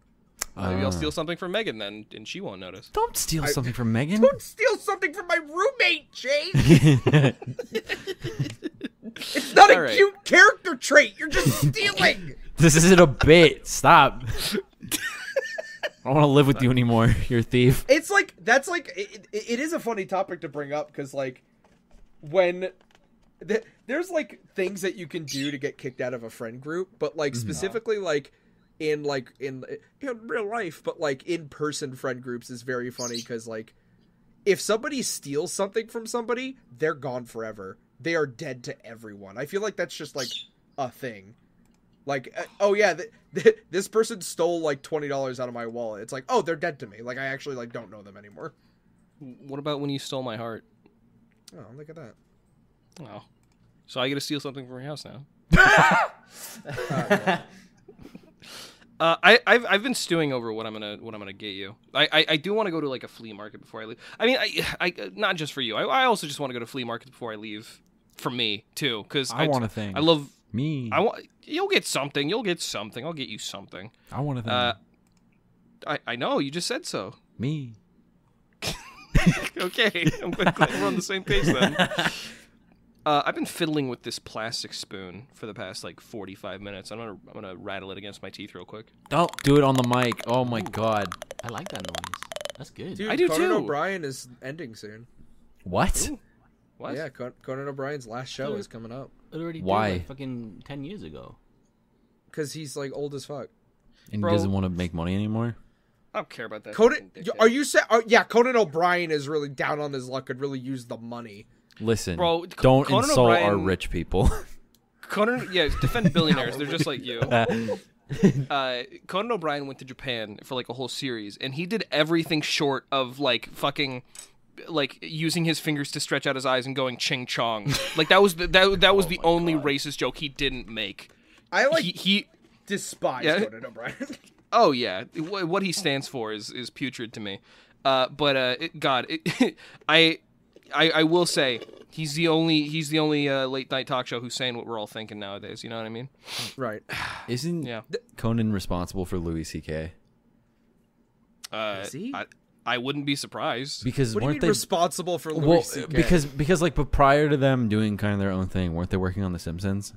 Speaker 3: Maybe I'll steal something from Megan then, and she won't notice.
Speaker 5: Don't steal something from Megan.
Speaker 6: Don't steal something from my roommate, Jay. it's not a
Speaker 3: All right.
Speaker 6: cute character trait. You're just stealing.
Speaker 5: This isn't a bit. Stop. I don't want to live with you anymore. You're a thief.
Speaker 6: it's like that's like it, it, it is a funny topic to bring up because like when th- there's like things that you can do to get kicked out of a friend group but like specifically like in like in in real life but like in person friend groups is very funny because like if somebody steals something from somebody they're gone forever they are dead to everyone i feel like that's just like a thing like uh, oh yeah th- th- this person stole like $20 out of my wallet it's like oh they're dead to me like i actually like don't know them anymore
Speaker 3: What about when you stole my heart?
Speaker 6: oh look at that
Speaker 3: Oh, so I get to steal something from your house now. Uh, I, I've I've been stewing over what I'm gonna what I'm gonna get you. I, I, I do want to go to like a flea market before I leave. I mean, I, I not just for you. I, I also just want to go to flea markets before I leave. For me too, because
Speaker 5: I want a thing.
Speaker 3: I love.
Speaker 5: Me.
Speaker 3: I want. You'll get something. You'll get something. I'll get you something.
Speaker 5: I want to thank
Speaker 3: Uh, I I know you just said so.
Speaker 5: me.
Speaker 3: okay, I'm glad, glad we're on the same page then. Uh, I've been fiddling with this plastic spoon for the past like 45 minutes. I'm gonna I'm gonna rattle it against my teeth real quick.
Speaker 5: Don't do it on the mic. Oh my god.
Speaker 4: I like that noise. That's good.
Speaker 6: Dude,
Speaker 3: I do
Speaker 6: Conan
Speaker 3: too.
Speaker 6: O'Brien is ending soon.
Speaker 5: What?
Speaker 3: What?
Speaker 6: Yeah, Con- Conan O'Brien's last show
Speaker 4: Dude.
Speaker 6: is coming up
Speaker 4: It already did,
Speaker 5: Why?
Speaker 4: like, fucking ten years ago.
Speaker 6: because he's like old as fuck.
Speaker 5: And
Speaker 3: Bro.
Speaker 5: he doesn't want to make money anymore.
Speaker 3: I don't care about that.
Speaker 6: Conan,
Speaker 3: fucking dickhead.
Speaker 6: are you saying? yeah, Conan O'Brien is really down on his luck. Could really use the money.
Speaker 5: Listen,
Speaker 3: Bro, C-
Speaker 5: don't
Speaker 3: Conan
Speaker 5: insult our
Speaker 3: O'Brien-
Speaker 5: rich people.
Speaker 3: Conan? Yeah, defend billionaires. They're
Speaker 6: Oh
Speaker 3: just like you. Uh, Conan O'Brien went to Japan for like a whole series, and he did everything short of like fucking like using his fingers to stretch out his eyes and going ching chong. Like that was the, that that was the only racist joke he didn't make.
Speaker 6: I Oh like
Speaker 3: he, he
Speaker 6: despise
Speaker 3: Yeah.
Speaker 6: Conan O'Brien.
Speaker 3: Oh yeah, Wh- what he stands for is is putrid to me. Uh, but uh, it, God, it, I, I I will say he's the only he's the only uh, late night talk show who's saying what we're all thinking nowadays. You know what I mean?
Speaker 6: right. Hmm.
Speaker 5: Isn't
Speaker 3: Yeah.
Speaker 5: Conan responsible for Louis C.K.?
Speaker 3: Uh,
Speaker 6: Is he?
Speaker 3: I, I wouldn't be surprised.
Speaker 5: Because
Speaker 6: What do you mean
Speaker 5: weren't they
Speaker 6: responsible for Louis
Speaker 5: well
Speaker 6: CK?
Speaker 5: because because like but prior to them doing kind of their own thing, weren't they working on The Simpsons?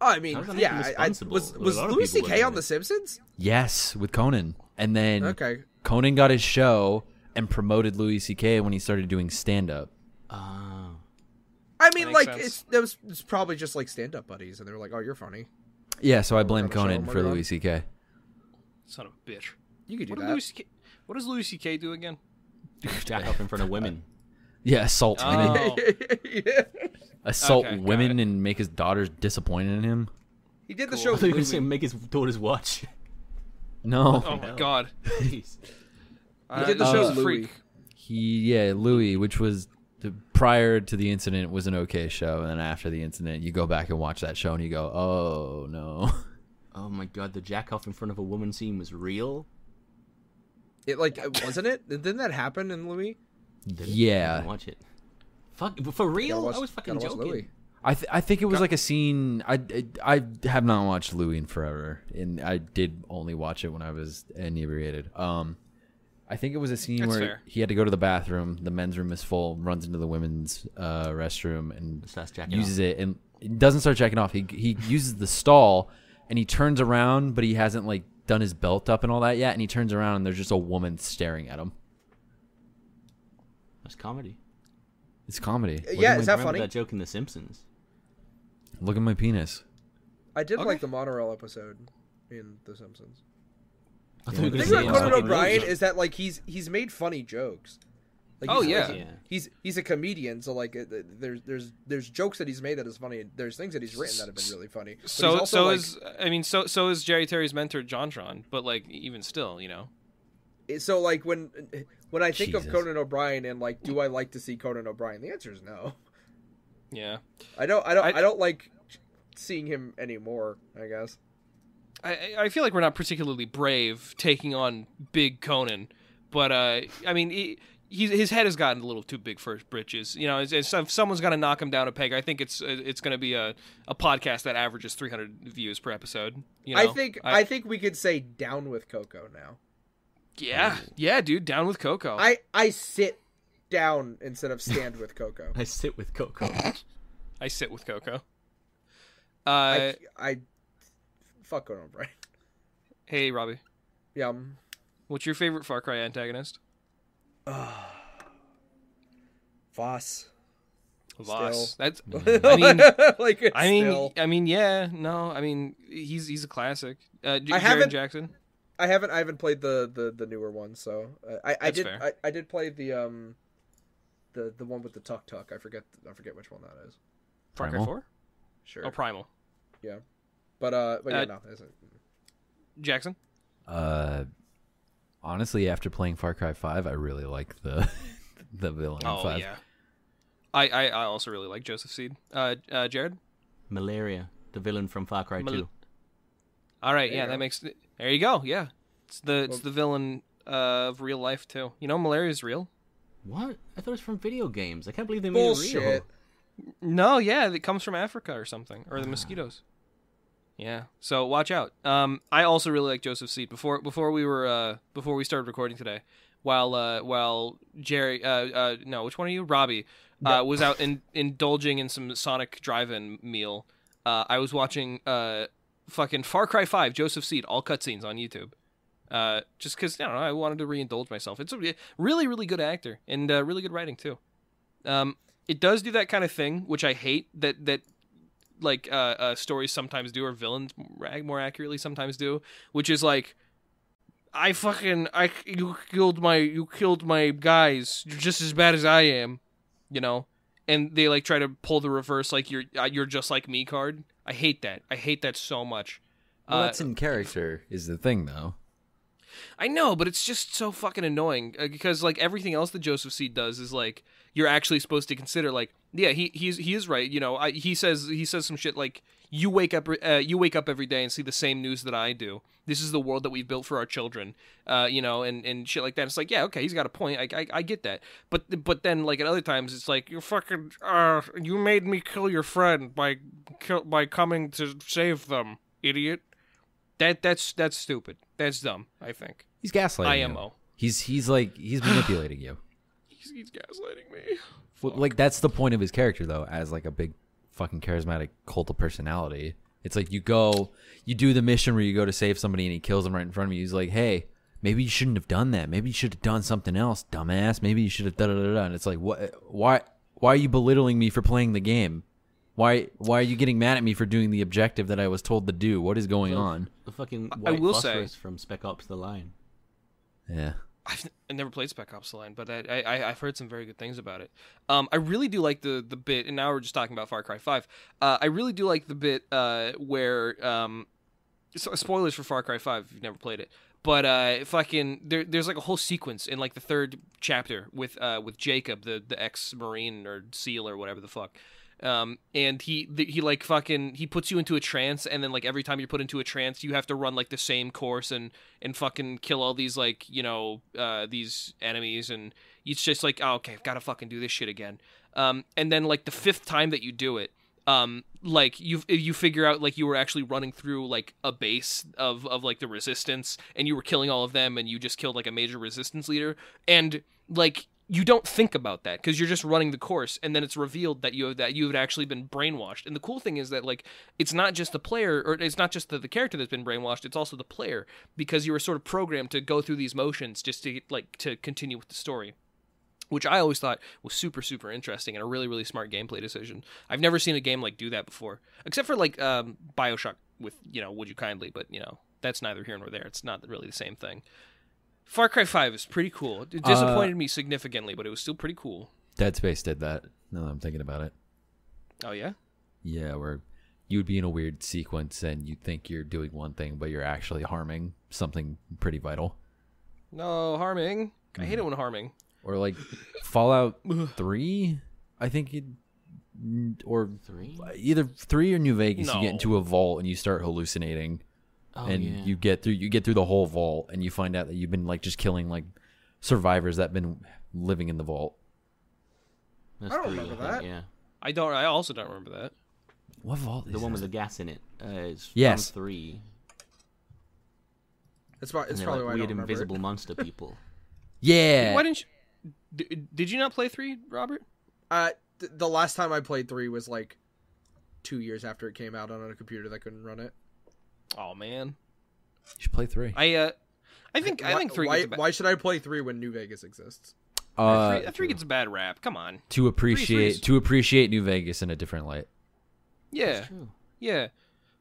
Speaker 6: Oh, I mean,
Speaker 4: How's that make him
Speaker 6: yeah, I, I,
Speaker 4: responsible?
Speaker 6: was
Speaker 4: A
Speaker 6: was
Speaker 4: lot of
Speaker 6: Louis
Speaker 4: people
Speaker 6: C.K.
Speaker 4: would've
Speaker 6: on
Speaker 4: been.
Speaker 6: The Simpsons?
Speaker 5: Yes, with Conan, and then
Speaker 6: Okay.
Speaker 5: Conan got his show and promoted Louis C.K. when he started doing stand up.
Speaker 4: Oh.
Speaker 6: I mean,
Speaker 3: makes
Speaker 6: like
Speaker 3: sense.
Speaker 6: it's that was it's probably just like stand-up buddies, and they were like, "Oh, you're funny.
Speaker 5: Yeah, so I blame
Speaker 6: Got a show
Speaker 5: Conan
Speaker 6: him
Speaker 5: for
Speaker 6: later on.
Speaker 5: Louis C.K.
Speaker 3: Son of a bitch.
Speaker 6: You could do
Speaker 3: What, did
Speaker 6: that."
Speaker 3: Louis C.K. what does Louis C.K. do again?
Speaker 4: Jack up in front of women.
Speaker 5: Yeah, assault women,
Speaker 3: Oh,
Speaker 6: yeah.
Speaker 5: assault
Speaker 3: okay, got
Speaker 5: women,
Speaker 3: it.
Speaker 5: and make his daughters disappointed in him.
Speaker 6: He did the
Speaker 3: Cool.
Speaker 6: show.
Speaker 4: I thought you were gonna
Speaker 6: Louis-
Speaker 4: say make his daughters watch.
Speaker 5: No,
Speaker 3: oh my God.
Speaker 4: Jeez.
Speaker 3: Uh,
Speaker 6: did the
Speaker 3: this
Speaker 6: show
Speaker 3: guy's a
Speaker 6: Louis.
Speaker 3: freak.
Speaker 5: he yeah Louis, which was the, prior to the incident was an okay show, and then after the incident, you go back and watch that show and you go, oh no.
Speaker 4: Oh my god, the jack off in front of a woman scene was real.
Speaker 6: It like wasn't it? Didn't that happen in Louis?
Speaker 4: Didn't-
Speaker 5: Yeah.
Speaker 4: didn't watch it. Fuck, but for real?
Speaker 6: Gotta watch-
Speaker 4: I was fucking
Speaker 6: gotta watch
Speaker 4: joking.
Speaker 6: Louis.
Speaker 5: I th- I think it was like a scene. I, I I have not watched Louis in forever, and I did only watch it when I was inebriated. Um, I think it was a scene
Speaker 3: That's
Speaker 5: where
Speaker 3: fair.
Speaker 5: he had to go to the bathroom. The men's room is full. Runs into the women's uh, restroom and
Speaker 4: Starts jacking
Speaker 5: uses it, and it doesn't start checking off. He he uses the stall, and he turns around, but he hasn't like done his belt up and all that yet. And he turns around, and there's just a woman staring at him.
Speaker 4: That's comedy.
Speaker 5: It's comedy.
Speaker 6: Uh, Yeah,
Speaker 4: Remember-
Speaker 6: is that
Speaker 4: remember
Speaker 6: funny?
Speaker 4: That joke in The Simpsons.
Speaker 5: Look at my penis.
Speaker 6: I did
Speaker 3: Okay.
Speaker 6: like the monorail episode in The Simpsons.
Speaker 4: I thought you were
Speaker 6: The
Speaker 4: gonna
Speaker 6: thing
Speaker 4: say
Speaker 6: about
Speaker 4: it was
Speaker 6: Conan
Speaker 4: fucking
Speaker 6: O'Brien
Speaker 4: real.
Speaker 6: is that like he's he's made funny jokes. Like,
Speaker 3: Oh,
Speaker 6: he's-
Speaker 3: yeah.
Speaker 6: he's-
Speaker 4: Yeah.
Speaker 6: He's he's a comedian, so like it- it- there's there's there's jokes that he's made that is funny. and There's things that he's written that have been really funny. But he's
Speaker 3: So
Speaker 6: also,
Speaker 3: so
Speaker 6: like,
Speaker 3: is I mean so so is Jerry Terry's mentor Jontron, but like even still, you know.
Speaker 6: it- so like when when I think of
Speaker 5: Jesus.
Speaker 6: Conan O'Brien and like do I like to see Conan O'Brien? The answer is no.
Speaker 3: Yeah.
Speaker 6: I don't I don't
Speaker 3: I-
Speaker 6: I, don't like seeing him anymore. I guess.
Speaker 3: I, I- I feel like we're not particularly brave taking on Big Conan, but uh, I mean, he, he's, his head has gotten a little too big for his britches. You know, it's, it's, if someone's got to knock him down a peg, I think it's it's going to be a, a podcast that averages 300 views per episode. You know,
Speaker 6: I think I, think we could say down with Coco now.
Speaker 3: yeah, yeah, dude, down with Coco. I,
Speaker 6: I I sit down instead of stand with Coco.
Speaker 4: I sit with Coco.
Speaker 3: sit with Coco. Uh,
Speaker 6: I, I fuck Conan O'Brien.
Speaker 3: hey Robbie,
Speaker 6: Yeah. um,
Speaker 3: what's your favorite Far Cry antagonist?
Speaker 6: Voss.
Speaker 3: Voss. That's
Speaker 6: I
Speaker 3: mean-
Speaker 6: like
Speaker 3: I mean,
Speaker 6: still-
Speaker 3: I mean, yeah, no, I mean, he's he's a classic. Uh, J-
Speaker 6: I
Speaker 3: Jaron
Speaker 6: haven't-
Speaker 3: Jackson.
Speaker 6: I haven't I haven't played the the, the newer one, so uh, I I
Speaker 3: That's
Speaker 6: did
Speaker 3: fair.
Speaker 6: I, I did play the um the the one with the tuck tuck. I forget I forget which one that is.
Speaker 3: Far Cry
Speaker 5: Primal?
Speaker 3: Four.
Speaker 6: Sure.
Speaker 3: Oh, Primal.
Speaker 6: yeah. But uh but yeah,
Speaker 3: Uh,
Speaker 6: no, that's it.
Speaker 3: Jackson.
Speaker 5: Uh, honestly, after playing Far Cry Five, I really like the the villain. in
Speaker 3: Oh
Speaker 5: Five.
Speaker 3: yeah. I, I I also really like Joseph Seed. Uh, uh Jared.
Speaker 4: Malaria, the villain from Far Cry
Speaker 3: Mal-
Speaker 4: 2.
Speaker 3: All right, yeah,
Speaker 6: you
Speaker 3: that
Speaker 6: go.
Speaker 3: makes there you go. Yeah, it's the it's the villain uh, of real life too. You know, malaria is real.
Speaker 4: What? I thought it was from video games. I can't believe they made it real.
Speaker 6: Bullshit.
Speaker 3: No, yeah, it comes from Africa or something, or the mosquitoes. Yeah, so watch out. Um, I also really like Joseph Seed. Before before we were uh before we started recording today, while uh, while Jerry, uh, uh, no, which one are you? Robbie uh, was out in, indulging in some Sonic drive-in meal. Uh, I was watching uh, fucking Far Cry Five, Joseph Seed, all cutscenes on YouTube. Uh, just because I don't know, I wanted to reindulge myself. It's a re- really, really good actor and uh, really good writing too. Um, it does do that kind of thing, which I hate. That that like uh, uh, stories sometimes do, or villains more more accurately sometimes do, which is like, I fucking I you killed my you killed my guys. You're just as bad as I am, you know. And they like try to pull the reverse like you're uh, you're just like me card. I hate that. I hate that so much.
Speaker 5: Well,
Speaker 3: Uh,
Speaker 5: that's in character is the thing though.
Speaker 3: I know, but it's just so fucking annoying uh, because like everything else that Joseph Seed does is like you're actually supposed to consider like yeah he he's he is right you know I, he says he says some shit like you wake up uh, you wake up every day and see the same news that I do this is the world that we've built for our children uh, you know and and shit like that it's like yeah okay he's got a point I I, I get that but but then like at other times it's like you fucking uh you made me kill your friend by kill, by coming to save them idiot that that's that's stupid that's dumb I think.
Speaker 5: He's gaslighting. You.
Speaker 3: IMO.
Speaker 5: He's he's like he's manipulating you.
Speaker 3: He's, he's gaslighting me.
Speaker 5: Well, Like that's the point of his character though, as like a big fucking charismatic cult of personality. It's like you go, you do the mission where you go to save somebody and he kills them right in front of you. He's like, hey, maybe you shouldn't have done that. Maybe you should have done something else, dumbass. Maybe you should have da da da da. And it's like, what? Why? Why are you belittling me for playing the game? Why? Why are you getting mad at me for doing the objective that I was told to do? What is going on?
Speaker 4: The fucking
Speaker 3: I
Speaker 4: white
Speaker 3: will say-
Speaker 4: phosphorus from Spec Ops: The Line.
Speaker 5: Yeah.
Speaker 3: I've I never played Spec Ops: The Line, but I, I I've heard some very good things about it. Um, I really do like the the bit, and now we're just talking about Far Cry Five. Uh, I really do like the bit uh where um, so, spoilers for Far Cry Five if you've never played it, but uh fucking there there's like a whole sequence in like the third chapter with uh with Jacob the the ex Marine or SEAL or whatever the fuck. Um, and he th- he like fucking he puts you into a trance, and then like every time you're put into a trance, you have to run like the same course and and fucking kill all these like you know uh, these enemies and it's just like oh, okay i've got to fucking do this shit again um, and then like the fifth time that you do it um, like you you figure out like you were actually running through like a base of of like the resistance and you were killing all of them and you just killed like a major resistance leader and like you don't think about that because you're just running the course and then it's revealed that you have that you've actually been brainwashed and the cool thing is that like it's not just the player or it's not just the, the character that's been brainwashed it's also the player because you were sort of programmed to go through these motions just to like to continue with the story which I always thought was super super interesting and a really really smart gameplay decision. I've never seen a game like do that before, except for like um, Bioshock with you know Would You Kindly, but you know that's neither here nor there. It's not really the same thing. Far Cry Five is pretty cool. It disappointed me significantly, but it was still pretty cool.
Speaker 5: Dead Space did that. Now that I'm thinking about it.
Speaker 3: Oh yeah,
Speaker 5: Yeah, where you would be in a weird sequence and you think you're doing one thing, but you're actually harming something pretty vital.
Speaker 3: no harming. I hate it when harming.
Speaker 5: Or like Fallout Three, I think it, or
Speaker 4: Three?
Speaker 5: either three or New Vegas. You
Speaker 3: No.
Speaker 5: get into a vault and you start hallucinating,
Speaker 4: Oh
Speaker 5: and
Speaker 4: yeah.
Speaker 5: you get through you get through the whole vault, and you find out that you've been like just killing like survivors that've been living in the vault.
Speaker 4: That's
Speaker 6: I don't
Speaker 4: three,
Speaker 6: remember
Speaker 4: I think,
Speaker 6: that.
Speaker 4: Yeah.
Speaker 3: I don't. I also don't remember that.
Speaker 5: What vault? Is
Speaker 4: The one with
Speaker 5: this?
Speaker 4: the gas in it. Uh, it's from
Speaker 5: Yes.
Speaker 4: three.
Speaker 6: That's, pro-
Speaker 4: And
Speaker 6: that's
Speaker 4: they're
Speaker 6: probably
Speaker 4: like
Speaker 6: why I
Speaker 4: weird
Speaker 6: don't remember
Speaker 4: invisible
Speaker 6: it.
Speaker 4: monster people.
Speaker 5: yeah.
Speaker 3: Why didn't you? Did, did you not play three, Robert?
Speaker 6: Uh, th- the last time I played three was like two years after it came out on a computer that couldn't run it.
Speaker 3: Oh man,
Speaker 5: you should play three.
Speaker 3: I uh, I think I think three
Speaker 6: Why,
Speaker 3: gets a ba-
Speaker 6: why should I play three when New Vegas exists?
Speaker 5: uh,
Speaker 3: three, three gets a bad rap. Come on.
Speaker 5: to appreciate
Speaker 3: is-
Speaker 5: to appreciate New Vegas in a different light.
Speaker 3: Yeah.
Speaker 4: True.
Speaker 3: Yeah.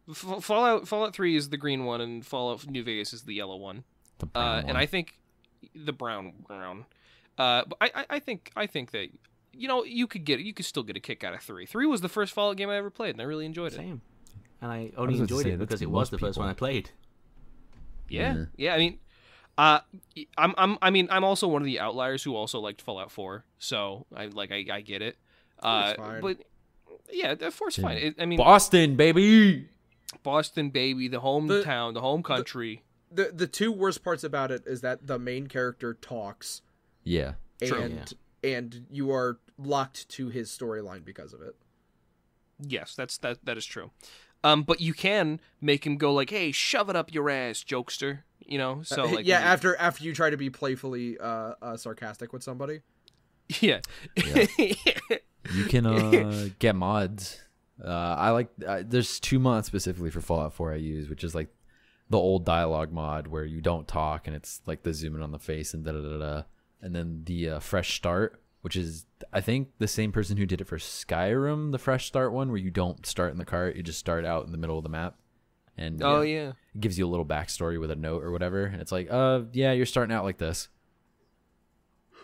Speaker 3: F- Fallout Fallout 3 is the green one and Fallout New Vegas is the yellow one.
Speaker 5: The
Speaker 3: Uh,
Speaker 5: brown
Speaker 3: and
Speaker 5: one.
Speaker 3: I think the brown brown. Uh, but I, I, I think I think that you know you could get you could still get a kick out of 3. 3 was the first Fallout game I ever played and I really enjoyed it.
Speaker 4: Same. And I
Speaker 5: I was
Speaker 4: only
Speaker 5: about to
Speaker 4: enjoyed
Speaker 5: say,
Speaker 4: it
Speaker 5: that's
Speaker 4: because it was
Speaker 5: most
Speaker 4: the first one I
Speaker 5: people.
Speaker 4: played.
Speaker 3: Yeah.
Speaker 5: Yeah.
Speaker 3: Yeah, I mean uh I'm I'm I mean I'm also one of the outliers who also liked Fallout 4. So I like I, I get it. Uh
Speaker 6: Four's fine.
Speaker 3: but yeah, that four's fine. It, I mean
Speaker 5: Boston, baby.
Speaker 3: Boston baby, the hometown, the, home country.
Speaker 6: The the two worst parts about it is that the main character talks
Speaker 5: Yeah.
Speaker 3: True.
Speaker 6: and and you are locked to his storyline because of it.
Speaker 3: Yes, that's that that is true. Um, but you can make him go like, "Hey, shove it up your ass, jokester." You know, so like
Speaker 6: yeah,
Speaker 3: when-
Speaker 6: after after you try to be playfully uh, uh, sarcastic with somebody.
Speaker 3: yeah,
Speaker 5: You can uh, get mods. Uh, I like. Uh, there's two mods specifically for Fallout 4 I use, which is like the old dialogue mod where you don't talk and it's like the zoom in on the face and da da da da, and then the uh, fresh start, which is I think the same person who did it for Skyrim, the fresh start one where you don't start in the cart, you just start out in the middle of the map. And
Speaker 3: Oh
Speaker 5: yeah,
Speaker 3: yeah.
Speaker 5: it gives you a little backstory with a note or whatever, and it's like, uh, yeah, you're starting out like this.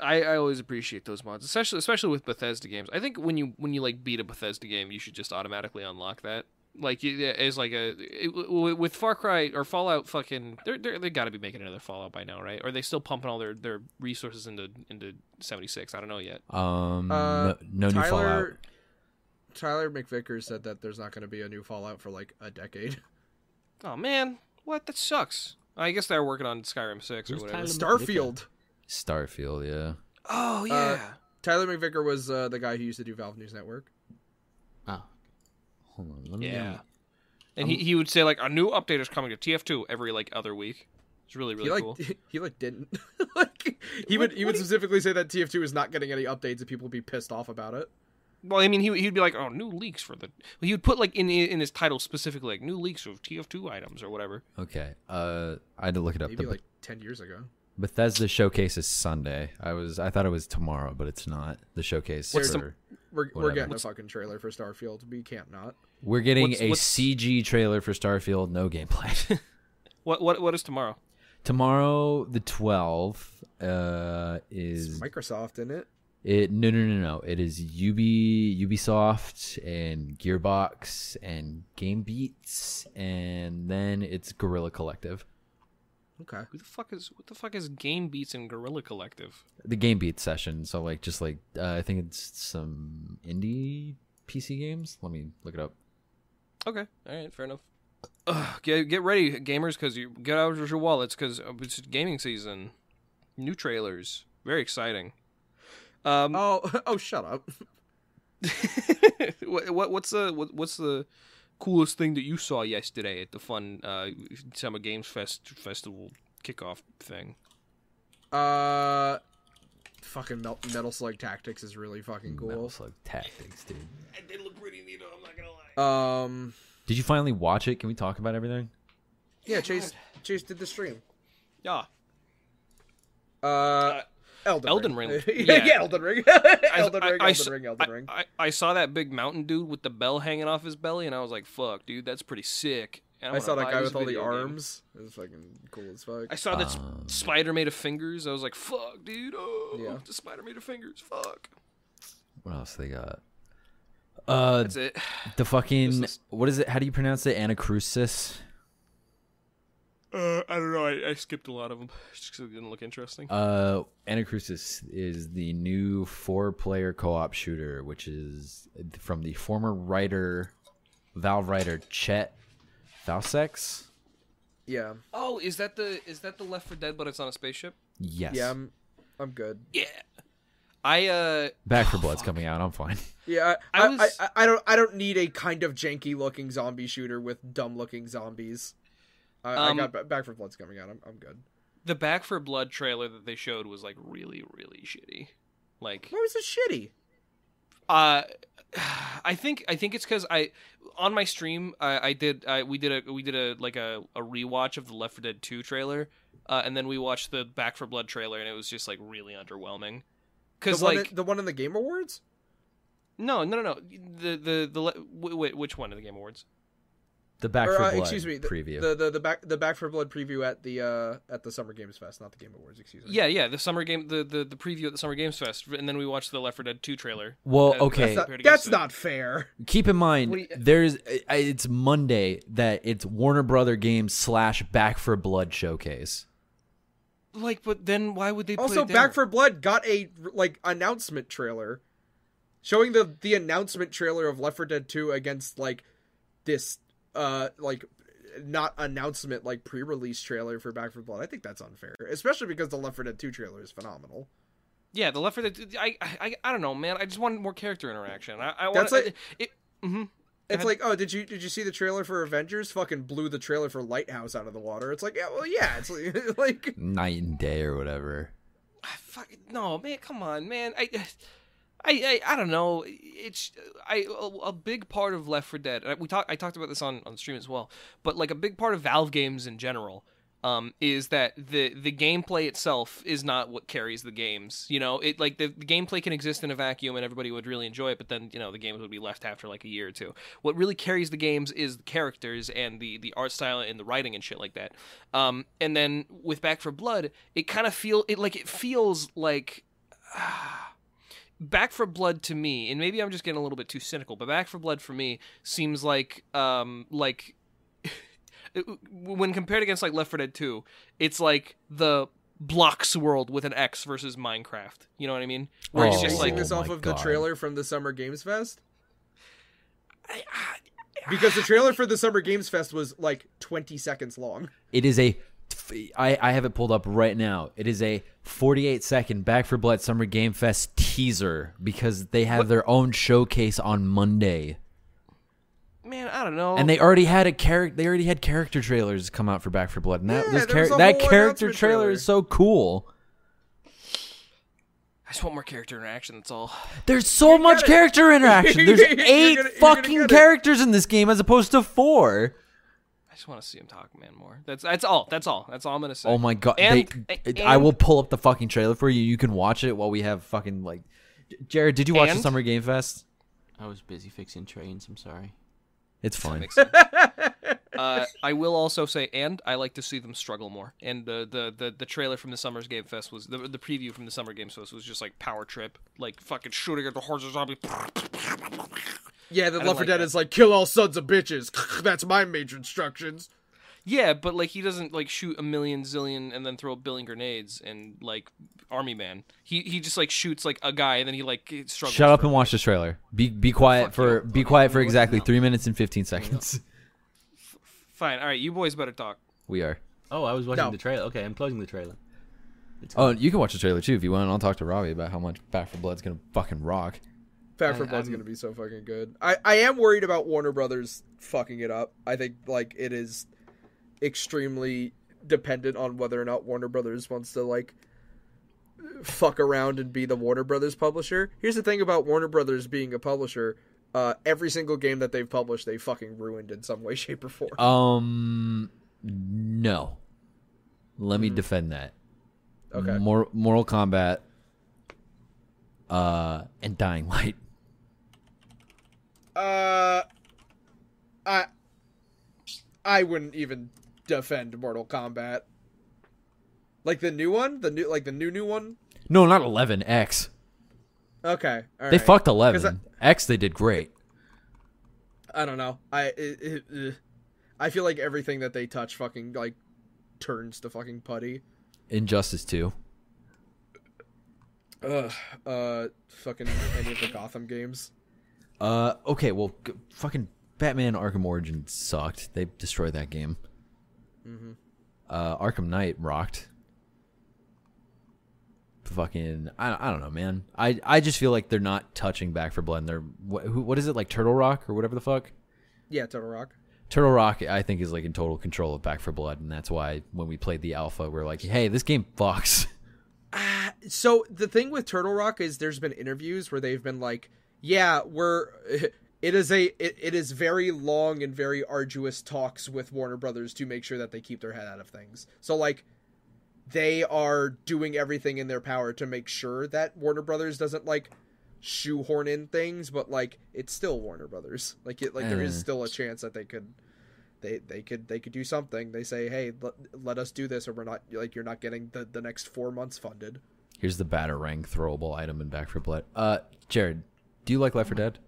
Speaker 3: I, I always appreciate those mods, especially especially with Bethesda games. I think when you when you like beat a Bethesda game, you should just automatically unlock that. Like you- yeah, it's like a it, w- w- with Far Cry or Fallout, fucking they're, they're they got to be making another Fallout by now, right? Or are they still pumping all their, their resources into into seventy six? I don't know yet.
Speaker 5: Um,
Speaker 6: Uh,
Speaker 5: no, no new Fallout.
Speaker 6: Tyler Tyler McVicker said that there's not going to be a new Fallout for like a decade.
Speaker 3: Oh man, what that sucks. I guess they're working on Skyrim six or
Speaker 4: Who's
Speaker 3: whatever.
Speaker 4: Tyler-
Speaker 6: Starfield.
Speaker 5: Starfield, yeah.
Speaker 3: Oh yeah,
Speaker 6: Tyler McVicker was uh, the guy who used to do Valve News Network.
Speaker 4: Ah, hold on. Let me um,
Speaker 3: yeah. And he, he would say like a new update is coming to TF two every like other week. It's really really
Speaker 6: he like
Speaker 3: cool.
Speaker 6: he like didn't like he would he would specifically say that TF2 is not getting any updates and people would be pissed off about it.
Speaker 3: Well, I mean, he he'd be like, "Oh, new leaks for the." Well, he would put like in in his title specifically, like "new leaks of TF2 items" or whatever.
Speaker 5: Okay. Uh, I had to look it up.
Speaker 6: Maybe
Speaker 5: The
Speaker 6: like ten years ago.
Speaker 5: Bethesda showcase is Sunday. I was I thought it was tomorrow, but it's not. The showcase.
Speaker 3: What's the-
Speaker 5: for-
Speaker 6: We're, we're
Speaker 5: Whatever.
Speaker 6: getting a fucking trailer for Starfield. We can't not.
Speaker 5: We're getting
Speaker 3: what's-
Speaker 5: a
Speaker 3: what's-
Speaker 5: CG trailer for Starfield, no gameplay.
Speaker 3: What what what is tomorrow?
Speaker 5: tomorrow, the twelfth, uh,
Speaker 6: It's
Speaker 5: is
Speaker 6: Microsoft in it.
Speaker 5: it? No, no, no, no. It is UB, Ubisoft, and Gearbox, and Game Beats, and then it's Gorilla Collective.
Speaker 6: Okay.
Speaker 3: Who the fuck is what the fuck is Game Beats and Gorilla Collective?
Speaker 5: The Game Beats session. So like, just like uh, I think it's some indie PC games. Let me look it up.
Speaker 3: Okay, all right, fair enough. Ugh, get get ready, gamers, because you get out your wallets because it's gaming season. New trailers, very exciting. Um,
Speaker 6: Oh oh shut up.
Speaker 3: what, what what's the what, what's the coolest thing that you saw yesterday at the fun uh, summer games fest festival kickoff thing?
Speaker 6: Uh, fucking Mel- Metal Slug Tactics is really fucking
Speaker 5: Metal
Speaker 6: cool.
Speaker 5: Slug Tactics, dude.
Speaker 6: Um,
Speaker 5: Did you finally watch it? Can we talk about everything?
Speaker 6: yeah, Chase Chase did the stream.
Speaker 3: Yeah,
Speaker 6: Uh, Elden
Speaker 3: Elden
Speaker 6: Ring.
Speaker 3: Ring.
Speaker 6: yeah,
Speaker 3: Yeah.
Speaker 6: yeah, Elden Ring. Elden Ring.
Speaker 3: I- I s-
Speaker 6: Elden Ring. Elden
Speaker 3: I-
Speaker 6: Ring.
Speaker 3: I, I saw that big mountain dude with the bell hanging off his belly, and I was like, "Fuck, dude, that's pretty sick." And
Speaker 6: I
Speaker 3: wanna
Speaker 6: saw that
Speaker 3: buy
Speaker 6: guy
Speaker 3: this
Speaker 6: with all the
Speaker 3: video game.
Speaker 6: arms. It was fucking cool as fuck.
Speaker 3: I saw that sp-
Speaker 5: Um,
Speaker 3: spider made of fingers. I was like, "Fuck, dude! Oh,
Speaker 6: Yeah.
Speaker 3: the spider made of fingers. Fuck."
Speaker 5: What else they got? Uh,
Speaker 3: That's it.
Speaker 5: the fucking
Speaker 3: this is-
Speaker 5: what is it? How do you pronounce it? Anacrusis.
Speaker 3: Uh, I don't know. I, I skipped a lot of them just 'cause it didn't look interesting.
Speaker 5: Uh, Anacrusis is the new four-player co-op shooter, which is from the former writer, Valve writer Chet Valsex.
Speaker 6: yeah,
Speaker 3: oh, is that the is that the Left for Dead, but it's on a spaceship?
Speaker 5: Yes.
Speaker 6: yeah, I'm, I'm good.
Speaker 3: Yeah. I uh
Speaker 5: Back for Blood's coming out. I'm fine.
Speaker 6: Yeah, I,
Speaker 3: I
Speaker 6: I,
Speaker 3: was-
Speaker 6: I, I don't, I don't need a kind of janky looking zombie shooter with dumb looking zombies. I,
Speaker 3: Um,
Speaker 6: I got Ba- Back for Blood's coming out. I'm, I'm good.
Speaker 3: the Back for Blood trailer that they showed was like really really shitty. Like
Speaker 6: Why was it shitty?
Speaker 3: uh I think I think it's because I on my stream I, I did I, we did a we did a like a, a rewatch of the Left 4 Dead 2 trailer uh, and then we watched the Back for Blood trailer and it was just like really underwhelming
Speaker 6: The
Speaker 3: because
Speaker 6: one,
Speaker 3: like
Speaker 6: in, the one in the Game Awards.
Speaker 3: no no no no the the the le- w- wait, which one of the Game Awards
Speaker 5: The Back
Speaker 6: Or,
Speaker 5: for
Speaker 6: uh,
Speaker 5: Blood
Speaker 6: excuse me, the,
Speaker 5: preview.
Speaker 6: The, the the back the back for blood preview at the uh at the Summer Games Fest, not the Game Awards. Excuse me.
Speaker 3: yeah yeah the summer game the, the the preview at the Summer Games Fest and then we watched the Left 4 Dead 2 trailer
Speaker 5: well,
Speaker 3: uh,
Speaker 6: that's
Speaker 5: okay.
Speaker 6: not,
Speaker 3: compared against
Speaker 6: that's
Speaker 3: it.
Speaker 6: not fair.
Speaker 5: Keep in mind,
Speaker 3: What do you-
Speaker 5: there's I- it's Monday that it's Warner Brother Games slash Back for Blood showcase.
Speaker 3: like but then why would they put
Speaker 6: Also,
Speaker 3: it down?
Speaker 6: Back for Blood got a like announcement trailer, showing the the announcement trailer of Left 4 Dead 2 against like this uh like not announcement like pre-release trailer for Back for Blood. I think that's unfair, especially because the Left 4 Dead 2 trailer is phenomenal.
Speaker 3: Yeah, the Left 4 Dead. I, I I don't know, man. I just wanted more character interaction. I, I
Speaker 6: That's
Speaker 3: wanted
Speaker 6: like-
Speaker 3: it. hmm
Speaker 6: It's like, oh, did you did you see the trailer for Avengers? Fucking blew the trailer for Lighthouse out of the water. It's like, yeah, well, yeah. It's like, like
Speaker 5: night and day or whatever.
Speaker 3: Ah, fuck no, man. Come on, man. I, I, I, I don't know. It's I a, a big part of Left for Dead. and I- We talked. I talked about this on on stream as well. But like a big part of Valve games in general. Um, is that the the gameplay itself is not what carries the games? You know, it like the, the gameplay can exist in a vacuum and everybody would really enjoy it, but then you know the games would be left after like a year or two. What really carries the games is the characters and the the art style and the writing and shit like that. Um, and then with Back for Blood, it kind of feel it like it feels like Back for Blood to me, and maybe I'm just getting a little bit too cynical, but Back for Blood for me seems like um like when compared against like Left 4 Dead 2, it's like the blocks world with an X versus Minecraft. You know what I mean? Where
Speaker 5: Oh.
Speaker 3: it's just
Speaker 6: basing
Speaker 3: like
Speaker 6: this
Speaker 5: Oh
Speaker 6: off
Speaker 5: my
Speaker 6: of
Speaker 5: God.
Speaker 6: the trailer from the Summer Games Fest
Speaker 3: I- I-
Speaker 6: because the trailer for the Summer Games Fest was like 20 seconds long.
Speaker 5: It is a. I, I have it pulled up right now. It is a 48 second Back for Blood Summer Game Fest teaser because they have their own showcase on Monday,
Speaker 3: man, I don't know.
Speaker 5: and they already had a character. They already had character trailers come out for Back for Blood, and that
Speaker 6: Yeah,
Speaker 5: those
Speaker 6: there was
Speaker 5: char-
Speaker 6: a
Speaker 5: that
Speaker 6: whole
Speaker 5: character
Speaker 6: announcement
Speaker 5: trailer,
Speaker 6: trailer.
Speaker 5: is so cool.
Speaker 3: I just want more character interaction, that's all.
Speaker 5: There's so much
Speaker 6: it.
Speaker 5: character interaction. There's
Speaker 6: You're gonna-
Speaker 5: 8
Speaker 6: you're gonna
Speaker 5: fucking
Speaker 6: get it.
Speaker 5: characters in this game as opposed to four.
Speaker 3: I just want to see him talk, man, more. That's that's all. That's all. That's all I'm gonna say.
Speaker 5: Oh my god!
Speaker 3: And-
Speaker 5: they,
Speaker 3: and-
Speaker 5: I will pull up the fucking trailer for you. You can watch it while we have fucking like. Jared, did you watch
Speaker 3: And-
Speaker 5: the Summer Game Fest?
Speaker 4: I was busy fixing trains. I'm sorry.
Speaker 5: It's fine.
Speaker 3: Makes sense. uh, I will also say, and I like to see them struggle more. And the the the, the trailer from the Summer's Game Fest was the, the preview from the Summer Games Fest was just like power trip, like fucking shooting at the horses zombie.
Speaker 6: Yeah, the Left 4
Speaker 3: like that.
Speaker 6: Dead is like kill all sons of bitches. That's my major instructions.
Speaker 3: Yeah, but like he doesn't like shoot a million zillion and then throw a billion grenades and like army man. He he just like shoots like a guy and then he like struggles.
Speaker 5: Shut up
Speaker 3: for-
Speaker 5: and watch the trailer. Be be quiet for be quiet for exactly three minutes and fifteen seconds.
Speaker 3: Fine. All right, you boys better talk.
Speaker 5: We are.
Speaker 4: Oh, I was watching
Speaker 6: No.
Speaker 4: the trailer. Okay, I'm closing the trailer.
Speaker 5: Oh, you can watch the trailer too if you want. and I'll talk to Robbie about how much Back for Blood's gonna fucking rock.
Speaker 6: Back for Blood's gonna be so fucking good. I, I am worried about Warner Brothers fucking it up. I think like it is extremely dependent on whether or not Warner Brothers wants to like fuck around and be the Warner Brothers publisher. Here's the thing about Warner Brothers being a publisher. Uh, every single game that they've published, they fucking ruined in some way, shape, or form.
Speaker 5: Um, no. Let me defend that.
Speaker 6: Hmm. Okay.
Speaker 5: Mor- Mortal Kombat. Uh, and Dying Light.
Speaker 6: Uh, I I wouldn't even defend Mortal Kombat. Like the new one, the new like the new new one.
Speaker 5: No, not eleven X.
Speaker 6: Okay, all
Speaker 5: They
Speaker 6: right.
Speaker 5: fucked
Speaker 6: 'Cause
Speaker 5: eleven X. They did great.
Speaker 6: I don't know. I it, it, ugh. I feel like everything that they touch fucking like turns to fucking putty.
Speaker 5: Injustice two.
Speaker 6: Ugh. Uh, fucking any of the Gotham games.
Speaker 5: Uh, okay. Well, g- fucking Batman Arkham Origin sucked. They destroyed that game.
Speaker 4: Mm-hmm.
Speaker 5: Uh, Arkham Knight rocked. Fucking, I, I don't know, man. I, I just feel like they're not touching Back for Blood. And they're what, who, what is it like Turtle Rock or whatever the fuck.
Speaker 6: Yeah, Total Rock.
Speaker 5: Turtle Rock, I think, is like in total control of Back for Blood, and that's why when we played the alpha, we are like, "Hey, this game fucks."
Speaker 6: So the thing with Turtle Rock is there's been interviews where they've been like, "Yeah, we're it is a it, it is very long and very arduous talks with Warner Brothers to make sure that they keep their head out of things." So like they are doing everything in their power to make sure that Warner Brothers doesn't like shoehorn in things, but like it's still Warner Brothers. Like it like there is
Speaker 5: Mm.
Speaker 6: still a chance that they could they they could they could do something. They say, "Hey, let, let us do this or we're not like you're not getting the the next 4 months funded."
Speaker 5: Here's the Batarang throwable item in Back for Blood. Uh, Jared, do you like Left 4
Speaker 4: Mm-hmm.
Speaker 5: Dead?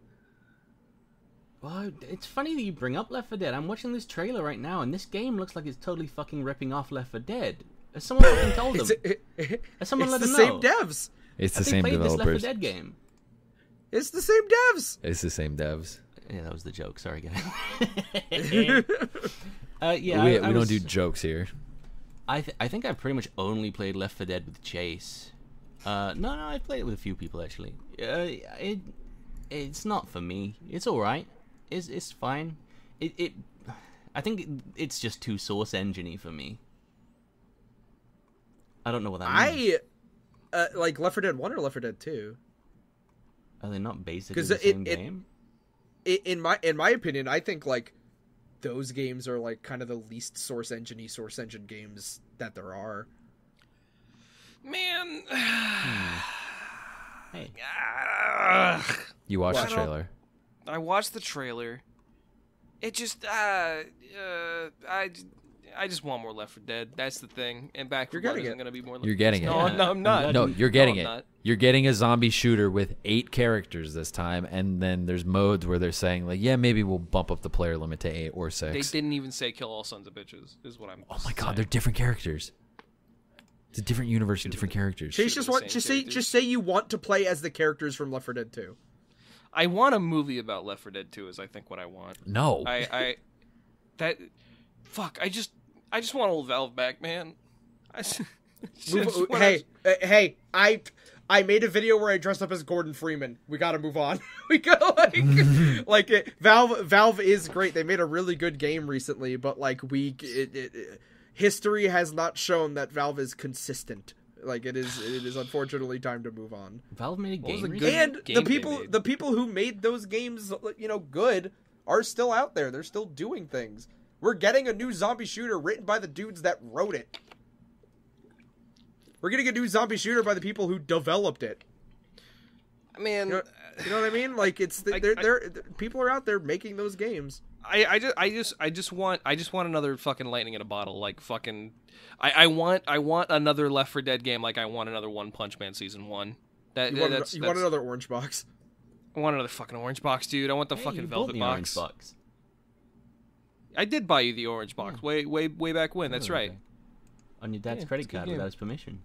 Speaker 4: Well, it's funny that you bring up Left 4 Dead. I'm watching this trailer right now, and this game looks like it's totally fucking ripping off Left 4 Dead. Has someone fucking told them? Has someone
Speaker 6: it's
Speaker 4: let
Speaker 6: the
Speaker 4: them know?
Speaker 6: same devs.
Speaker 5: It's the
Speaker 4: Have they
Speaker 5: same
Speaker 4: played
Speaker 5: developers.
Speaker 4: this Left 4 Dead game?
Speaker 6: It's the same devs.
Speaker 5: It's the same devs.
Speaker 4: Yeah, that was the joke. Sorry, guys. uh, yeah, I,
Speaker 5: we we
Speaker 4: I
Speaker 5: don't
Speaker 4: was-
Speaker 5: do jokes here.
Speaker 4: I th- I think I've pretty much only played Left 4 Dead with Chase. Uh, no, no, I played it with a few people actually. Uh, it it's not for me. It's all right. is it's fine. It it I think it, it's just too source engine for me. I don't know
Speaker 6: Hmm.
Speaker 4: what that means.
Speaker 6: I uh, like Left 4 Dead 1 or Left 4 Dead 2.
Speaker 4: Are they not basically
Speaker 6: 'Cause
Speaker 4: the
Speaker 6: it-
Speaker 4: same
Speaker 6: it-
Speaker 4: game?
Speaker 6: I- in my in my opinion, I think like those games are like kind of the least source engine source engine games that there are.
Speaker 3: Man,
Speaker 4: Hey,
Speaker 3: ugh.
Speaker 5: You watched
Speaker 3: Well,
Speaker 5: the
Speaker 3: I don't-
Speaker 5: trailer.
Speaker 3: I watched the trailer. It just, uh, uh, I, j- I just want more Left for Dead. That's the thing. And Back for
Speaker 6: You're
Speaker 3: Blood
Speaker 6: getting
Speaker 3: isn't
Speaker 6: it.
Speaker 3: gonna be more. Left
Speaker 5: You're getting it.
Speaker 3: No, no, I'm not.
Speaker 5: No, you're getting
Speaker 3: I'm
Speaker 5: it.
Speaker 3: not.
Speaker 5: You're getting a zombie shooter with eight characters this time, and then there's modes where they're saying like, yeah, maybe we'll bump up the player limit to eight or
Speaker 3: They
Speaker 5: six.
Speaker 3: didn't even say kill all sons of bitches. Is what I'm.
Speaker 5: oh my god, they're different characters. It's a different universe of different characters.
Speaker 6: Chase
Speaker 3: Should've
Speaker 6: just
Speaker 3: been
Speaker 6: want
Speaker 3: the
Speaker 6: just
Speaker 3: same
Speaker 6: say
Speaker 3: characters.
Speaker 6: just say you want to play as the characters from Left 4 Dead 2.
Speaker 3: I want a movie about Left 4 Dead 2. Is I think what I want.
Speaker 5: No,
Speaker 3: I, I, that, fuck. I just, I just want old Valve back, man. I, s- just
Speaker 6: Move,
Speaker 3: wanna-
Speaker 6: hey, uh, hey, I I made a video where I dressed up as Gordon Freeman. We got to move on. we go like like it, Valve Valve is great. They made a really good game recently, but like we it, it, it- history has not shown that Valve is consistent. Like it is it is unfortunately time to move on.
Speaker 4: Valve made a
Speaker 3: was
Speaker 4: game.
Speaker 3: the
Speaker 4: recently?
Speaker 3: good-
Speaker 6: And
Speaker 3: game
Speaker 6: the
Speaker 3: they
Speaker 6: people
Speaker 3: made.
Speaker 6: the people who made those games you know good are still out there. They're still doing things. We're getting a new zombie shooter written by the dudes that wrote it. We're getting a new zombie shooter by the people who developed it.
Speaker 3: man.
Speaker 6: You know, you know what I mean? Like it's
Speaker 3: I-
Speaker 6: they're,
Speaker 3: I-
Speaker 6: they're people are out there making those games.
Speaker 3: I, I just I just I just want I just want another fucking lightning in a bottle like fucking I, I want I want another Left for Dead game like I want another One Punch Man season one. That
Speaker 6: You, want,
Speaker 3: that's,
Speaker 6: you
Speaker 3: that's
Speaker 6: want another orange box?
Speaker 3: I want another fucking orange box, dude. I want the
Speaker 4: Hey,
Speaker 3: fucking
Speaker 4: you bought
Speaker 3: velvet
Speaker 4: me an orange
Speaker 3: box.
Speaker 4: box.
Speaker 3: I did buy you the orange box way way way back when. That's
Speaker 4: Oh,
Speaker 3: right.
Speaker 4: Hmm. okay. On your dad's
Speaker 3: Yeah, it's
Speaker 4: credit
Speaker 3: a good
Speaker 4: card
Speaker 3: game.
Speaker 4: without his permission.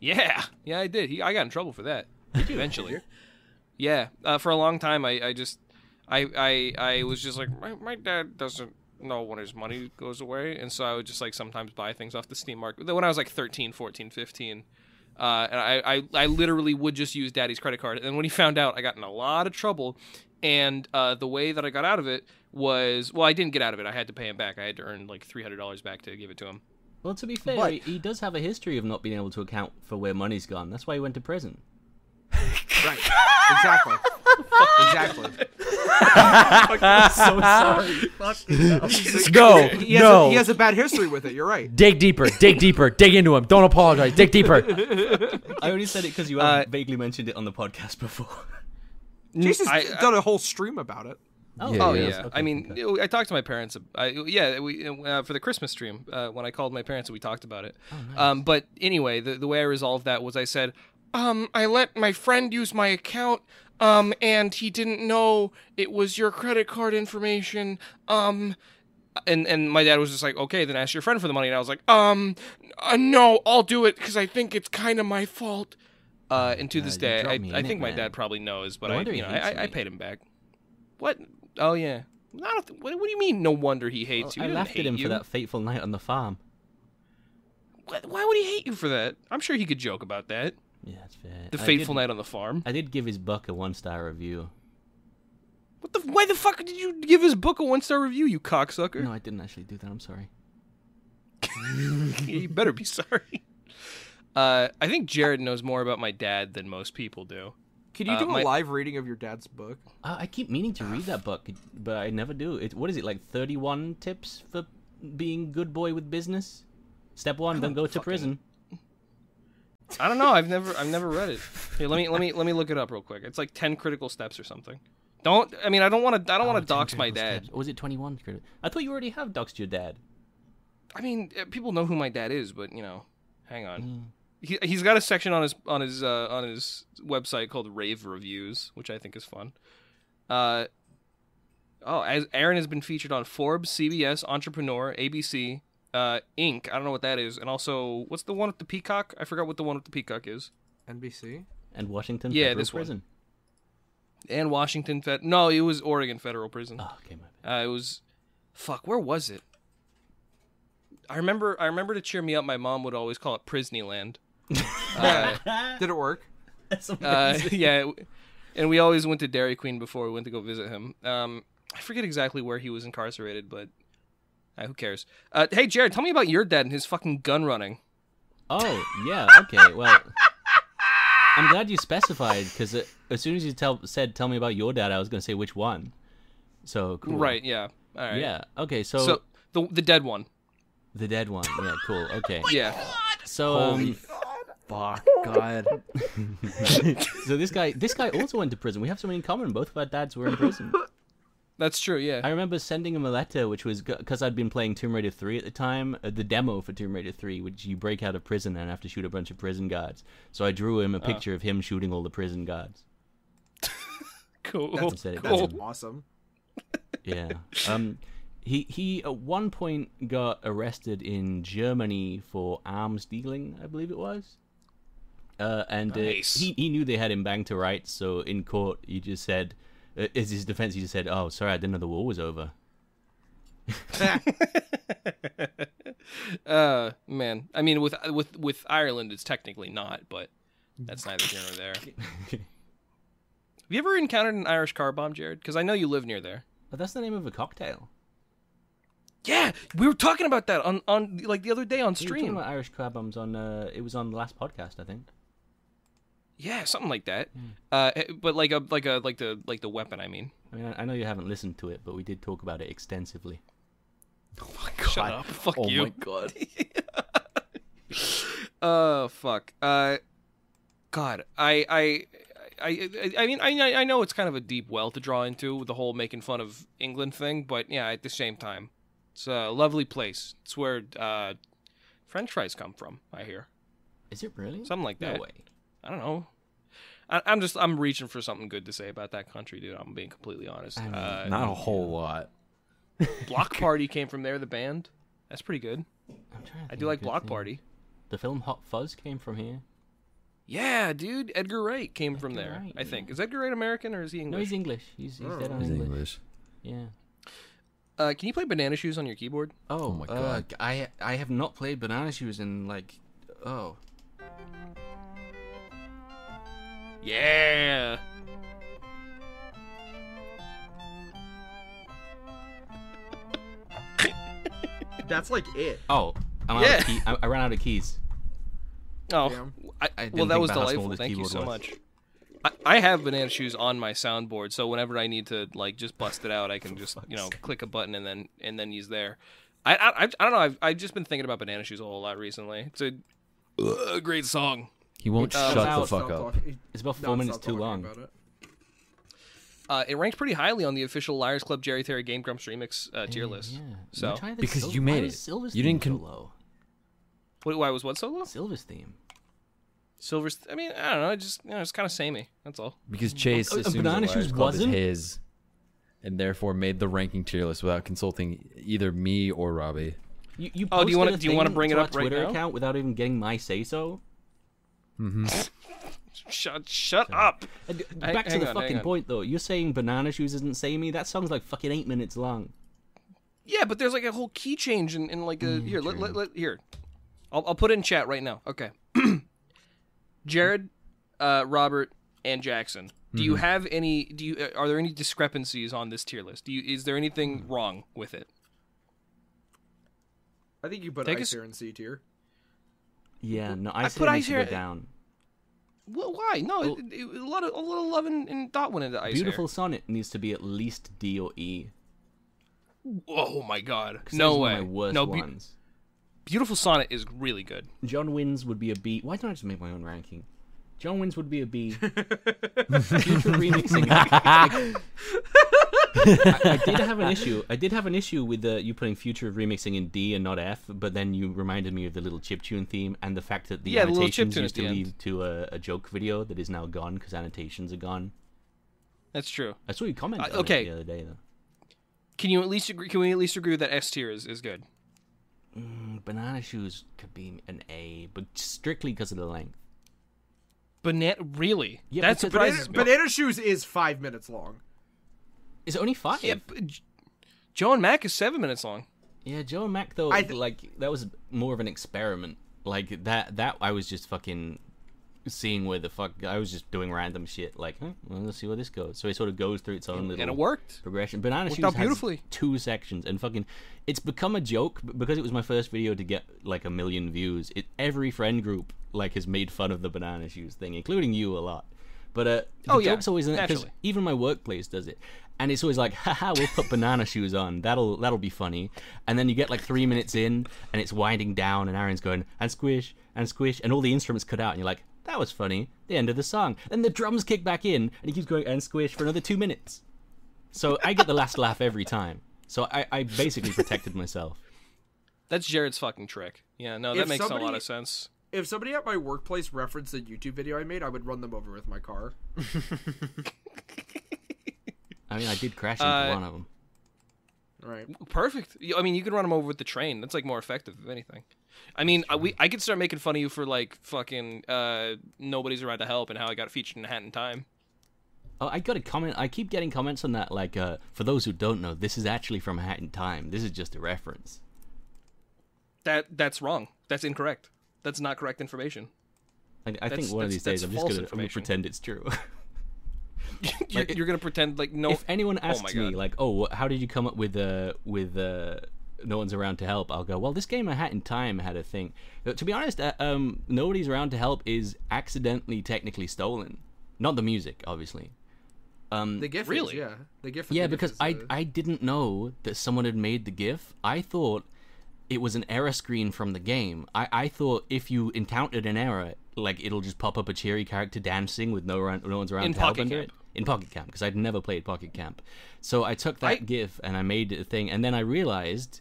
Speaker 3: Yeah, yeah, I did. He, I got in trouble for that eventually. yeah, uh, for a long time, I, I just, I, I, I was just like, my, my dad doesn't know when his money goes away, and so I would just like sometimes buy things off the Steam market. Then When I was like 13, 14, 15, uh, and I, I, I literally would just use Daddy's credit card. And when he found out, I got in a lot of trouble. And uh, the way that I got out of it was, well, I didn't get out of it. I had to pay him back. I had to earn like three hundred dollars back to give it to him.
Speaker 4: Well, to be fair,
Speaker 6: But-
Speaker 4: he- he does have a history of not being able to account for where money's gone. That's why he went to prison.
Speaker 6: Right. Exactly. exactly.
Speaker 4: so sorry.
Speaker 5: no,
Speaker 6: He has,
Speaker 5: no.
Speaker 6: a, he has a bad history with it. You're right.
Speaker 5: dig deeper, dig deeper, dig into him. Don't apologize. Dig deeper.
Speaker 4: I only said it because you
Speaker 3: Uh,
Speaker 4: have vaguely mentioned it on the podcast before.
Speaker 6: Jason's
Speaker 3: I-
Speaker 6: done a whole stream about it.
Speaker 3: Oh
Speaker 5: Yeah.
Speaker 3: yeah,
Speaker 4: Okay,
Speaker 3: I mean,
Speaker 4: okay.
Speaker 3: I talked to my parents. I, yeah, we uh, for the Christmas stream uh, when I called my parents, we talked about it.
Speaker 4: Oh,
Speaker 3: Um, but anyway, the, the way I resolved that was I said, um, I let my friend use my account, um, and he didn't know it was your credit card information. Um, and and my dad was just like, okay, then ask your friend for the money. And I was like, um, uh, no, I'll do it because I think it's kind of my fault. Uh, and to this
Speaker 4: you
Speaker 3: day,
Speaker 4: dropped
Speaker 3: I,
Speaker 4: me
Speaker 3: I
Speaker 4: in it,
Speaker 3: think my
Speaker 4: man.
Speaker 3: dad probably knows, but
Speaker 4: No
Speaker 3: I
Speaker 4: wonder he
Speaker 3: you know
Speaker 4: hates
Speaker 3: I, I
Speaker 4: me.
Speaker 3: paid him back. What? Oh yeah. I don't th- what, what do you mean? No wonder he hates you.
Speaker 4: I
Speaker 3: He doesn't
Speaker 4: laughed
Speaker 3: hate
Speaker 4: at him
Speaker 3: you.
Speaker 4: for that fateful night on the farm.
Speaker 3: Why, why would he hate you for that? I'm sure he could joke about that.
Speaker 4: Yeah, that's fair.
Speaker 3: The
Speaker 4: I
Speaker 3: fateful
Speaker 4: did,
Speaker 3: night on the farm.
Speaker 4: I did give his book a one star review.
Speaker 3: What the? Why the fuck did you give his book a one star review? You cocksucker.
Speaker 4: No, I didn't actually do that. I'm sorry.
Speaker 3: you better be sorry. Uh, I think Jared knows more about my dad than most people do.
Speaker 6: Can you
Speaker 3: Uh,
Speaker 6: do a
Speaker 3: my-
Speaker 6: live reading of your dad's book?
Speaker 4: Uh, I keep meaning to read that book, but I never do. It, what is it like? Thirty-one tips for being good boy with business. Step one: don't go to prison.
Speaker 3: I don't know. I've never I've never read it. Here, let me let me let me look it up real quick. It's like ten critical steps or something. Don't. I mean, I don't want to.
Speaker 4: Oh,
Speaker 3: I don't want to dox my dad.
Speaker 4: Or was it twenty-one? critical- I thought you already have doxed your dad.
Speaker 3: I mean, uh, people know who my dad is, but you know, hang on. He he's got a section on his on his uh, on his website called Rave Reviews, which I think is fun. Uh, oh, as Aaron has been featured on Forbes, CBS, Entrepreneur, ABC, uh, Inc. I don't know what that is, and also what's the one with the peacock? I forgot what the one with the peacock is.
Speaker 6: NBC.
Speaker 4: And Washington
Speaker 3: Yeah,
Speaker 4: Federal
Speaker 3: this one.
Speaker 4: Prison.
Speaker 3: And Washington Fed. No, it was Oregon Federal Prison.
Speaker 4: Oh, okay, my bad.
Speaker 3: Uh, it was, fuck, where was it? I remember. I remember to cheer me up. My mom would always call it Prisneyland. uh,
Speaker 6: Did it work?
Speaker 4: That's amazing.
Speaker 3: uh, yeah, and we always went to Dairy Queen before we went to go visit him. Um, I forget exactly where he was incarcerated, but uh, who cares? Uh, hey, Jared, tell me about your dad and his fucking gun running.
Speaker 4: Oh, yeah. Okay. Well, I'm glad you specified because as soon as you tell said tell me about your dad, I was going to say which one. So cool.
Speaker 3: Right? Yeah. All right.
Speaker 4: Yeah. Okay. So,
Speaker 3: So the the dead one.
Speaker 4: the dead one. Yeah. Cool. Okay.
Speaker 3: Yeah.
Speaker 4: So um,
Speaker 5: Fuck, God.
Speaker 4: so this guy this guy also went to prison. We have something in common. Both of our dads were in prison.
Speaker 3: That's true. Yeah.
Speaker 4: I remember sending him a letter, which was because I'd been playing Tomb Raider 3 at the time, uh, the demo for Tomb Raider 3, which you break out of prison and have to shoot a bunch of prison guards. So I drew
Speaker 3: Uh.
Speaker 4: him a picture of him shooting all the prison guards.
Speaker 3: cool.
Speaker 4: That's it.
Speaker 3: Oh, cool.
Speaker 4: That's
Speaker 8: Awesome.
Speaker 4: Yeah. Um, he he at one point got arrested in Germany for arms dealing, I believe it was. Uh, and uh,
Speaker 3: Nice.
Speaker 4: he he knew they had him banged to rights, so in court he just said, uh, as his defense, he just said, "Oh, sorry, I didn't know the war was over."
Speaker 3: uh, man. I mean, with with with Ireland, it's technically not, but that's neither here nor there. Have you ever encountered an Irish car bomb, Jared? Because I know you live near there.
Speaker 4: But that's the name of a cocktail.
Speaker 3: Yeah, we were talking about that on on like the other day on
Speaker 4: We were talking
Speaker 3: stream.
Speaker 4: about Irish crab bombs on. Uh, it was on the last podcast, I think.
Speaker 3: Yeah, something like that.
Speaker 5: Hmm.
Speaker 3: Uh, but like a like a like the like the weapon. I mean,
Speaker 4: I mean, I, I know you haven't listened to it, but we did talk about it extensively.
Speaker 3: shut up. Fuck
Speaker 5: Oh
Speaker 3: you.
Speaker 5: my God.
Speaker 3: Oh fuck. Uh, God, I I. I, I, I mean I I know it's kind of a deep well to draw into with the whole making fun of England thing, but yeah, at the same time, it's a lovely place. It's where uh, French fries come from, I hear.
Speaker 4: Is it really?
Speaker 3: Something like
Speaker 4: No
Speaker 3: that.
Speaker 4: way.
Speaker 3: I don't know. I, I'm just I'm reaching for something good to say about that country, dude. I'm being completely honest.
Speaker 4: mean,
Speaker 3: Uh,
Speaker 5: Not a whole lot.
Speaker 3: Block Party came from there, the band. That's pretty good.
Speaker 4: I'm trying to
Speaker 3: I
Speaker 4: think
Speaker 3: do
Speaker 4: of
Speaker 3: like
Speaker 4: good
Speaker 3: Block
Speaker 4: things.
Speaker 3: Party.
Speaker 4: The film Hot Fuzz came from here.
Speaker 3: Yeah, dude. Edgar Wright came from
Speaker 4: Edgar
Speaker 3: there.
Speaker 4: Wright,
Speaker 3: I think. Is Edgar Wright American or is he English?
Speaker 4: No, he's English. He's, he's dead on
Speaker 5: He's
Speaker 4: English.
Speaker 5: English.
Speaker 4: Yeah.
Speaker 3: uh, can you play Banana Shoes on your keyboard?
Speaker 4: Oh,
Speaker 5: my
Speaker 4: my
Speaker 5: God.
Speaker 4: god. I I have not played Banana Shoes in like oh.
Speaker 3: Yeah.
Speaker 8: That's like it.
Speaker 4: Oh, I'm out
Speaker 3: Yeah.
Speaker 4: of key. I, I ran out of keys.
Speaker 3: Oh, I,
Speaker 4: I didn't
Speaker 3: well, that
Speaker 4: think
Speaker 3: was
Speaker 4: about how small
Speaker 3: delightful.
Speaker 4: this
Speaker 3: Thank you
Speaker 4: keyboard
Speaker 3: so
Speaker 4: was.
Speaker 3: much. I, I have Banana Shoes on my soundboard, so whenever I need to like just bust it out, I can just you know click a button and then and then he's there. I I, I- I don't know. I've, I've just been thinking about Banana Shoes a whole lot recently. It's a uh, great song.
Speaker 5: He won't
Speaker 3: Uh,
Speaker 5: shut the
Speaker 4: about-
Speaker 5: fuck up.
Speaker 4: It's about four minutes too long.
Speaker 3: Uh, it ranked pretty highly on the official Liars Club Jerry Terry Game Grumps remix uh, tier list.
Speaker 4: Yeah.
Speaker 3: So
Speaker 4: I'm trying to think
Speaker 5: Because
Speaker 4: Sil-
Speaker 5: you
Speaker 4: why
Speaker 5: made
Speaker 4: was
Speaker 5: it.
Speaker 4: Silver's
Speaker 5: You
Speaker 4: theme
Speaker 5: didn't con-
Speaker 4: so low.
Speaker 3: Wait, why was what so low?
Speaker 4: Silver's theme.
Speaker 3: Silver. I mean, I don't know. It just you know, it's kind of samey. That's all.
Speaker 5: Because Chase
Speaker 3: uh,
Speaker 4: Oh, and
Speaker 5: assumes that
Speaker 4: Banana
Speaker 5: Liars
Speaker 4: Shoes
Speaker 5: Club is
Speaker 4: wasn't?
Speaker 5: his, and therefore made the ranking tier list without consulting either me or Robbie.
Speaker 4: You, you
Speaker 3: Oh, do you
Speaker 4: posted
Speaker 3: wanna-
Speaker 4: a
Speaker 3: do you wanna
Speaker 4: thing
Speaker 3: bring it
Speaker 4: to
Speaker 3: up
Speaker 4: our
Speaker 3: right
Speaker 4: Twitter
Speaker 3: now?
Speaker 4: account without even getting my say so?
Speaker 3: Shut shut up. Hang-
Speaker 4: Uh, Back to
Speaker 3: hang
Speaker 4: the
Speaker 3: on, hang
Speaker 4: fucking
Speaker 3: on.
Speaker 4: point though. You're saying Banana Shoes isn't samey? That song's like fucking eight minutes long.
Speaker 3: Yeah, but there's like a whole key change in, in like a
Speaker 4: Mm,
Speaker 3: here. Let, let, let here. I'll I'll put it in chat right now. Okay. Jared, uh, Robert, and Jackson. Do
Speaker 4: Mm-hmm.
Speaker 3: you have any? Do you uh, are there any discrepancies on this tier list? Do you is there anything
Speaker 4: Mm.
Speaker 3: wrong with it?
Speaker 8: I think you put
Speaker 3: Take
Speaker 8: Ice
Speaker 3: us-
Speaker 8: here in C tier.
Speaker 4: Yeah, no, Uh, I,
Speaker 3: I
Speaker 4: say
Speaker 3: put
Speaker 4: we
Speaker 3: Ice
Speaker 4: should go
Speaker 3: Hair-
Speaker 4: down.
Speaker 3: Well, why? No, it, it, a lot of a little love and, and thought went into ice. Hair.
Speaker 4: Beautiful Sonnet needs to be at least D or E.
Speaker 3: Oh my god!
Speaker 4: 'cause that
Speaker 3: No
Speaker 4: was
Speaker 3: way.
Speaker 4: One of my worst
Speaker 3: no, Be-
Speaker 4: ones.
Speaker 3: beautiful sonnet is really good.
Speaker 4: John Wins would be a B. Why don't I just make my own ranking? John Wins would be a B. Future remixing. I, I did have an issue. I did have an issue with uh, you putting future remixing in D and not F, but then you reminded me of the little chiptune theme and the fact that the
Speaker 3: Yeah, the little
Speaker 4: annotations
Speaker 3: chiptune at
Speaker 4: used to
Speaker 3: the end.
Speaker 4: lead to a, a joke video that is now gone because annotations are gone.
Speaker 3: That's true.
Speaker 4: I saw you comment
Speaker 3: Uh,
Speaker 4: on it
Speaker 3: okay.
Speaker 4: the other day though.
Speaker 3: Can you at least agree? Can we at least agree that S tier is, is good?
Speaker 4: Banana shoes could be an A, but strictly because of the length.
Speaker 3: Banana, really?
Speaker 4: Yeah,
Speaker 3: that
Speaker 4: because-
Speaker 3: surprises me.
Speaker 8: Banana Shoes is five minutes long.
Speaker 4: Is it only five?
Speaker 3: Yeah, but J- Joe and Mac is seven minutes long.
Speaker 4: Yeah, Joe and Mac though,
Speaker 8: I th-
Speaker 4: like that was more of an experiment. Like that, that I was just fucking seeing where the fuck I was just doing random shit like, huh, well, let's see where this goes. So it sort of goes through its own little
Speaker 3: and it worked.
Speaker 4: progression. Banana
Speaker 3: Worked
Speaker 4: Shoes
Speaker 3: out
Speaker 4: has
Speaker 3: beautifully.
Speaker 4: two sections and fucking it's become a joke but because it was my first video to get like a million views. It every friend group like has made fun of the Banana Shoes thing, including you a lot. But uh, the
Speaker 3: Oh, yeah,
Speaker 4: joke's always in it 'cause
Speaker 3: naturally.
Speaker 4: even my workplace does it. And it's always like, haha, we'll put banana shoes on. That'll that'll be funny. And then you get like three minutes in, and it's winding down, and Aaron's going and squish and squish, and all the instruments cut out, and you're like, that was funny. The end of the song. Then the drums kick back in, and he keeps going and squish for another two minutes. So I get the last laugh every time. So I, I basically protected myself.
Speaker 3: That's Jared's fucking trick. Yeah, no, that
Speaker 8: If
Speaker 3: makes a lot
Speaker 8: somebody-
Speaker 3: of sense.
Speaker 8: If somebody at my workplace referenced a YouTube video I made, I would run them over with my car.
Speaker 4: I mean, I did crash into
Speaker 3: Uh,
Speaker 4: one of them.
Speaker 8: Right.
Speaker 3: Perfect. You- I mean, you can run them over with the train. That's like more effective, if anything. I mean, I, we I could start making fun of you for like fucking uh, nobody's around to help and how I got featured in Hat in Time.
Speaker 4: Oh, I got a comment. I keep getting comments on that. Like, uh, for those who don't know, this is actually from Hat in Time. This is just a reference.
Speaker 3: That that's wrong. That's incorrect. That's not correct information.
Speaker 4: I, I think
Speaker 3: That's-
Speaker 4: one of
Speaker 3: that's-
Speaker 4: these days
Speaker 3: that's
Speaker 4: I'm just
Speaker 3: false
Speaker 4: gonna, I'm gonna
Speaker 3: information. Oh,
Speaker 4: pretend it's true.
Speaker 3: You're,
Speaker 4: Like,
Speaker 3: you're gonna pretend like no.
Speaker 4: if anyone
Speaker 3: my
Speaker 4: asks me
Speaker 3: God.
Speaker 4: like, "Oh, wh- how did you come up with uh, with uh, no one's around to help?" I'll go, "Well, this game I had in time had a thing." Uh, to be honest, uh, um, nobody's around to help is accidentally technically stolen. Not the music, obviously.
Speaker 8: The gift.
Speaker 3: Really?
Speaker 8: Is, yeah. The gift.
Speaker 4: Yeah,
Speaker 8: the GIF
Speaker 4: because
Speaker 8: is,
Speaker 4: I
Speaker 8: uh,
Speaker 4: I didn't know that someone had made the GIF. I thought it was an error screen from the game. I, I thought if you encountered an error, like it'll just pop up a cheery character dancing with no around, no one's around
Speaker 3: In
Speaker 4: to help
Speaker 3: Pocket
Speaker 4: him do
Speaker 3: Camp.
Speaker 4: it. In Pocket Camp, because I'd never played Pocket Camp, so I took that
Speaker 3: I-
Speaker 4: GIF and I made it a thing. And then I realized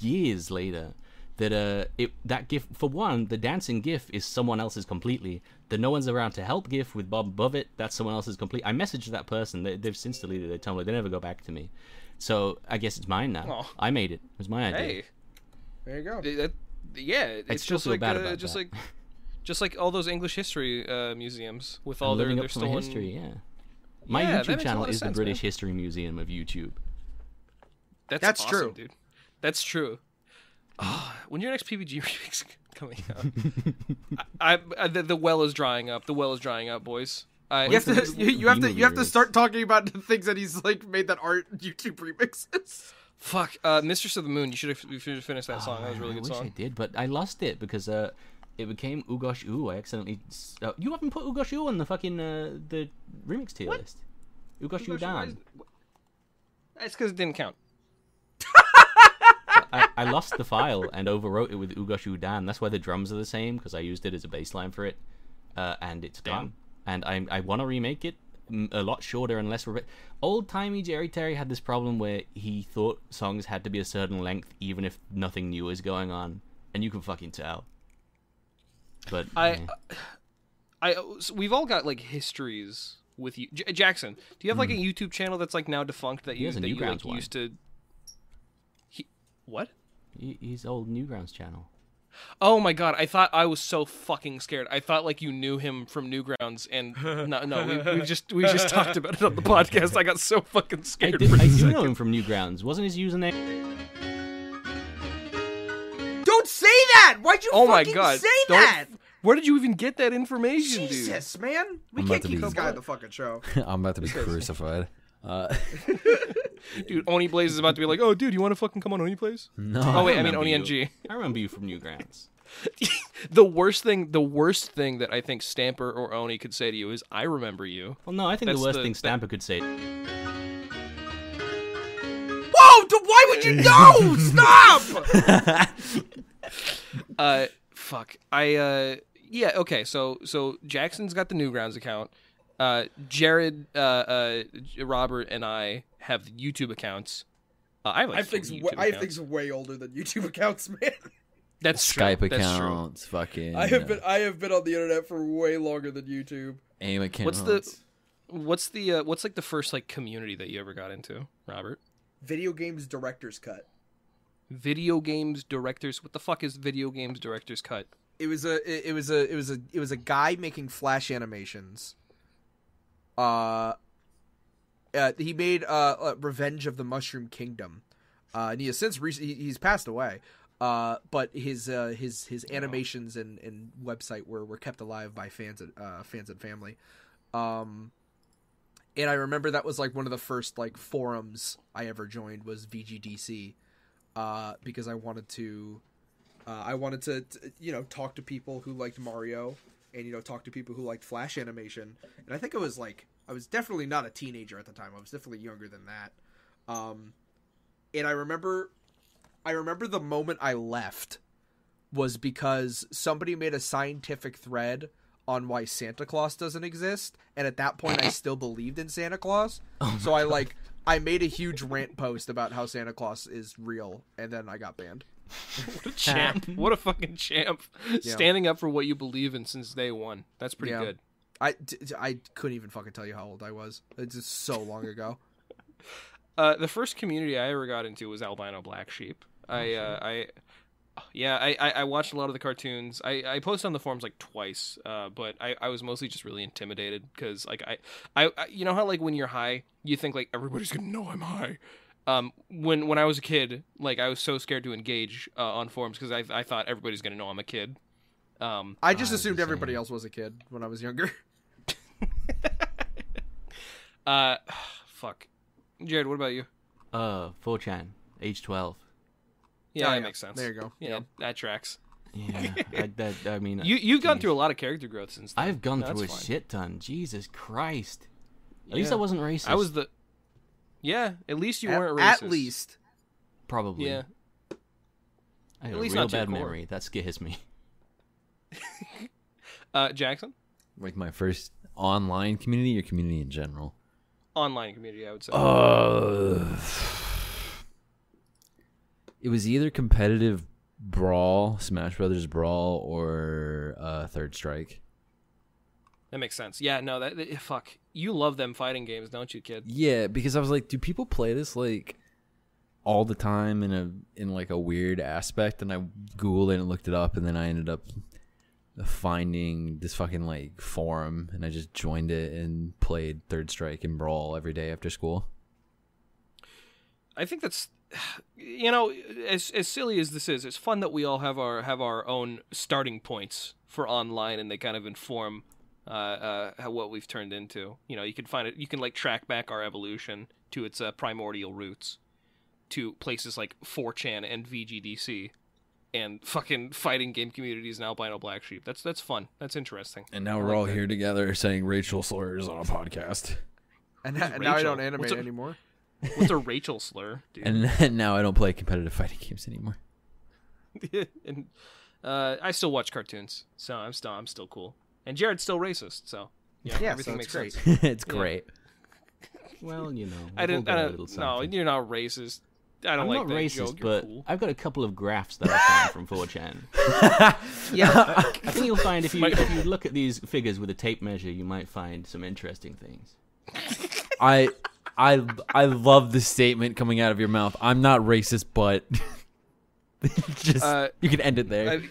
Speaker 4: years later that uh it that GIF for one the dancing GIF is someone else's completely. The no one's around to help GIF with Bob above it that's someone else's complete. I messaged that person. They, they've since deleted their Tumblr. They never go back to me. So I guess it's mine now.
Speaker 3: Aw.
Speaker 4: I made it. It was my idea.
Speaker 3: Hey,
Speaker 8: There you go.
Speaker 3: that, yeah, it's
Speaker 4: still
Speaker 3: just
Speaker 4: feel
Speaker 3: like
Speaker 4: bad
Speaker 3: uh,
Speaker 4: about
Speaker 3: just
Speaker 4: that.
Speaker 3: like just like all those English history uh, museums with
Speaker 4: I'm
Speaker 3: all their
Speaker 4: living
Speaker 3: their
Speaker 4: up to my
Speaker 3: stolen
Speaker 4: history. Yeah. My
Speaker 3: Yeah, that
Speaker 4: YouTube
Speaker 3: makes a
Speaker 4: channel
Speaker 3: lot of
Speaker 4: is
Speaker 3: sense,
Speaker 4: the British
Speaker 3: man.
Speaker 4: History Museum of YouTube.
Speaker 3: That's,
Speaker 8: That's
Speaker 3: awesome,
Speaker 8: true.
Speaker 3: dude. That's true. Ah, when your next PBG review's coming out, I, I, I- the, the well is drying up. The well is drying up, boys. I,
Speaker 8: You have to. You, you have to.
Speaker 4: Beamer
Speaker 8: You have to
Speaker 4: lyrics.
Speaker 8: start talking about the things that he's like made that aren't YouTube remixes.
Speaker 3: fuck, uh, Mistress of the Moon. You should have you should have finished that song. That was a really
Speaker 4: Ah, I
Speaker 3: good
Speaker 4: wish I
Speaker 3: song.
Speaker 4: did, but I lost it because uh, it became Ugosh Ooh. I accidentally. s- Uh, you haven't put Ugosh Ooh on the fucking uh, the remix tier list. Ugosh Ooh down.
Speaker 3: That's because it didn't count.
Speaker 4: I, I lost the file and overwrote it with Ugosh Ooh Dan. That's why the drums are the same because I used it as a bass line for it, uh, and it's gone. And I I want to remake it mm, a lot shorter and less. Re- Old timey Jerry Terry had this problem where he thought songs had to be a certain length even if nothing new is going on, and you can fucking tell. But
Speaker 3: I,
Speaker 4: yeah.
Speaker 3: I so we've all got like histories with you, J- Jackson. Do you have like a YouTube channel that's like now defunct that you
Speaker 4: Hmm. has a
Speaker 3: that you like,
Speaker 4: Newgrounds one.
Speaker 3: used to? He, what?
Speaker 4: He- He's old Newgrounds channel.
Speaker 3: Oh my god, I thought I was so fucking scared. I thought like you knew him from Newgrounds and no no, we we just we just talked about it on the podcast. I got so fucking
Speaker 4: I,
Speaker 3: scared.
Speaker 4: did,
Speaker 3: for a
Speaker 4: I do
Speaker 3: second.
Speaker 4: know him from Newgrounds. Wasn't his username?
Speaker 6: Don't say that! Why'd you
Speaker 3: Oh my
Speaker 6: fucking
Speaker 3: god.
Speaker 6: say
Speaker 3: don't-
Speaker 6: that?
Speaker 3: Where did you even get that information, dude?
Speaker 8: Jesus, man, we
Speaker 5: I'm about
Speaker 8: can't
Speaker 5: to
Speaker 8: keep
Speaker 5: be-
Speaker 8: this guy on the fucking show.
Speaker 5: I'm about to be crucified. Uh,
Speaker 3: Dude, Oni Blaze is about to be like, "Oh dude, you want to fucking come on Oni Blaze?"
Speaker 5: no.
Speaker 3: Oh wait, I mean
Speaker 4: remember
Speaker 3: Oni
Speaker 4: you.
Speaker 3: NG.
Speaker 4: I remember you from Newgrounds.
Speaker 3: The worst thing, the worst thing that I think Stamper or Oni could say to you is, "I remember you."
Speaker 4: Well, no, I think
Speaker 3: That's
Speaker 4: the worst
Speaker 3: the-
Speaker 4: thing
Speaker 3: that-
Speaker 4: Stamper could say.
Speaker 6: Whoa! Oh, d- Why would you know? Stop!
Speaker 3: Uh, fuck. I uh, yeah. Okay. So so Jackson's got the Newgrounds account. Uh, Jared, uh, uh, J- Robert, and I have YouTube accounts. Uh, I have like
Speaker 6: I have things.
Speaker 3: three
Speaker 6: Wa-
Speaker 3: YouTube
Speaker 6: I have
Speaker 3: accounts.
Speaker 6: things way older than YouTube accounts, man.
Speaker 3: That's true.
Speaker 5: Skype
Speaker 3: That's true.
Speaker 5: accounts, fucking.
Speaker 6: I have been.
Speaker 5: uh,
Speaker 6: I have been on the internet for way longer than YouTube.
Speaker 5: aim accounts.
Speaker 3: What's the what's the uh, what's like the first like community that you ever got into, Robert?
Speaker 6: Video games director's cut.
Speaker 3: Video games directors. What the fuck is video games directors cut?
Speaker 8: It was a. It, it was a. It was a. It was a guy making flash animations. Uh, uh he made uh, uh Revenge of the Mushroom Kingdom, uh, and he has since rec- he, he's passed away.
Speaker 6: Uh, but his uh, his his animations and, and website were, were kept alive by fans and uh, fans and family. Um, and I remember that was like one of the first like forums I ever joined was VGDC, uh, because I wanted to, uh, I wanted to, t- you know talk to people who liked Mario, and you know talk to people who liked Flash animation. And I think I was like I was definitely not a teenager at the time. I was definitely younger than that. Um, and I remember, I remember the moment I left was because somebody made a scientific thread on why Santa Claus doesn't exist, and at that point I still believed in Santa Claus. so I like I made a huge rant post about how Santa Claus is real, and then I got banned.
Speaker 3: What a champ. what a fucking champ. Standing up for what you believe in since day one. That's pretty
Speaker 6: Yeah.
Speaker 3: good.
Speaker 6: I, d- d- I couldn't even fucking tell you how old I was. It's just so long ago.
Speaker 3: Uh, the first community I ever got into was albino black sheep. I, uh, I, yeah, I, I, I watched a lot of the cartoons. I, I posted on the forums like twice, uh, but I, I was mostly just really intimidated because like I, I, I, you know how like when you're high, you think like everybody's gonna know I'm high. Um, when when I was a kid, like I was so scared to engage uh, on forums because I I thought everybody's gonna know I'm a kid. Um,
Speaker 6: I just assumed everybody else was a kid when I was younger.
Speaker 3: uh, fuck, Jared, what about you?
Speaker 4: Uh, 4chan, age 12.
Speaker 3: Yeah,
Speaker 6: Oh,
Speaker 3: that
Speaker 6: yeah.
Speaker 3: makes sense.
Speaker 6: There you go.
Speaker 3: Yeah,
Speaker 6: Yeah.
Speaker 3: that tracks.
Speaker 4: Yeah, I, that, I mean,
Speaker 3: You you've gone
Speaker 4: jeez.
Speaker 3: through a lot of character growth since. Then.
Speaker 4: I've gone
Speaker 3: No,
Speaker 4: through a
Speaker 3: that's fine.
Speaker 4: shit ton. Jesus Christ. At least
Speaker 3: Yeah.
Speaker 4: I wasn't racist.
Speaker 3: I was the. Yeah, at least you
Speaker 6: at,
Speaker 3: weren't
Speaker 6: at
Speaker 3: racist.
Speaker 6: least
Speaker 4: probably.
Speaker 3: Yeah.
Speaker 4: I got
Speaker 3: At least
Speaker 4: a real
Speaker 3: not too
Speaker 4: bad
Speaker 3: core.
Speaker 4: memory. That scares me.
Speaker 3: Uh, Jackson,
Speaker 5: Like my first online community or community in general.
Speaker 3: online community, I would say.
Speaker 5: Uh, it was either competitive brawl, Smash Brothers brawl, or uh, Third Strike.
Speaker 3: That makes sense. Yeah, no, that, that- fuck. You love them fighting games, don't you, kid?
Speaker 5: Yeah, because I was like, do people play this like all the time in a in like a weird aspect? And I googled it and looked it up, and then I ended up finding this fucking like forum, and I just joined it and played Third Strike and Brawl every day after school.
Speaker 3: I think that's you know, as as silly as this is, it's fun that we all have our have our own starting points for online, and they kind of inform uh, uh, how, what we've turned into. You know, you can find it. You can like track back our evolution to its uh, primordial roots, to places like 4chan and VGDC, and fucking fighting game communities and albino black sheep. That's that's fun. That's interesting.
Speaker 5: And now we're all here together saying racial slurs on a podcast.
Speaker 6: and, and now I
Speaker 3: Rachel?
Speaker 6: don't animate
Speaker 3: What's a-
Speaker 6: anymore.
Speaker 3: What's a Rachel slur, dude?
Speaker 5: And, and now I don't play competitive fighting games anymore.
Speaker 3: and uh, I still watch cartoons, so I'm still I'm still cool. And Jared's still racist, so yeah,
Speaker 6: Yeah,
Speaker 3: everything
Speaker 6: so
Speaker 3: makes
Speaker 6: it's great.
Speaker 3: sense.
Speaker 5: it's great.
Speaker 4: Well, you know.
Speaker 3: I
Speaker 4: we've all
Speaker 3: didn't.
Speaker 4: got
Speaker 3: I
Speaker 4: a
Speaker 3: don't,
Speaker 4: little
Speaker 3: no,
Speaker 4: something.
Speaker 3: you're not racist. I don't
Speaker 4: I'm
Speaker 3: like
Speaker 4: not
Speaker 3: that
Speaker 4: racist,
Speaker 3: joke. You're
Speaker 4: but
Speaker 3: cool.
Speaker 4: I've got a couple of graphs that I found from 4chan.
Speaker 6: Yeah,
Speaker 4: I think you'll find if you if you look at these figures with a tape measure, you might find some interesting things.
Speaker 5: I I I love the statement coming out of your mouth. I'm not racist, but just
Speaker 3: Uh,
Speaker 5: you can end it there.
Speaker 3: I-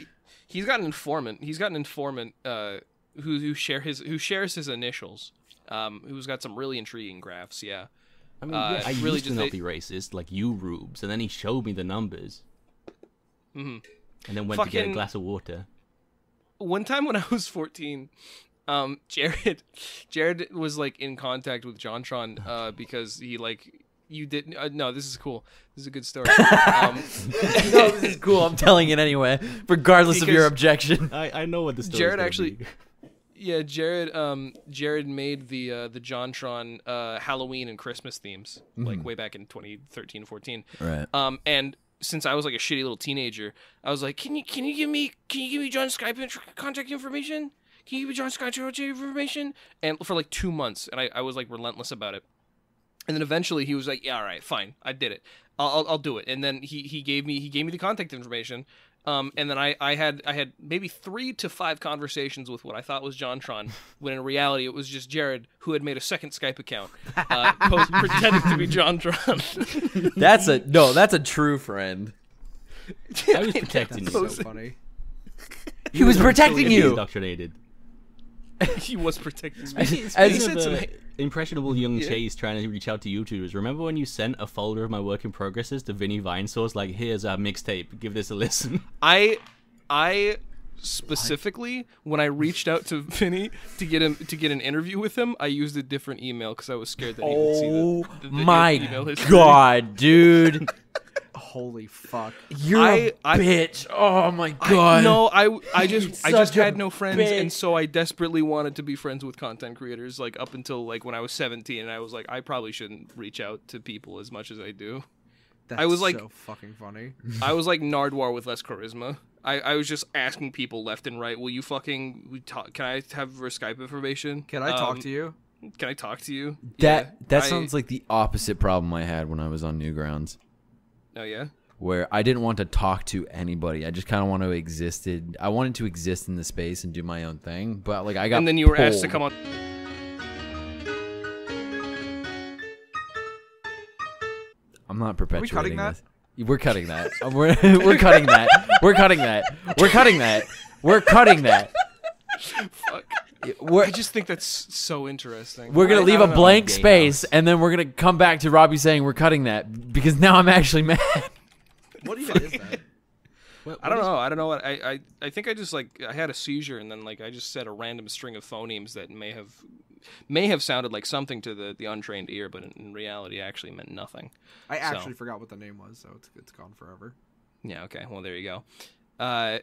Speaker 3: he's got an informant. He's got an informant uh, who who share his who shares his initials. Um, who's got some really intriguing graphs? Yeah,
Speaker 4: I mean,
Speaker 3: Uh,
Speaker 4: yeah, I
Speaker 3: it's
Speaker 4: really
Speaker 3: really
Speaker 4: used to
Speaker 3: just
Speaker 4: not
Speaker 3: a-
Speaker 4: be racist, like you, Rubes, and then he showed me the numbers. Mm-hmm. And then went to get
Speaker 3: Fucking-
Speaker 4: a glass of water.
Speaker 3: one time when I was 14, um, Jared, Jared was like in contact with Jontron, uh, because he like you didn't. Uh, no, this is cool. This is a good story. um,
Speaker 5: no, this is cool. I'm telling it anyway, regardless of your
Speaker 3: Because-
Speaker 5: objection.
Speaker 4: I, I know what the story.
Speaker 3: Jared actually- yeah, Jared, um, Jared made the uh, the Jontron uh, Halloween and Christmas themes like way back in 2013, 14.
Speaker 5: Right.
Speaker 3: Um, and since I was like a shitty little teenager, I was like, can you can you give me can you give me John's Skype int- contact information? Can you give me John's Skype contact information? And for like two months, and I, I was like relentless about it. And then eventually he was like, yeah, all right, fine, I did it. I'll, I'll, I'll do it. And then he, he gave me he gave me the contact information. Um, and then I, I had I had maybe three to five conversations with what I thought was JonTron, when in reality it was just Jared who had made a second Skype account, uh, post- pretending to be JonTron.
Speaker 5: That's a no. That's a true friend.
Speaker 4: I was protecting you.
Speaker 6: so funny.
Speaker 5: He was
Speaker 4: Totally
Speaker 5: protecting you.
Speaker 4: Indoctrinated.
Speaker 3: he was protecting me.
Speaker 4: Speaking,
Speaker 5: As-
Speaker 4: speaking
Speaker 3: as-
Speaker 4: of uh, the impressionable young Chase trying to reach out to YouTubers, remember when you sent a folder of my work in progresses to Vinny Vinesource? Like, here's our mixtape. Give this a listen.
Speaker 3: I I specifically when I reached out to Vinny to get him to get an interview with him, I used a different email because I was scared that he would see
Speaker 5: Oh
Speaker 3: the, the, the email
Speaker 5: my
Speaker 3: history.
Speaker 5: god, dude.
Speaker 6: Holy fuck.
Speaker 5: You're a
Speaker 3: I- I-
Speaker 5: bitch. Oh my
Speaker 3: I-
Speaker 5: god.
Speaker 3: no, I I just I just
Speaker 5: Such a
Speaker 3: had no friends,
Speaker 5: bitch.
Speaker 3: and so I desperately wanted to be friends with content creators. Like up until like when I was seventeen, and I was like, I probably shouldn't reach out to people as much as I do.
Speaker 6: That's
Speaker 3: was like-
Speaker 6: so fucking funny.
Speaker 3: I was like Nardwar with less charisma. I, I was just asking people left and right, will you fucking we talk? Can I have your Skype information? Um,
Speaker 6: Can I talk to you?
Speaker 3: you? Can I talk to you?
Speaker 5: That
Speaker 3: Yeah,
Speaker 5: that
Speaker 3: I-
Speaker 5: sounds like the opposite problem I had when I was on Newgrounds,
Speaker 3: Oh yeah.
Speaker 5: where I didn't want to talk to anybody. I just kind of want to existed. I wanted to exist in the space and do my own thing, but like I got
Speaker 3: And then you were asked to
Speaker 5: pulled.
Speaker 3: come on.
Speaker 5: I'm not perpetuating
Speaker 6: cutting that?
Speaker 5: this. We're cutting that. Uh, We're, we're cutting that. We're cutting that. We're cutting that. We're cutting that.
Speaker 3: Fuck.
Speaker 5: We're
Speaker 3: I just think that's so interesting.
Speaker 5: we're gonna
Speaker 4: I
Speaker 5: leave a
Speaker 4: don't know,
Speaker 5: blank
Speaker 4: gay
Speaker 5: space,
Speaker 4: house.
Speaker 5: and then we're gonna come back to Robbie saying we're cutting that because now I'm actually mad.
Speaker 6: What even is that?
Speaker 3: I don't know. I don't know what I, I I think I just like I had a seizure and then like I just said a random string of phonemes that may have may have sounded like something to the the untrained ear, but in, in reality actually meant nothing.
Speaker 6: I actually forgot what the name was, so it's, it's gone forever.
Speaker 3: Yeah. Okay. Well, there you go. Uh,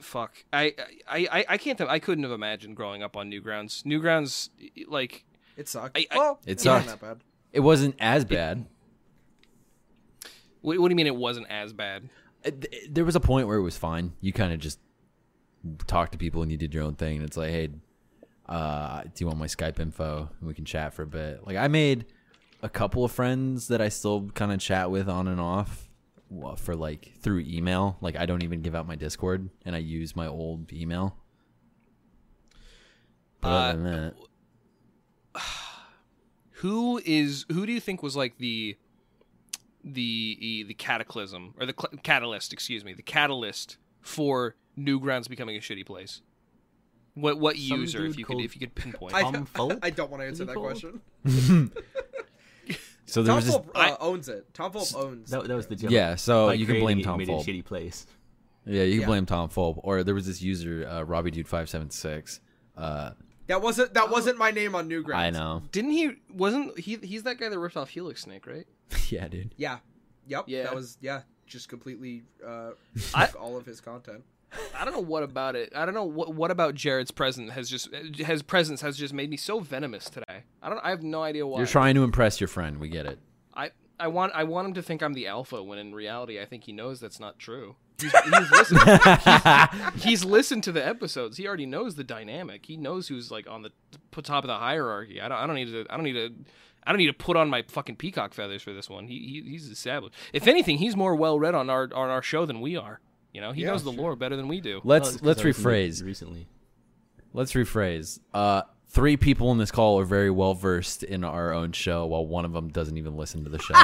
Speaker 3: fuck. I I I, I can't. Th- I couldn't have imagined growing up on Newgrounds. Newgrounds, like
Speaker 6: It sucked.
Speaker 3: I- I-
Speaker 6: well,
Speaker 5: It
Speaker 6: it's not
Speaker 5: sucked.
Speaker 6: that bad.
Speaker 5: It wasn't as bad.
Speaker 3: what, what do you mean it wasn't as bad?
Speaker 5: Uh, th- there was a point where it was fine. You kind of just talked to people and you did your own thing, and it's like, hey, uh, do you want my Skype info? And we can chat for a bit. Like I made a couple of friends that I still kind of chat with on and off well, for like through email. Like I don't even give out my Discord, and I use my old email. But other than that,
Speaker 3: Who is who do you think was like the the the cataclysm or the cl- catalyst? Excuse me, the catalyst for Newgrounds becoming a shitty place. What what
Speaker 4: Some
Speaker 3: user if
Speaker 4: dude
Speaker 3: you
Speaker 4: called-
Speaker 3: could if you could pinpoint?
Speaker 6: I-
Speaker 4: Tom Fulp?
Speaker 6: I don't want to answer that
Speaker 4: People?
Speaker 6: question.
Speaker 5: so there
Speaker 6: Tom
Speaker 5: was this.
Speaker 6: Fulp uh,
Speaker 3: I-
Speaker 6: owns it. Tom Fulp owns.
Speaker 4: That, that was the joke.
Speaker 5: Yeah, so
Speaker 4: By
Speaker 5: you can
Speaker 4: creating
Speaker 5: blame
Speaker 4: it, you
Speaker 5: Tom
Speaker 4: made it a
Speaker 5: Fulp.
Speaker 4: shitty place.
Speaker 5: Yeah, you can
Speaker 6: Yeah.
Speaker 5: blame Tom Fulp, or there was this user uh, Robbie Dude five seven six. Uh,
Speaker 6: That wasn't
Speaker 3: Oh.
Speaker 6: that wasn't my name on Newgrounds.
Speaker 5: I know.
Speaker 3: Didn't he? Wasn't he? He's that guy that ripped off Helix Snake, right?
Speaker 5: yeah, dude.
Speaker 6: Yeah. Yep.
Speaker 3: Yeah.
Speaker 6: That was yeah. Just completely uh,
Speaker 3: I-
Speaker 6: took all of his content.
Speaker 3: I don't know what about it. I don't know what what about Jared's presence has just his presence has just made me so venomous today. I don't. I have no idea why.
Speaker 5: You're trying to impress your friend. We get it.
Speaker 3: I I want I want him to think I'm the alpha when in reality I think he knows that's not true. He's, he's, listened, he's, he's listened to the episodes. He already knows the dynamic. He knows who's like on the p- top of the hierarchy. I don't, I don't need to. I don't need to. I don't need to put on my fucking peacock feathers for this one. He, he he's established. If anything, he's more well read on our on our show than we are. You know, he knows the lore better than we do.
Speaker 5: Let's
Speaker 4: Oh, it's 'cause
Speaker 5: let's
Speaker 4: I listened to it
Speaker 5: rephrase.
Speaker 4: Recently.
Speaker 5: Let's rephrase. Uh, three people in this call are very well versed in our own show, while one of them doesn't even listen to the show.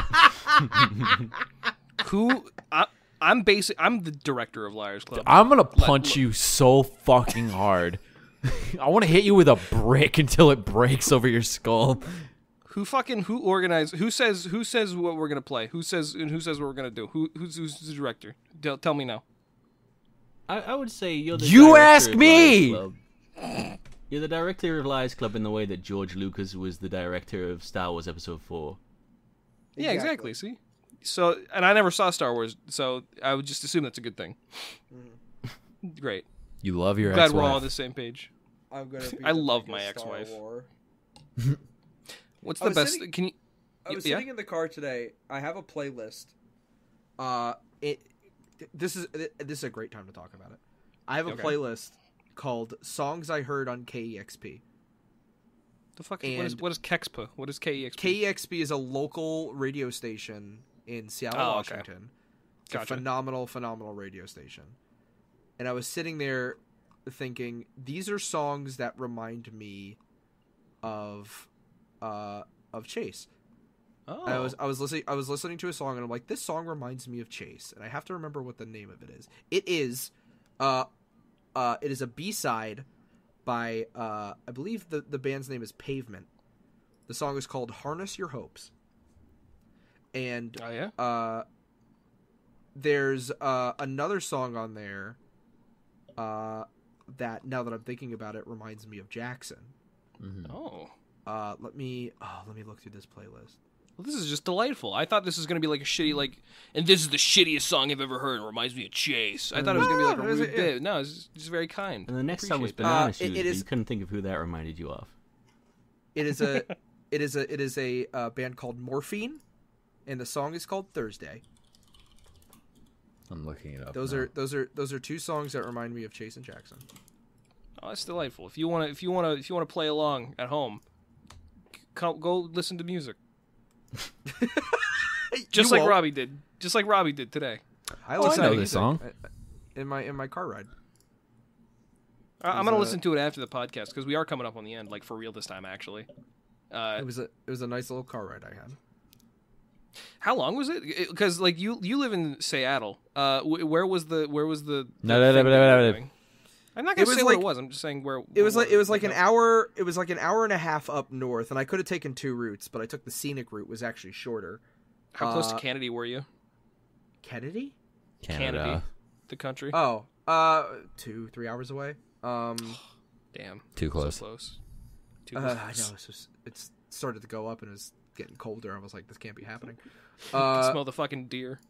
Speaker 3: Who I, I'm basic. I'm the director of Liars Club.
Speaker 5: I'm gonna punch you so fucking hard. I want to hit you with a brick until it breaks over your skull.
Speaker 3: who fucking who organized? Who says who says what we're gonna play? Who says and who says what we're gonna do? Who who's, who's the director? Tell, tell me now.
Speaker 4: I, I would say you're the
Speaker 5: You
Speaker 4: director
Speaker 5: ask
Speaker 4: of
Speaker 5: me!
Speaker 4: Liars Club. You're the director of Liars Club in the way that George Lucas was the director of Star Wars Episode Four.
Speaker 3: Yeah, exactly. See, so and I never saw Star Wars, so I would just assume that's a good thing.
Speaker 6: Mm-hmm.
Speaker 3: Great.
Speaker 5: You love your
Speaker 3: Glad
Speaker 5: ex-wife.
Speaker 3: we're all on the same page.
Speaker 6: I'm gonna. Be
Speaker 3: I
Speaker 6: the
Speaker 3: love
Speaker 6: biggest
Speaker 3: my
Speaker 6: Star
Speaker 3: ex-wife.
Speaker 6: War.
Speaker 3: What's
Speaker 6: I
Speaker 3: the
Speaker 6: was
Speaker 3: best?
Speaker 6: sitting-
Speaker 3: can you?
Speaker 6: I was
Speaker 3: Yeah?
Speaker 6: sitting in the car today. I have a playlist. Uh, it. th- This is th- this is a great time to talk about it. I have a
Speaker 3: Okay.
Speaker 6: playlist called "Songs I Heard on E KEXP."
Speaker 3: The fuck? What is
Speaker 6: and- E
Speaker 3: what is Kexpa? What is E KEXP?
Speaker 6: KEXP is a local radio station in Seattle,
Speaker 3: Oh, okay.
Speaker 6: Washington. It's
Speaker 3: Gotcha.
Speaker 6: a phenomenal, phenomenal radio station. And I was sitting there thinking, these are songs that remind me of uh of Chase.
Speaker 3: oh,
Speaker 6: I was I was listening I was listening to a song and I'm like, this song reminds me of Chase, and I have to remember what the name of it is. It is uh uh it is a B side by uh, I believe the the band's name is Pavement. The song is called "Harness Your Hopes," and
Speaker 3: Oh yeah.
Speaker 6: uh, there's uh, another song on there uh, that now that I'm thinking about it reminds me of Jackson.
Speaker 3: Oh.
Speaker 6: Uh, let me oh, let me look through this playlist.
Speaker 3: Well, this is just delightful. I thought this was gonna be like a shitty like, and this is the shittiest song I've ever heard. It reminds me of Chase. I thought it was gonna be like a
Speaker 6: No, it was-
Speaker 3: rude
Speaker 6: it-
Speaker 3: bit. No, it's just, just very kind.
Speaker 4: And the next song was
Speaker 3: Appreciate
Speaker 4: Banana
Speaker 6: Uh, it-
Speaker 4: Shoes,
Speaker 6: it
Speaker 4: but
Speaker 6: is-
Speaker 4: you couldn't think of who that reminded you of.
Speaker 6: It is a it is a it is a uh, band called Morphine, and the song is called Thursday.
Speaker 5: I'm looking it up.
Speaker 6: Those
Speaker 5: now.
Speaker 6: are those are those are two songs that remind me of Chase and Jackson.
Speaker 3: Oh, that's delightful. If you wanna, if you wanna, if you wanna play along at home, c- come, go listen to music. just
Speaker 6: You
Speaker 3: like
Speaker 6: won't.
Speaker 3: Robbie did. Just like Robbie did today.
Speaker 6: Oh, I
Speaker 5: I
Speaker 6: listen
Speaker 5: know
Speaker 6: to
Speaker 5: this
Speaker 6: music
Speaker 5: song.
Speaker 6: in my in my car ride.
Speaker 3: I- I'm
Speaker 6: was
Speaker 3: gonna
Speaker 6: a-
Speaker 3: listen to it after the podcast because we are coming up on the end, like for real this time, actually. Uh,
Speaker 6: It was a it was a nice little car ride I had.
Speaker 3: how long was it? Because like you you live in Seattle. Uh, wh- where was the where was the?
Speaker 5: No,
Speaker 3: the
Speaker 5: no, no,
Speaker 3: thing that
Speaker 5: no, no,
Speaker 3: you were
Speaker 5: no.
Speaker 3: doing? I'm not
Speaker 6: It
Speaker 3: gonna
Speaker 6: was
Speaker 3: say what
Speaker 6: like-
Speaker 3: it was. I'm just saying where
Speaker 6: It was
Speaker 3: where
Speaker 6: like it was like an
Speaker 3: how-
Speaker 6: hour it was like an hour and a half up north, and I could have taken two routes, but I took the scenic route was actually shorter.
Speaker 3: How close to
Speaker 6: uh,
Speaker 3: Kennedy were you?
Speaker 6: Kennedy?
Speaker 5: Canada.
Speaker 3: Kennedy, the country.
Speaker 6: Oh, uh, two three hours away. Um,
Speaker 3: Damn,
Speaker 5: Too close.
Speaker 3: so close. Too
Speaker 6: uh,
Speaker 3: close.
Speaker 6: I know it's just, it's started to go up and it was getting colder. I was like, this can't be happening.
Speaker 3: I
Speaker 6: Uh,
Speaker 3: can smell the fucking deer.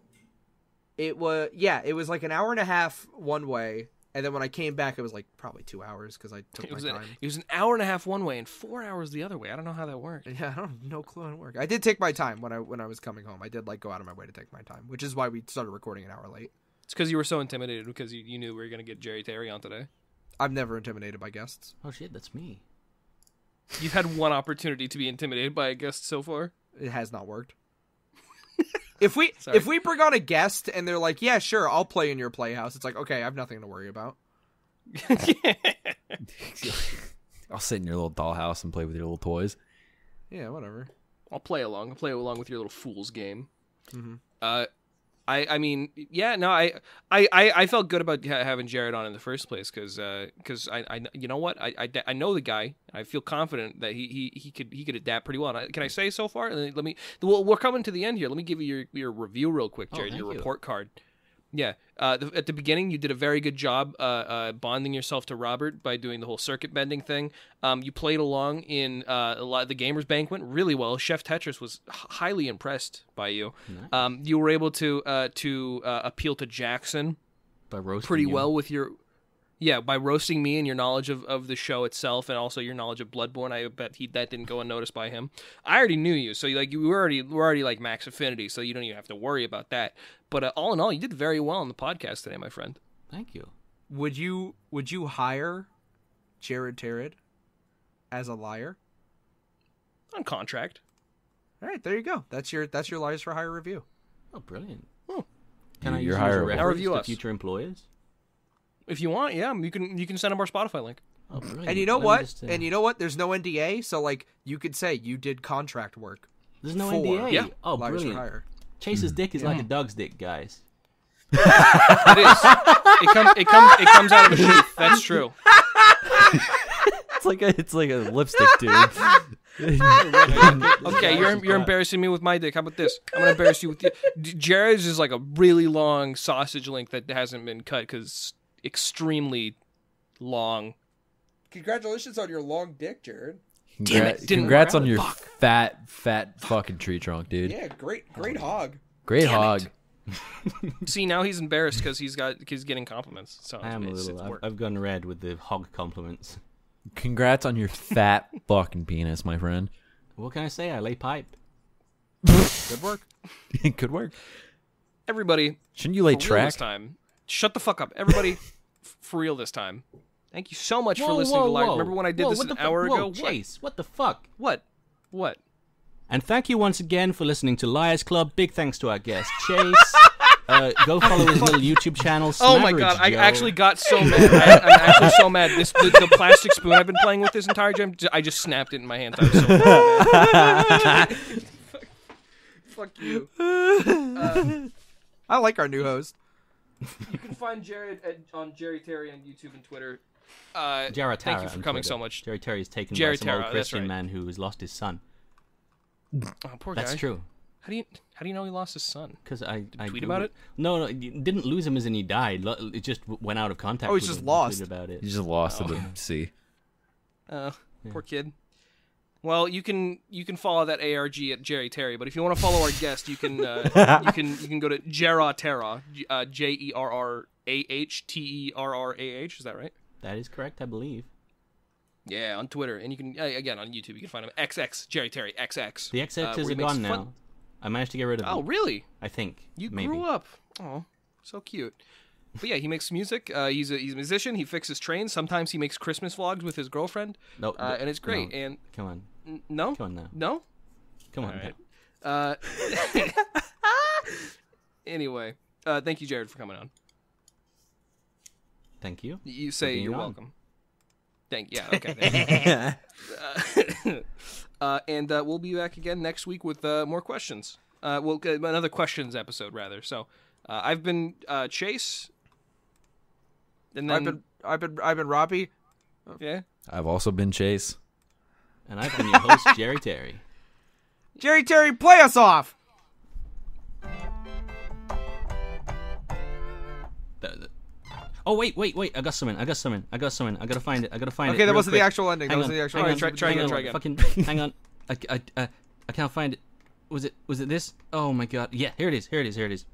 Speaker 6: it was yeah, it was like an hour and a half one way, and then when I came back, it was like probably two hours because I took
Speaker 3: It
Speaker 6: my
Speaker 3: was an,
Speaker 6: time.
Speaker 3: it was an hour and a half one way and four hours the other way. I don't know how that worked.
Speaker 6: Yeah, I don't have no clue how to work. I did take my time when I when I was coming home. I did like go out of my way to take my time, which is why we started recording an hour late.
Speaker 3: It's because you were so intimidated because you, you knew we were gonna get Jerry Terry on today.
Speaker 6: I'm never intimidated by guests.
Speaker 4: Oh shit, that's me.
Speaker 3: You've had one opportunity to be intimidated by a guest so far.
Speaker 6: It has not worked. if we
Speaker 3: Sorry.
Speaker 6: if we bring on a guest and they're like, "Yeah, sure, I'll play in your playhouse," it's like, okay, I have nothing to worry about.
Speaker 5: I'll sit in your little dollhouse and play with your little toys.
Speaker 6: Yeah, whatever.
Speaker 3: I'll play along. I'll play along with your little fool's game.
Speaker 4: Mm-hmm.
Speaker 3: Uh, I I mean, yeah, no, I I I, I felt good about ha- having Jared on in the first place because I, I you know what I, I I know the guy. I feel confident that he he, he could he could adapt pretty well. And I, can I say so far? And then Let me. Well, we're coming to the end here. Let me give you your your review real quick,
Speaker 4: Oh,
Speaker 3: Jared.
Speaker 4: thank
Speaker 3: your
Speaker 4: you.
Speaker 3: report card. Yeah. Uh, the, at the beginning, you did a very good job uh, uh, bonding yourself to Robert by doing the whole circuit bending thing. Um, you played along in uh, a lot of the Gamers Banquet really well. Chef Tetris was h- highly impressed by you. Um, you were able to uh, to uh, appeal to Jackson
Speaker 4: By roasting
Speaker 3: pretty
Speaker 4: you.
Speaker 3: well with your yeah by roasting me and your knowledge of, of the show itself and also your knowledge of bloodborne i bet he that didn't go unnoticed by him i already knew you so like you were already we're already like max affinity so you don't even have to worry about that but uh, all in all you did very well on the podcast today my friend
Speaker 4: Thank you.
Speaker 6: Would you would you hire Jared Tarrant as a liar?
Speaker 3: on contract
Speaker 6: All right, there you go. That's your that's your liars for hire review.
Speaker 4: Oh, brilliant.
Speaker 3: Oh.
Speaker 4: Can I
Speaker 5: You're
Speaker 4: use you as a
Speaker 5: hireable.
Speaker 4: reference
Speaker 3: Now review
Speaker 4: to
Speaker 3: us.
Speaker 4: future employers?
Speaker 3: if you want yeah you can you can send him our spotify link
Speaker 4: Oh, brilliant.
Speaker 6: And you know
Speaker 4: Let me
Speaker 6: what?
Speaker 4: just, uh,
Speaker 6: And you know what? There's no NDA, so like you could say you did contract work.
Speaker 4: there's no
Speaker 6: for
Speaker 4: NDA.
Speaker 3: Yeah.
Speaker 4: Oh,
Speaker 6: liars for
Speaker 4: brilliant.
Speaker 6: hire.
Speaker 4: Chase's dick is like a dog's dick, guys.
Speaker 3: it is it comes it comes it comes out of a sheath that's true
Speaker 5: It's like a it's like a lipstick dude.
Speaker 3: Okay, you're you're embarrassing me with my dick. How about this? I'm gonna embarrass you with you. Jared's is like a really long sausage link that hasn't been cut because extremely long.
Speaker 9: Congratulations on your long dick, Jared.
Speaker 5: Congra-
Speaker 3: it, didn't
Speaker 5: congrats
Speaker 3: work out.
Speaker 5: on your fat, fat fucking tree trunk, dude.
Speaker 9: Yeah, great, great hog.
Speaker 5: Great hog.
Speaker 3: See, now he's embarrassed because he's got he's getting compliments. So
Speaker 4: I am a
Speaker 3: it's,
Speaker 4: little.
Speaker 3: it's
Speaker 4: I've,
Speaker 3: work.
Speaker 4: I've gone red with the hog compliments.
Speaker 5: Congrats on your fat fucking penis, my friend.
Speaker 4: What can I say? I lay pipe.
Speaker 6: Good work.
Speaker 5: Good work.
Speaker 3: Everybody,
Speaker 5: Shouldn't you lay
Speaker 3: for real
Speaker 5: track?
Speaker 3: this time. Shut the fuck up, everybody. f- for real this time. Thank you so much for
Speaker 4: Whoa,
Speaker 3: listening
Speaker 4: whoa,
Speaker 3: to live.
Speaker 4: whoa.
Speaker 3: Remember when I did
Speaker 4: Whoa,
Speaker 3: this
Speaker 4: what
Speaker 3: an
Speaker 4: the fu-
Speaker 3: hour
Speaker 4: whoa,
Speaker 3: ago?
Speaker 4: Chase, what the fuck?
Speaker 3: What? What?
Speaker 4: And thank you once again for listening to Liars Club. Big thanks to our guest, Chase. uh, go follow his little YouTube channel.
Speaker 3: Oh my
Speaker 4: Smaverage
Speaker 3: god! I
Speaker 4: Joe.
Speaker 3: actually got so mad. I, I'm actually so mad. This the, the plastic spoon I've been playing with this entire time. I just snapped it in my hand. I'm so mad. Fuck you.
Speaker 6: I like our new host.
Speaker 3: You can find Jared at, on Jerry Terry on YouTube and Twitter. Uh,
Speaker 4: Jarrah
Speaker 3: thank
Speaker 4: Tara
Speaker 3: you for
Speaker 4: on
Speaker 3: coming
Speaker 4: Twitter.
Speaker 3: so much.
Speaker 4: Jerry Terry is taken
Speaker 3: Jarrah
Speaker 4: by some
Speaker 3: Tara, that's
Speaker 4: old Christian
Speaker 3: right.
Speaker 4: man who has lost his son.
Speaker 3: Oh, poor
Speaker 4: That's
Speaker 3: guy.
Speaker 4: true.
Speaker 3: How do you how do you know he lost his son?
Speaker 4: Because I, I
Speaker 3: tweet about
Speaker 4: Googled-
Speaker 3: it?
Speaker 4: No, no, it didn't lose him as in he died. Lo- It just w- went out of contact.
Speaker 8: Oh, he's
Speaker 4: with
Speaker 8: just
Speaker 4: him. He
Speaker 8: lost.
Speaker 4: tweeted about it.
Speaker 5: You just lost to the
Speaker 3: Oh.
Speaker 5: sea.
Speaker 3: Uh, Poor kid. Well, you can you can follow that ARG at Jerry Terry, but if you want to follow our guest, you can uh, you can you can go to Jarrah Terra, J- uh, J E R R A H T E R R A H. Is that right?
Speaker 4: That is correct, I believe.
Speaker 3: Yeah, on Twitter, and you can uh, again on YouTube, you can find him XX Jerry Terry XX.
Speaker 4: The
Speaker 3: uh, where
Speaker 4: XXs
Speaker 3: he
Speaker 4: are
Speaker 3: makes
Speaker 4: gone now.
Speaker 3: fun-
Speaker 4: I managed to get rid of them.
Speaker 3: Oh, really?
Speaker 4: I think.
Speaker 3: You
Speaker 4: maybe.
Speaker 3: grew up. Oh, so cute. But yeah, he makes music. Uh, he's a he's a musician. He fixes trains. Sometimes he makes Christmas vlogs with his girlfriend.
Speaker 4: No,
Speaker 3: uh,
Speaker 4: th-
Speaker 3: and it's great.
Speaker 4: no.
Speaker 3: And
Speaker 4: Come on.
Speaker 3: n- no,
Speaker 4: Come on now.
Speaker 3: no.
Speaker 4: Come on.
Speaker 3: right.
Speaker 4: now.
Speaker 3: Uh, anyway, uh, thank you, Jared, for coming on.
Speaker 4: Thank you.
Speaker 3: You say
Speaker 4: being
Speaker 3: you're
Speaker 4: on.
Speaker 3: welcome. Thank yeah okay. thank you. uh, uh, and uh, we'll be back again next week with uh, more questions. Uh, well, uh, another questions episode rather. So uh, I've been uh, Chase, and then
Speaker 8: I've been, I've been, I've been Robbie.
Speaker 3: yeah.
Speaker 5: I've also been Chase.
Speaker 4: And I've been your host, Jerry Terry.
Speaker 8: Jerry Terry, play us off.
Speaker 4: That- that- Oh wait, wait, wait! I got something. I got something. I got something. I gotta find it. I gotta find it.
Speaker 8: Okay, that
Speaker 4: real
Speaker 8: wasn't
Speaker 4: quick.
Speaker 8: the actual ending. That
Speaker 4: Hang
Speaker 8: wasn't
Speaker 4: on,
Speaker 8: the actual.
Speaker 4: hang
Speaker 8: ending.
Speaker 4: on,
Speaker 3: try- try
Speaker 4: hang
Speaker 3: again,
Speaker 4: on,
Speaker 3: try again.
Speaker 4: Fucking, hang on. I, I, I, I can't find it. Was it was it this? Oh my god! Yeah, here it is. Here it is. Here it is.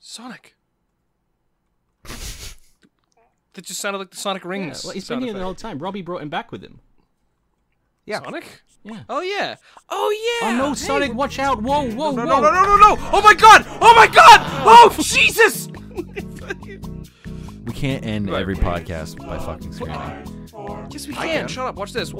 Speaker 3: Sonic. that just sounded like the Sonic
Speaker 4: Yeah,
Speaker 3: rings.
Speaker 4: well, he's been
Speaker 3: sound
Speaker 4: here the
Speaker 3: effect.
Speaker 4: whole time. Robbie brought him back with him.
Speaker 8: Yeah.
Speaker 3: Sonic.
Speaker 4: Yeah.
Speaker 3: Oh yeah. Oh yeah.
Speaker 4: Oh no,
Speaker 3: Hey,
Speaker 4: Sonic! Watch out! Whoa, whoa,
Speaker 8: No,
Speaker 4: whoa!
Speaker 8: no, no, no, no! Oh my god! Oh my god! Oh Jesus!
Speaker 5: We can't end every podcast by fucking screaming.
Speaker 3: Yes, we can. Shut up. Watch this.